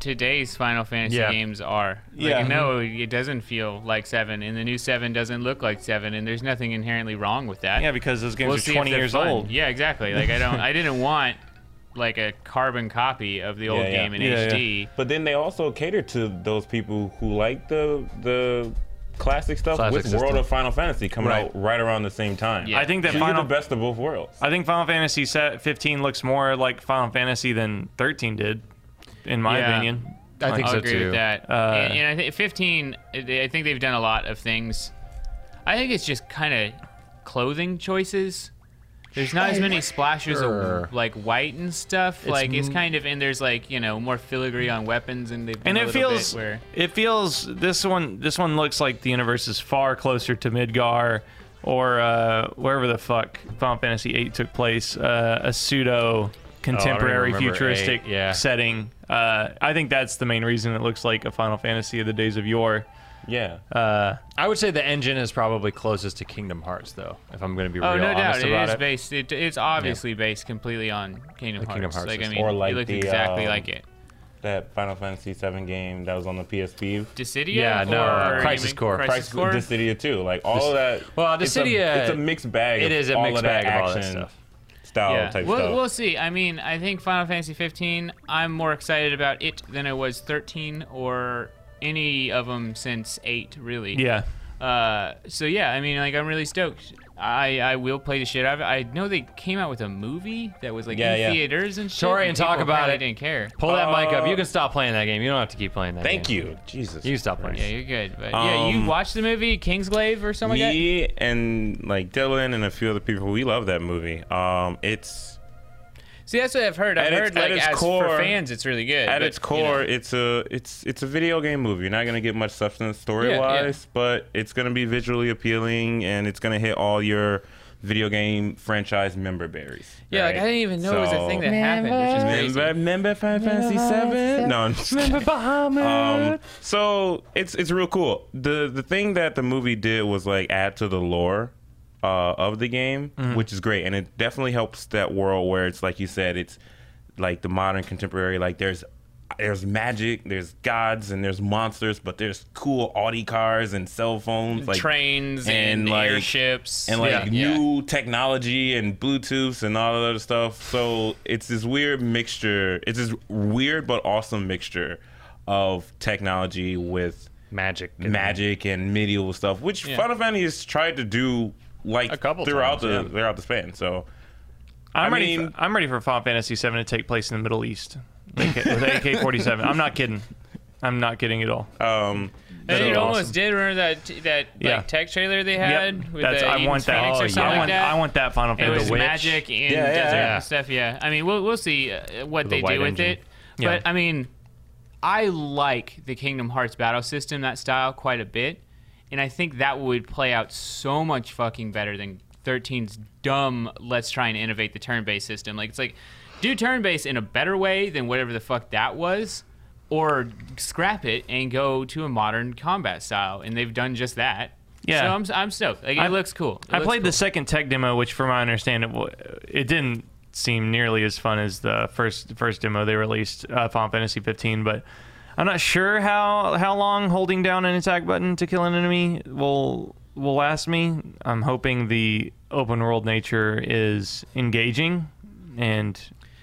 [SPEAKER 3] today's Final Fantasy
[SPEAKER 2] Yeah.
[SPEAKER 3] games are. Like,
[SPEAKER 1] Yeah.
[SPEAKER 3] No, it doesn't feel like seven, and the new seven doesn't look like seven, and there's nothing inherently wrong with that.
[SPEAKER 1] yeah, because those games
[SPEAKER 3] We'll
[SPEAKER 1] are
[SPEAKER 3] see if
[SPEAKER 1] 20
[SPEAKER 3] they're
[SPEAKER 1] years
[SPEAKER 3] fun.
[SPEAKER 1] old.
[SPEAKER 3] Yeah, exactly. Like
[SPEAKER 1] [laughs]
[SPEAKER 3] I don't, I didn't want like a carbon copy of the old
[SPEAKER 4] Yeah, yeah.
[SPEAKER 3] game in
[SPEAKER 1] Yeah, yeah.
[SPEAKER 3] HD.
[SPEAKER 4] But then they also cater to those people who like the the classic stuff
[SPEAKER 2] Classic
[SPEAKER 4] with World
[SPEAKER 2] system.
[SPEAKER 4] of Final Fantasy coming
[SPEAKER 1] Right.
[SPEAKER 4] out right around the same time.
[SPEAKER 3] Yeah.
[SPEAKER 1] I think that
[SPEAKER 4] So you get
[SPEAKER 1] Final
[SPEAKER 4] the best of both
[SPEAKER 2] Uh,
[SPEAKER 4] worlds.
[SPEAKER 1] I think Final Fantasy set- 15 looks more like Final Fantasy than 13 did, in my
[SPEAKER 3] Yeah.
[SPEAKER 1] opinion.
[SPEAKER 2] I think
[SPEAKER 3] I'll
[SPEAKER 2] so
[SPEAKER 3] agree
[SPEAKER 2] too.
[SPEAKER 3] with that.
[SPEAKER 1] Uh,
[SPEAKER 3] and, and I think 15, I I think they've done a lot of things. I think it's just kind of clothing choices. There's not as many splashes
[SPEAKER 2] Sure.
[SPEAKER 3] of like white and stuff. like it's kind of and there's like you know more filigree on weapons and they've done
[SPEAKER 1] and
[SPEAKER 3] a
[SPEAKER 1] it
[SPEAKER 3] little
[SPEAKER 1] feels
[SPEAKER 3] bit where
[SPEAKER 1] it feels this one this one looks like the universe is far closer to Midgar or uh, wherever the fuck Final Fantasy VIII took place uh, a pseudo contemporary
[SPEAKER 2] remember
[SPEAKER 1] futuristic
[SPEAKER 2] eight, yeah.
[SPEAKER 1] setting uh, I think that's the main reason it looks like a Final Fantasy of the days of yore
[SPEAKER 4] Yeah.
[SPEAKER 2] uh, I would say the engine is probably closest to Kingdom Hearts, though, if I'm going to be
[SPEAKER 3] oh
[SPEAKER 2] real
[SPEAKER 3] no doubt
[SPEAKER 2] honest
[SPEAKER 3] it
[SPEAKER 2] about
[SPEAKER 3] is
[SPEAKER 2] it.
[SPEAKER 3] based. It, it's obviously based completely on Kingdom Hearts.
[SPEAKER 2] Kingdom Hearts
[SPEAKER 3] like I
[SPEAKER 2] system.
[SPEAKER 3] mean,
[SPEAKER 4] Or like
[SPEAKER 3] it looked
[SPEAKER 4] the,
[SPEAKER 3] exactly
[SPEAKER 4] um,
[SPEAKER 3] like it.
[SPEAKER 4] that Final Fantasy VII game that was on the PSP.
[SPEAKER 3] Dissidia.
[SPEAKER 2] Yeah, no,
[SPEAKER 3] or
[SPEAKER 2] uh, Crisis Core.
[SPEAKER 3] Crisis,
[SPEAKER 4] Crisis
[SPEAKER 3] Core.
[SPEAKER 4] Dissidia too. Like all of that.
[SPEAKER 2] Well,
[SPEAKER 4] it's a-
[SPEAKER 2] Dissidia-
[SPEAKER 4] It's a, mixed bag.
[SPEAKER 2] It
[SPEAKER 4] of
[SPEAKER 2] is a
[SPEAKER 4] all
[SPEAKER 2] mixed
[SPEAKER 4] of that
[SPEAKER 2] bag of all that
[SPEAKER 4] action
[SPEAKER 2] stuff.
[SPEAKER 4] Style
[SPEAKER 3] Yeah.
[SPEAKER 4] type
[SPEAKER 3] we'll,
[SPEAKER 4] stuff.
[SPEAKER 3] we'll see. I mean, I think Final Fantasy 15. I'm more excited about it than I was 13 or any of them since eight, really.
[SPEAKER 1] yeah
[SPEAKER 3] Uh, so yeah, I mean, like I'm really stoked. I, I will play the shit out of it. I know they came out with a movie that was like
[SPEAKER 4] Yeah,
[SPEAKER 3] in
[SPEAKER 4] yeah.
[SPEAKER 3] theaters and shit.
[SPEAKER 2] Sorry, and talk
[SPEAKER 3] people
[SPEAKER 2] about
[SPEAKER 3] apparently
[SPEAKER 2] it.
[SPEAKER 3] Didn't care.
[SPEAKER 2] Pull that mic up.
[SPEAKER 4] Uh,
[SPEAKER 2] You can stop playing that game. You don't have to keep playing that
[SPEAKER 4] Thank
[SPEAKER 2] game.
[SPEAKER 4] you. Jesus.
[SPEAKER 2] You can stop playing
[SPEAKER 3] Yeah,
[SPEAKER 2] it.
[SPEAKER 3] you're good. But yeah, you
[SPEAKER 4] Um,
[SPEAKER 3] watched the movie Kingsglaive or something like that.
[SPEAKER 4] me and like Dylan and a few other people, we love that movie. Um, it's
[SPEAKER 3] See, that's what I've heard. I've
[SPEAKER 4] At its-
[SPEAKER 3] heard
[SPEAKER 4] at
[SPEAKER 3] like
[SPEAKER 4] its
[SPEAKER 3] as for
[SPEAKER 4] core-
[SPEAKER 3] fans, it's really good.
[SPEAKER 4] at
[SPEAKER 3] but,
[SPEAKER 4] its
[SPEAKER 3] you know.
[SPEAKER 4] core, it's a it's it's a video game movie. You're not gonna get much substance story
[SPEAKER 3] yeah.
[SPEAKER 4] wise, but it's gonna be visually appealing and it's gonna hit all your video game franchise member berries.
[SPEAKER 3] Yeah, like I
[SPEAKER 4] right?
[SPEAKER 3] didn't even know it was a
[SPEAKER 4] So-
[SPEAKER 3] thing that happened, which is crazy.
[SPEAKER 4] Remember, remember Final Fantasy Seven? No, I'm just kidding. Um, so it's it's real cool. The the thing that the movie did was like add to the lore uh, of the game, which is great, and it definitely helps that world where it's like you said, it's like the modern contemporary. Like there's there's magic, there's gods, and there's monsters, but there's cool Audi cars and cell phones, like
[SPEAKER 3] trains and,
[SPEAKER 4] and, like-
[SPEAKER 3] airships
[SPEAKER 4] and like
[SPEAKER 3] yeah.
[SPEAKER 4] new technology and Bluetooth and all that other stuff. So it's this weird mixture. It's this weird but awesome mixture of technology with
[SPEAKER 2] Magic.
[SPEAKER 4] magic and medieval stuff, which
[SPEAKER 3] Yeah.
[SPEAKER 4] Final Fantasy has tried to do like
[SPEAKER 2] A couple
[SPEAKER 4] throughout
[SPEAKER 2] times,
[SPEAKER 4] the
[SPEAKER 2] yeah.
[SPEAKER 4] throughout the span. So
[SPEAKER 1] I'm
[SPEAKER 4] I
[SPEAKER 1] ready
[SPEAKER 4] mean-
[SPEAKER 1] for, I'm ready for Final Fantasy 7 to take place in the Middle East with AK47 I'm not kidding I'm not kidding at all
[SPEAKER 3] And
[SPEAKER 4] um,
[SPEAKER 1] That'd
[SPEAKER 3] it
[SPEAKER 1] be
[SPEAKER 3] almost
[SPEAKER 1] awesome.
[SPEAKER 3] did remember that that
[SPEAKER 1] Yeah.
[SPEAKER 3] like tech trailer they
[SPEAKER 1] Yep,
[SPEAKER 3] had with
[SPEAKER 1] that's-
[SPEAKER 3] the
[SPEAKER 1] I want
[SPEAKER 3] Eden's
[SPEAKER 1] that
[SPEAKER 3] Phoenix
[SPEAKER 2] Oh,
[SPEAKER 3] or
[SPEAKER 2] yeah.
[SPEAKER 3] something
[SPEAKER 1] I
[SPEAKER 3] like
[SPEAKER 1] want
[SPEAKER 3] that.
[SPEAKER 1] I want that Final
[SPEAKER 3] it
[SPEAKER 1] Fantasy
[SPEAKER 3] was
[SPEAKER 1] Witch.
[SPEAKER 3] magic in
[SPEAKER 4] Yeah, yeah,
[SPEAKER 3] desert
[SPEAKER 4] yeah.
[SPEAKER 3] and stuff. Yeah, I mean we'll we'll see uh, what
[SPEAKER 2] With the
[SPEAKER 3] they
[SPEAKER 2] white
[SPEAKER 3] do with
[SPEAKER 2] engine.
[SPEAKER 3] it.
[SPEAKER 1] Yeah.
[SPEAKER 3] But I mean, I like the Kingdom Hearts battle system that style quite a bit, and I think that would play out so much fucking better than 13's dumb. Let's try and innovate the turn-based system. Like it's like do turn-based in a better way than whatever the fuck that was. Or scrap it and go to a modern combat style, and they've done just that.
[SPEAKER 1] Yeah.
[SPEAKER 3] so I'm, I'm stoked. Like it
[SPEAKER 1] I-
[SPEAKER 3] looks cool. It
[SPEAKER 1] I
[SPEAKER 3] looks
[SPEAKER 1] played
[SPEAKER 3] cool.
[SPEAKER 1] the second tech demo, which, from my understanding, wa- it didn't seem nearly as fun as the first first demo they released, uh, Final Fantasy 15. But I'm not sure how how long holding down an attack button to kill an enemy will will last me. I'm hoping the open world nature is engaging and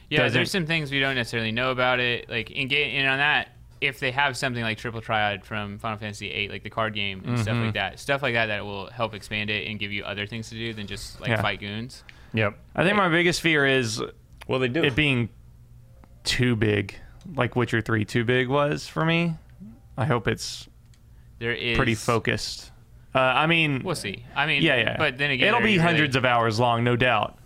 [SPEAKER 3] Yeah,
[SPEAKER 1] doesn't-
[SPEAKER 3] there's some things we don't necessarily know about it. Like, and, get, and on that, if they have something like Triple Triad from Final Fantasy VIII, like the card game and stuff
[SPEAKER 1] Mm-hmm.
[SPEAKER 3] like that, stuff like that, that will help expand it and give you other things to do than just like
[SPEAKER 1] Yeah.
[SPEAKER 3] fight goons.
[SPEAKER 2] Yep.
[SPEAKER 1] I think my biggest fear is
[SPEAKER 4] well they do.
[SPEAKER 1] it being too big, like Witcher 3 too big was for me. I hope it's
[SPEAKER 3] There is
[SPEAKER 1] pretty focused. Uh, I mean,
[SPEAKER 3] We'll see. I mean,
[SPEAKER 1] Yeah, yeah.
[SPEAKER 3] But then again,
[SPEAKER 1] it'll be hundreds of hours long, no doubt.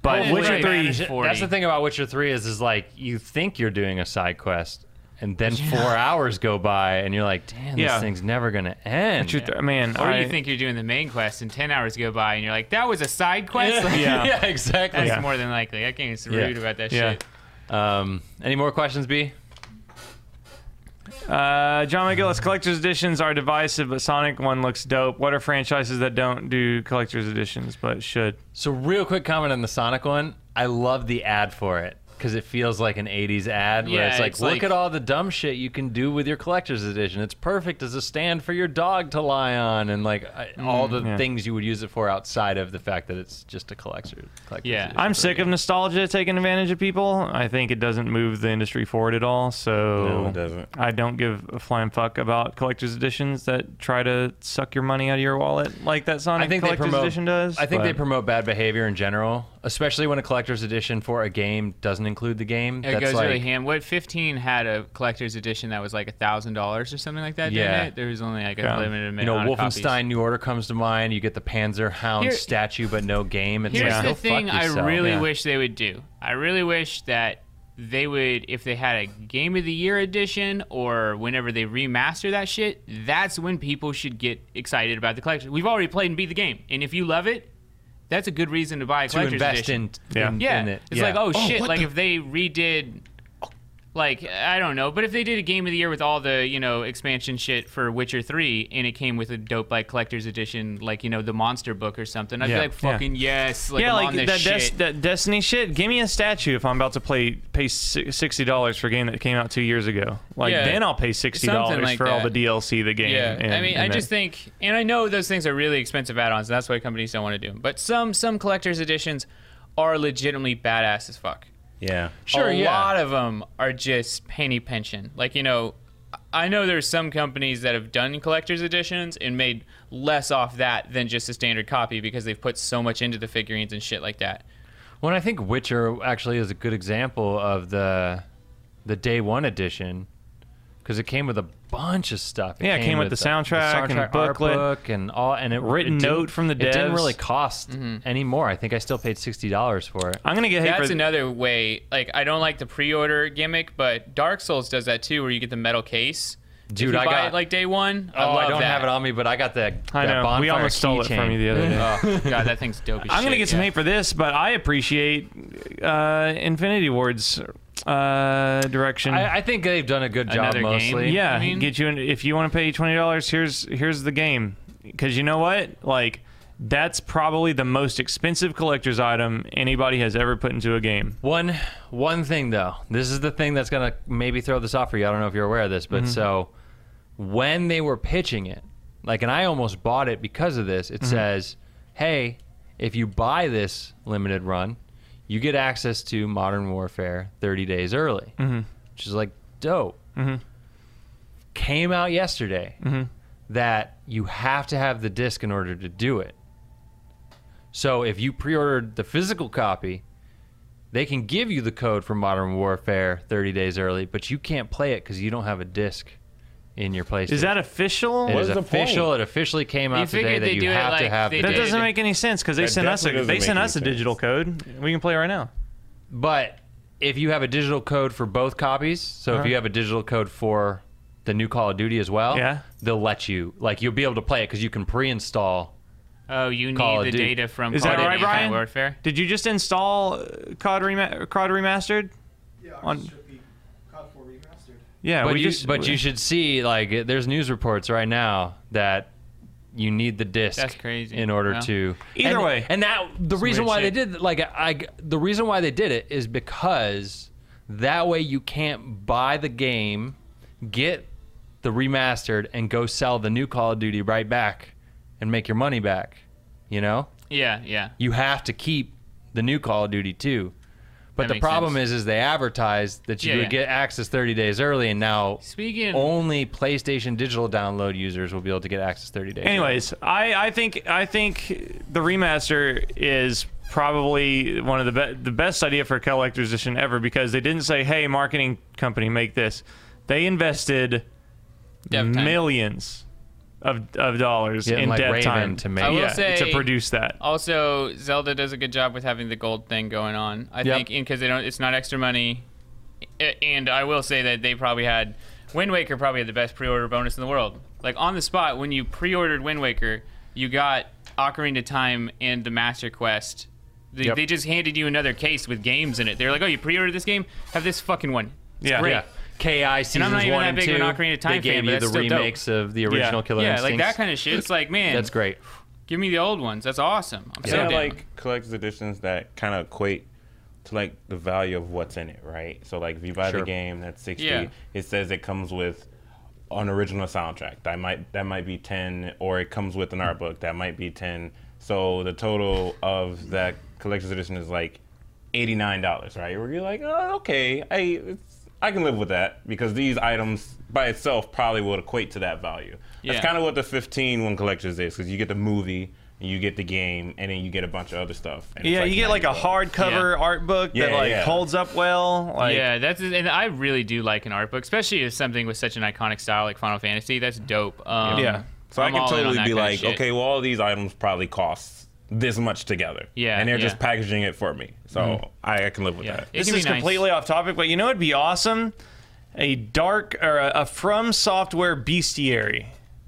[SPEAKER 1] But
[SPEAKER 3] Hopefully
[SPEAKER 1] Witcher
[SPEAKER 3] they
[SPEAKER 1] Three,
[SPEAKER 3] manage it. 40.
[SPEAKER 2] That's the thing about Witcher 3 is, is like you think you're doing a side quest, and then four hours go by, and you're like, "Damn,
[SPEAKER 1] Yeah.
[SPEAKER 2] this thing's never gonna end."
[SPEAKER 1] Truth- man,
[SPEAKER 3] Or
[SPEAKER 1] I,
[SPEAKER 3] you think you're doing the main quest and 10 hours go by and you're like, that was a side quest?
[SPEAKER 2] Yeah,
[SPEAKER 3] [laughs] Like,
[SPEAKER 1] [laughs] [laughs]
[SPEAKER 2] yeah.
[SPEAKER 1] Yeah.
[SPEAKER 2] exactly.
[SPEAKER 3] That's more than likely. I can't even
[SPEAKER 2] Yeah.
[SPEAKER 3] rude about that
[SPEAKER 1] Yeah.
[SPEAKER 3] shit.
[SPEAKER 2] Um, any more questions, B?
[SPEAKER 1] Uh, John McGillis, collector's editions are divisive, but Sonic one looks dope. What are franchises that don't do collector's editions but should?
[SPEAKER 2] So, real quick comment on the Sonic one. I love the ad for it because it feels like an 80s ad where
[SPEAKER 3] Yeah,
[SPEAKER 2] it's like,
[SPEAKER 3] it's
[SPEAKER 2] look
[SPEAKER 3] like-
[SPEAKER 2] at all the dumb shit you can do with your collector's edition. It's perfect as a stand for your dog to lie on and like I-
[SPEAKER 3] Mm,
[SPEAKER 2] all the
[SPEAKER 1] yeah.
[SPEAKER 2] things you would use it for outside of the fact that it's just a collector. collector's
[SPEAKER 3] Yeah.
[SPEAKER 2] edition
[SPEAKER 1] I'm
[SPEAKER 2] for a
[SPEAKER 1] sick of
[SPEAKER 2] game.
[SPEAKER 1] nostalgia taking advantage of people. I think it doesn't move the industry forward at all. So
[SPEAKER 4] No, it doesn't.
[SPEAKER 1] I don't give a flying fuck about collector's editions that try to suck your money out of your wallet like that Sonic
[SPEAKER 2] I think they
[SPEAKER 1] collector's
[SPEAKER 2] promote.
[SPEAKER 1] edition does.
[SPEAKER 2] I think
[SPEAKER 1] but-
[SPEAKER 2] they promote bad behavior in general, especially when a collector's edition for a game doesn't include the game.
[SPEAKER 3] It
[SPEAKER 2] That's
[SPEAKER 3] goes
[SPEAKER 2] like,
[SPEAKER 3] really ham. What 15 had a collector's edition that was like a thousand dollars or something like that? didn't
[SPEAKER 2] Yeah.
[SPEAKER 3] it? there was only like a
[SPEAKER 1] Yeah.
[SPEAKER 3] limited amount.
[SPEAKER 2] Um, You know,
[SPEAKER 3] of copies.
[SPEAKER 2] Wolfenstein New Order comes to mind. You get the Panzer Hound
[SPEAKER 3] Here-
[SPEAKER 2] statue, but no game. It's
[SPEAKER 3] Here's
[SPEAKER 2] like,
[SPEAKER 3] the
[SPEAKER 2] go
[SPEAKER 3] thing
[SPEAKER 2] fuck
[SPEAKER 3] I
[SPEAKER 2] yourself.
[SPEAKER 3] really
[SPEAKER 1] Yeah.
[SPEAKER 3] wish they would do. I really wish that they would, if they had a Game of the Year edition or whenever they remaster that shit, that's when people should get excited about the collection. We've already played and beat the game, and if you love it, that's a good reason to buy a
[SPEAKER 2] to
[SPEAKER 3] collector's
[SPEAKER 2] invest
[SPEAKER 3] edition.
[SPEAKER 2] in,
[SPEAKER 1] Yeah.
[SPEAKER 2] in,
[SPEAKER 3] Yeah,
[SPEAKER 2] in it.
[SPEAKER 3] it's
[SPEAKER 2] Yeah.
[SPEAKER 3] like oh, shit, like if they redid. Like I don't know, but if they did a game of the year with all the you know expansion shit for Witcher three, and it came with a dope like collector's edition, like you know the monster book or something, I'd
[SPEAKER 1] Yeah.
[SPEAKER 3] be like
[SPEAKER 1] Yeah.
[SPEAKER 3] fucking yes, like
[SPEAKER 1] yeah,
[SPEAKER 3] I'm
[SPEAKER 1] like
[SPEAKER 3] on this
[SPEAKER 1] that,
[SPEAKER 3] shit.
[SPEAKER 1] Des- that Destiny shit. Give me a statue if I'm about to play pay si- sixty dollars for a game that came out two years ago. Like
[SPEAKER 3] Yeah.
[SPEAKER 1] then I'll pay sixty dollars
[SPEAKER 3] Something like
[SPEAKER 1] for all
[SPEAKER 3] that.
[SPEAKER 1] the DLC the game.
[SPEAKER 3] Yeah,
[SPEAKER 1] and-
[SPEAKER 3] I mean,
[SPEAKER 1] and
[SPEAKER 3] I
[SPEAKER 1] then-
[SPEAKER 3] just think, and I know those things are really expensive add-ons, and that's why companies don't want to do them. But some some collectors editions are legitimately badass as fuck.
[SPEAKER 4] Yeah.
[SPEAKER 3] Sure, a lot of them are just penny pension. Like you know, I know there's some companies that have done collectors editions and made less off that than just a standard copy because they've put so much into the figurines and shit like that.
[SPEAKER 2] Well, and I think Witcher actually is a good example of the the day one edition because it came with a bunch of stuff.
[SPEAKER 1] Yeah, it came with the soundtrack and
[SPEAKER 2] art
[SPEAKER 1] booklet.
[SPEAKER 2] book and all, and it
[SPEAKER 1] Written
[SPEAKER 2] it didn't-
[SPEAKER 1] note from the
[SPEAKER 2] It didn't
[SPEAKER 1] devs.
[SPEAKER 2] really cost
[SPEAKER 3] Mm-hmm.
[SPEAKER 2] anymore. any more. I think I still paid sixty dollars for it.
[SPEAKER 1] I'm gonna get hate
[SPEAKER 3] That's
[SPEAKER 1] for
[SPEAKER 3] another way. Like I don't like the pre-order gimmick, but Dark Souls does that too, where you get the metal case. If
[SPEAKER 2] Dude,
[SPEAKER 3] you
[SPEAKER 2] I
[SPEAKER 3] buy
[SPEAKER 2] got-
[SPEAKER 3] it like day one.
[SPEAKER 2] oh, I
[SPEAKER 3] love
[SPEAKER 2] don't
[SPEAKER 3] that.
[SPEAKER 2] have it on me, but I got that.
[SPEAKER 1] I
[SPEAKER 2] that
[SPEAKER 1] know. We
[SPEAKER 2] bonfire
[SPEAKER 1] almost stole it
[SPEAKER 2] keychain.
[SPEAKER 1] from you the
[SPEAKER 2] [laughs]
[SPEAKER 1] other day.
[SPEAKER 3] [laughs] Oh god, that thing's dope. As
[SPEAKER 1] I'm gonna
[SPEAKER 3] shit,
[SPEAKER 1] get some
[SPEAKER 3] yeah.
[SPEAKER 1] hate for this, but I appreciate uh, Infinity Ward's uh, direction.
[SPEAKER 2] I, I think they've done a good job
[SPEAKER 3] Another game?
[SPEAKER 2] mostly.
[SPEAKER 1] yeah,
[SPEAKER 3] I mean-
[SPEAKER 1] get you. An, if you want to pay twenty dollars, here's here's the game. Because you know what, like that's probably the most expensive collector's item anybody has ever put into a game.
[SPEAKER 2] One one thing though, this is the thing that's gonna maybe throw this off for you. I don't know if you're aware of this, but
[SPEAKER 3] Mm-hmm.
[SPEAKER 2] so when they were pitching it, like, and I almost bought it because of this.
[SPEAKER 3] Mm-hmm.
[SPEAKER 2] It says, "Hey, if you buy this limited run, you get access to Modern Warfare 30 days early," which is like dope. Came out yesterday that you have to have the disc in order to do it. So if you pre-ordered the physical copy, they can give you the code for Modern Warfare 30 days early, but you can't play it because you don't have a disc in your PlayStation.
[SPEAKER 1] Is that official?
[SPEAKER 2] It
[SPEAKER 4] What
[SPEAKER 2] is
[SPEAKER 4] is the
[SPEAKER 2] official. It officially came
[SPEAKER 3] They
[SPEAKER 2] out today
[SPEAKER 3] figured
[SPEAKER 2] that
[SPEAKER 3] they
[SPEAKER 2] you
[SPEAKER 3] do it
[SPEAKER 2] have to
[SPEAKER 3] like
[SPEAKER 2] have.
[SPEAKER 3] they
[SPEAKER 2] The
[SPEAKER 1] That
[SPEAKER 3] did.
[SPEAKER 2] disc.
[SPEAKER 1] doesn't make any sense because they
[SPEAKER 4] That
[SPEAKER 1] sent us a
[SPEAKER 4] definitely
[SPEAKER 1] they
[SPEAKER 4] doesn't
[SPEAKER 1] sent
[SPEAKER 4] make
[SPEAKER 1] us a
[SPEAKER 4] any
[SPEAKER 1] digital code. We can play right now.
[SPEAKER 2] But if you have a digital code for both copies, so if you have a digital code for the new Call of Duty as well,
[SPEAKER 1] Yeah.
[SPEAKER 2] they'll let you. Like you'll be able to play it because you can pre-install.
[SPEAKER 3] Oh, you need
[SPEAKER 2] Call of
[SPEAKER 3] the
[SPEAKER 2] Duty.
[SPEAKER 3] data from
[SPEAKER 1] Is
[SPEAKER 2] Oh,
[SPEAKER 3] Call
[SPEAKER 1] that
[SPEAKER 3] of
[SPEAKER 1] right,
[SPEAKER 3] Duty Infinite
[SPEAKER 1] Brian?
[SPEAKER 3] Warfare.
[SPEAKER 1] Did you just install uh, COD, rema- COD remastered?
[SPEAKER 5] Yeah, ours
[SPEAKER 1] On-
[SPEAKER 5] should be COD 4 remastered.
[SPEAKER 1] Yeah,
[SPEAKER 2] But
[SPEAKER 1] we
[SPEAKER 2] you,
[SPEAKER 1] just.
[SPEAKER 2] but
[SPEAKER 1] [laughs]
[SPEAKER 2] you should see like it- there's news reports right now that you need the disc
[SPEAKER 3] That's crazy.
[SPEAKER 2] in order
[SPEAKER 3] Wow.
[SPEAKER 2] to
[SPEAKER 1] Either
[SPEAKER 2] and-
[SPEAKER 1] way.
[SPEAKER 2] and that the reason
[SPEAKER 3] weird
[SPEAKER 2] why
[SPEAKER 3] shit.
[SPEAKER 2] they did like I the reason why they did it is because that way you can't buy the game get the remastered and go sell the new Call of Duty right back and make your money back you know
[SPEAKER 3] Yeah, yeah.
[SPEAKER 2] you have to keep the new Call of Duty too but
[SPEAKER 3] That
[SPEAKER 2] the
[SPEAKER 3] makes
[SPEAKER 2] problem
[SPEAKER 3] sense.
[SPEAKER 2] is is they advertised that you
[SPEAKER 3] Yeah,
[SPEAKER 2] would
[SPEAKER 3] yeah.
[SPEAKER 2] get access 30 days early and now
[SPEAKER 3] Speaking.
[SPEAKER 2] only PlayStation digital download users will be able to get access 30 days.
[SPEAKER 1] Anyways, I, I think I think the remaster is probably one of the be- the best idea for a collector's edition ever because they didn't say, "Hey, marketing company, make this." They invested
[SPEAKER 3] Dev time.
[SPEAKER 1] millions of, of dollars
[SPEAKER 2] Getting
[SPEAKER 1] in
[SPEAKER 2] like
[SPEAKER 1] dev
[SPEAKER 2] Raven
[SPEAKER 1] time
[SPEAKER 2] to make-
[SPEAKER 3] I will
[SPEAKER 1] yeah, to
[SPEAKER 3] say-
[SPEAKER 1] produce that.
[SPEAKER 3] Also, Zelda does a good job with having the gold thing going on. I
[SPEAKER 2] Yep.
[SPEAKER 3] think because they don't, it's not extra money, a- and I will say that they probably had Wind Waker probably had the best pre-order bonus in the world. Like on the spot when you pre-ordered Wind Waker, you got Ocarina of Time and the Master Quest. They,
[SPEAKER 2] Yep.
[SPEAKER 3] they just handed you another case with games in it. They're like, "Oh, you pre-ordered this game? Have this fucking one." It's
[SPEAKER 1] Yeah.
[SPEAKER 3] great.
[SPEAKER 1] Yeah.
[SPEAKER 2] KI seasons
[SPEAKER 3] I'm not even
[SPEAKER 2] one
[SPEAKER 3] that
[SPEAKER 2] and
[SPEAKER 3] big
[SPEAKER 2] two.
[SPEAKER 3] of an Ocarina of Time
[SPEAKER 2] they gave
[SPEAKER 3] fan,
[SPEAKER 2] you
[SPEAKER 3] but that's
[SPEAKER 2] the
[SPEAKER 3] still dope.
[SPEAKER 2] remakes of the original Killer
[SPEAKER 3] Yeah,
[SPEAKER 2] Instincts.
[SPEAKER 3] like that kind of shit. It's like, man,
[SPEAKER 2] That's great.
[SPEAKER 3] Give me the old ones. That's awesome. I'm so
[SPEAKER 4] yeah,
[SPEAKER 3] down.
[SPEAKER 4] like collector's editions that kind of equate to like the value of what's in it, right? So like if you buy
[SPEAKER 2] Sure.
[SPEAKER 4] the game that's sixty,
[SPEAKER 3] Yeah.
[SPEAKER 4] it says it comes with an original soundtrack that might that might be ten, or it comes with an art book that might be ten. So the total of that collector's edition is like eighty nine dollars, right? Where you're like, oh, okay, I it's, I can live with that because these items by itself probably would equate to that value.
[SPEAKER 3] Yeah.
[SPEAKER 4] That's kind of what the 15 one collectors is because you get the movie, and you get the game, and then you get a bunch of other stuff. and it's
[SPEAKER 1] Yeah, you get like a
[SPEAKER 4] $90.
[SPEAKER 1] hardcover art book that
[SPEAKER 4] Yeah,
[SPEAKER 1] like
[SPEAKER 4] yeah.
[SPEAKER 1] holds up well. Like,
[SPEAKER 3] yeah, that's and I really do like an art book, especially if something with such an iconic style like Final Fantasy. That's dope. Um,
[SPEAKER 1] Yeah.
[SPEAKER 4] So
[SPEAKER 3] I'm
[SPEAKER 4] i can
[SPEAKER 3] all in on
[SPEAKER 4] totally
[SPEAKER 3] that
[SPEAKER 4] be
[SPEAKER 3] kinda
[SPEAKER 4] like,
[SPEAKER 3] shit.
[SPEAKER 4] okay, well, all these items probably cost this much together.
[SPEAKER 3] Yeah,
[SPEAKER 4] And they're
[SPEAKER 3] yeah. Mm-hmm.
[SPEAKER 4] just packaging it for me. So I, I can live with
[SPEAKER 3] Yeah.
[SPEAKER 4] that.
[SPEAKER 3] It
[SPEAKER 1] this
[SPEAKER 3] can be
[SPEAKER 1] is
[SPEAKER 3] nice.
[SPEAKER 1] completely off topic, but you know it'd be awesome? A dark or a, a from software bestiary.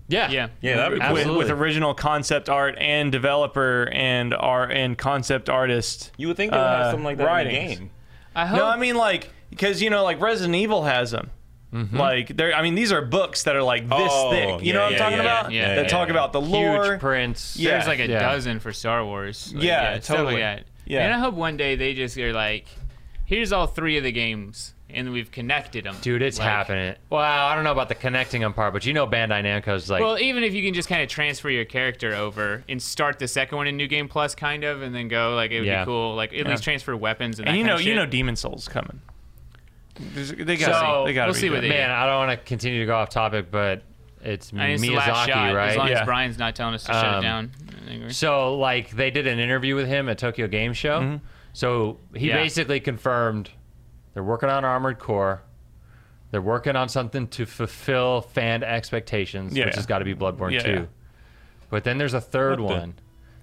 [SPEAKER 2] yeah.
[SPEAKER 3] yeah,
[SPEAKER 4] Yeah, that'd be
[SPEAKER 1] With,
[SPEAKER 4] cool.
[SPEAKER 2] Absolutely.
[SPEAKER 1] with original concept art and developer and art and concept artist.
[SPEAKER 4] You would think they would have
[SPEAKER 1] Uh,
[SPEAKER 4] something like that in the
[SPEAKER 1] writings.
[SPEAKER 4] game.
[SPEAKER 3] I hope.
[SPEAKER 1] No, I mean like because you know like Resident Evil has them.
[SPEAKER 3] Mm-hmm.
[SPEAKER 1] Like there, I mean these are books that are like this
[SPEAKER 4] Oh,
[SPEAKER 1] thick. You
[SPEAKER 4] yeah,
[SPEAKER 1] know what I'm
[SPEAKER 4] yeah,
[SPEAKER 1] talking
[SPEAKER 4] yeah,
[SPEAKER 1] about?
[SPEAKER 3] yeah,
[SPEAKER 1] that
[SPEAKER 3] yeah,
[SPEAKER 1] talk
[SPEAKER 4] yeah.
[SPEAKER 1] about the lore.
[SPEAKER 2] Huge prints.
[SPEAKER 1] Yeah.
[SPEAKER 3] there's like a
[SPEAKER 2] Yeah.
[SPEAKER 3] dozen for Star Wars. Like,
[SPEAKER 1] Yeah,
[SPEAKER 3] stuff like
[SPEAKER 1] totally.
[SPEAKER 3] that.
[SPEAKER 1] Yeah.
[SPEAKER 3] and I hope one day they just are like, here's all three of the games, and we've connected them.
[SPEAKER 2] Dude, it's
[SPEAKER 3] Like-
[SPEAKER 2] happening. Well, I don't know about the connecting them part, but you know Bandai Namco's like,
[SPEAKER 3] Well, even if you can just kind of transfer your character over and start the second one in New Game Plus, kind of, and then go like it would
[SPEAKER 2] Yeah.
[SPEAKER 3] be cool. Like at least transfer weapons and,
[SPEAKER 1] and
[SPEAKER 3] that
[SPEAKER 1] you
[SPEAKER 3] kind
[SPEAKER 1] know,
[SPEAKER 3] of
[SPEAKER 1] you
[SPEAKER 3] shit.
[SPEAKER 1] know, Demon Souls coming. There's- They got.
[SPEAKER 3] So,
[SPEAKER 1] they got.
[SPEAKER 3] we'll see what they-
[SPEAKER 2] man, I don't want to continue to go off topic, but it's
[SPEAKER 3] I mean, it's the last
[SPEAKER 2] Miyazaki,
[SPEAKER 3] shot.
[SPEAKER 2] right?
[SPEAKER 3] As long
[SPEAKER 1] Yeah.
[SPEAKER 3] as Brian's not telling us to shut it
[SPEAKER 2] Um,
[SPEAKER 3] down. I think we're-
[SPEAKER 2] So, like, they did an interview with him at Tokyo Game Show. So he
[SPEAKER 3] Yeah.
[SPEAKER 2] basically confirmed they're working on Armored Core. They're working on something to fulfill fan expectations,
[SPEAKER 1] Yeah.
[SPEAKER 2] which has got to be Bloodborne
[SPEAKER 1] Yeah,
[SPEAKER 2] 2.
[SPEAKER 1] yeah.
[SPEAKER 2] But then there's a third
[SPEAKER 4] What the-
[SPEAKER 2] one.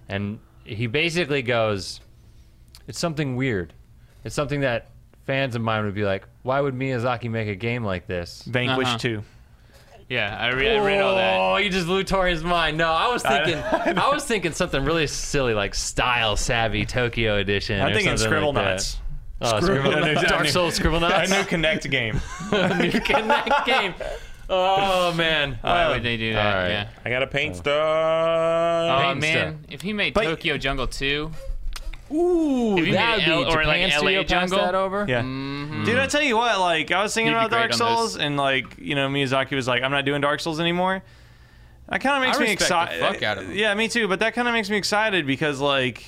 [SPEAKER 2] And he basically goes, it's something weird. It's something that fans of mine would be like, why would Miyazaki make a game like this?
[SPEAKER 1] Vanquish
[SPEAKER 3] Uh-huh.
[SPEAKER 1] two.
[SPEAKER 3] yeah, I, re- I read all that.
[SPEAKER 2] Oh, you just blew Tori's mind. No, I was
[SPEAKER 1] I-
[SPEAKER 2] thinking, [laughs] I, was thinking something really silly like Style Savvy Tokyo Edition.
[SPEAKER 1] I'm
[SPEAKER 2] or
[SPEAKER 1] thinking
[SPEAKER 2] something
[SPEAKER 1] Scribble
[SPEAKER 2] like that.
[SPEAKER 1] Nuts.
[SPEAKER 2] Oh, Scribble
[SPEAKER 1] I knew-
[SPEAKER 2] Nuts.
[SPEAKER 1] I
[SPEAKER 2] Dark
[SPEAKER 1] knew-
[SPEAKER 2] Souls Scribble
[SPEAKER 1] I
[SPEAKER 2] Nuts. [laughs]
[SPEAKER 1] know Connect
[SPEAKER 3] [laughs]
[SPEAKER 1] game.
[SPEAKER 2] New [laughs] Connect game. Oh man.
[SPEAKER 3] Why would they do that?
[SPEAKER 2] Alright.
[SPEAKER 3] Yeah.
[SPEAKER 4] I got a paint stuff.
[SPEAKER 3] Oh
[SPEAKER 2] Paint
[SPEAKER 3] man, if he made
[SPEAKER 1] But-
[SPEAKER 3] Tokyo Jungle 2,
[SPEAKER 2] Ooh,
[SPEAKER 3] If you
[SPEAKER 2] that
[SPEAKER 3] made
[SPEAKER 2] would be
[SPEAKER 3] L- or, like,
[SPEAKER 2] Japan
[SPEAKER 3] LA
[SPEAKER 2] Studio pass
[SPEAKER 3] Jungle?
[SPEAKER 2] that over.
[SPEAKER 1] Yeah. Dude, I tell you what, like I was thinking
[SPEAKER 3] Mm-hmm. You'd be
[SPEAKER 1] about Dark
[SPEAKER 3] great on
[SPEAKER 1] Souls, and like you know Miyazaki was like, "I'm not doing Dark Souls anymore." That kind of makes
[SPEAKER 3] I
[SPEAKER 1] me
[SPEAKER 3] respect the
[SPEAKER 1] excited.
[SPEAKER 3] fuck out of him.
[SPEAKER 1] Yeah, me too. But that kind of makes me excited because, like,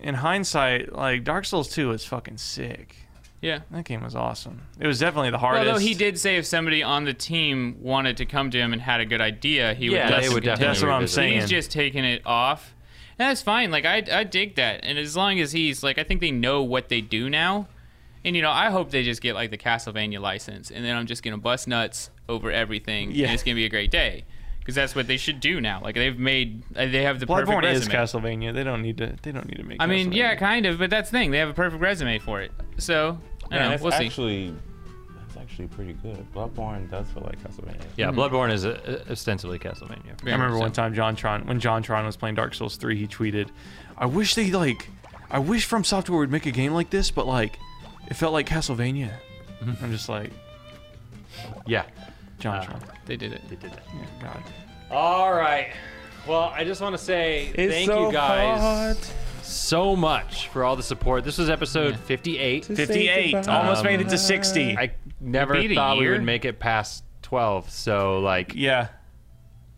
[SPEAKER 1] in hindsight, like Dark Souls Two was fucking sick.
[SPEAKER 3] yeah.
[SPEAKER 1] That game was awesome. It was definitely the hardest.
[SPEAKER 3] Although he did say if somebody on the team wanted to come to him and had a good idea, he
[SPEAKER 2] Yeah,
[SPEAKER 3] would. let
[SPEAKER 2] they
[SPEAKER 3] them
[SPEAKER 2] would
[SPEAKER 3] continue.
[SPEAKER 2] definitely.
[SPEAKER 1] That's what I'm
[SPEAKER 2] revisit
[SPEAKER 1] saying.
[SPEAKER 3] He's just taking it off. And that's fine. Like I, I dig that. And as long as he's like, I think they know what they do now. And you know, I hope they just get like the Castlevania license, and then I'm just gonna bust nuts over everything.
[SPEAKER 1] Yeah.
[SPEAKER 3] and it's gonna be a great day because that's what they should do now. Like they've made, uh, they have the perfect
[SPEAKER 1] Bloodborne is
[SPEAKER 3] resume.
[SPEAKER 1] Castlevania. They don't need to. They don't need to make.
[SPEAKER 3] I mean, yeah,
[SPEAKER 1] Castlevania.
[SPEAKER 3] kind of, but that's the thing. They have a perfect resume for it. So I
[SPEAKER 4] Man,
[SPEAKER 3] don't know.
[SPEAKER 4] that's
[SPEAKER 3] We'll see.
[SPEAKER 4] actually, that's actually pretty good. Bloodborne does feel like Castlevania.
[SPEAKER 2] Yeah, Bloodborne is uh, ostensibly Castlevania.
[SPEAKER 1] I remember
[SPEAKER 3] So-
[SPEAKER 1] one time John Tron when John Tron was playing Dark Souls 3, he tweeted, "I wish they like I wish From Software would make a game like this, but like it felt like Castlevania."
[SPEAKER 2] Mm-hmm.
[SPEAKER 1] I'm just like,
[SPEAKER 2] Yeah, Ah.
[SPEAKER 1] John Tron.
[SPEAKER 3] They did it.
[SPEAKER 2] they did that.
[SPEAKER 1] Yeah, God.
[SPEAKER 2] All right. Well, I just want to say thank you guys so much for all the support. This was episode 58.
[SPEAKER 1] 58. Almost made it to 60.
[SPEAKER 2] Um, I never
[SPEAKER 3] beat a
[SPEAKER 2] thought we
[SPEAKER 3] year.
[SPEAKER 2] would make it past 12. So, like,
[SPEAKER 1] yeah.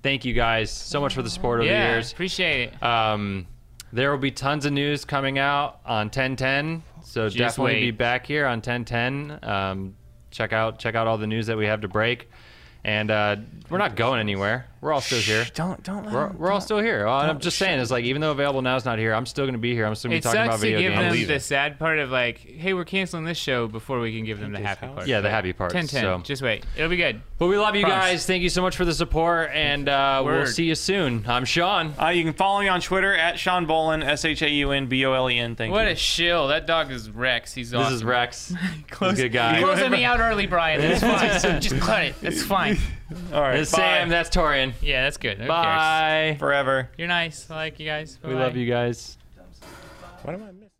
[SPEAKER 2] thank you guys so much for the support over
[SPEAKER 3] yeah,
[SPEAKER 2] the years.
[SPEAKER 3] appreciate it.
[SPEAKER 2] Um, there will be tons of news coming out on 1010. So definitely
[SPEAKER 3] wait.
[SPEAKER 2] be back here on 1010. Um, check out check out all the news that we have to break. And uh, we're not going anywhere. We're all still here.
[SPEAKER 1] Don't don't. let
[SPEAKER 2] We're,
[SPEAKER 1] him-
[SPEAKER 2] we're all still here. Well, I'm
[SPEAKER 1] don't-
[SPEAKER 2] just saying, it's like even though available now is not here, I'm still going to be here. I'm still going
[SPEAKER 3] It
[SPEAKER 2] to be talking
[SPEAKER 3] sucks
[SPEAKER 2] about
[SPEAKER 3] to
[SPEAKER 2] video
[SPEAKER 3] give
[SPEAKER 2] games.
[SPEAKER 3] them the sad part of like, hey, we're canceling this show before we can give them the happy part.
[SPEAKER 2] yeah, the happy part.
[SPEAKER 3] 10 10.
[SPEAKER 2] So.
[SPEAKER 3] Just wait. It'll be good.
[SPEAKER 2] But we love you
[SPEAKER 3] Promise.
[SPEAKER 2] guys. Thank you so much for the support, and uh, we'll
[SPEAKER 3] Word.
[SPEAKER 2] see you soon. I'm Sean.
[SPEAKER 1] Uh, you can follow me on Twitter at Sean Bolin, S H A U N B O L E N. Thank
[SPEAKER 3] What
[SPEAKER 1] you.
[SPEAKER 3] a shill. That dog is Rex. He's
[SPEAKER 2] This
[SPEAKER 3] awesome.
[SPEAKER 2] is Rex.
[SPEAKER 3] Close,
[SPEAKER 2] He's a good
[SPEAKER 3] [laughs]
[SPEAKER 2] guy.
[SPEAKER 3] Closing me out early, Brian. It's
[SPEAKER 2] [laughs]
[SPEAKER 3] fine. Just cut it. It's fine.
[SPEAKER 1] all right,
[SPEAKER 2] That's
[SPEAKER 1] bye.
[SPEAKER 2] Sam. That's Torian.
[SPEAKER 3] Yeah, that's good. Who cares?
[SPEAKER 2] Bye.
[SPEAKER 1] forever.
[SPEAKER 3] You're nice. I like you guys.
[SPEAKER 2] We
[SPEAKER 3] Bye-bye.
[SPEAKER 2] love you guys.
[SPEAKER 4] What am I missing?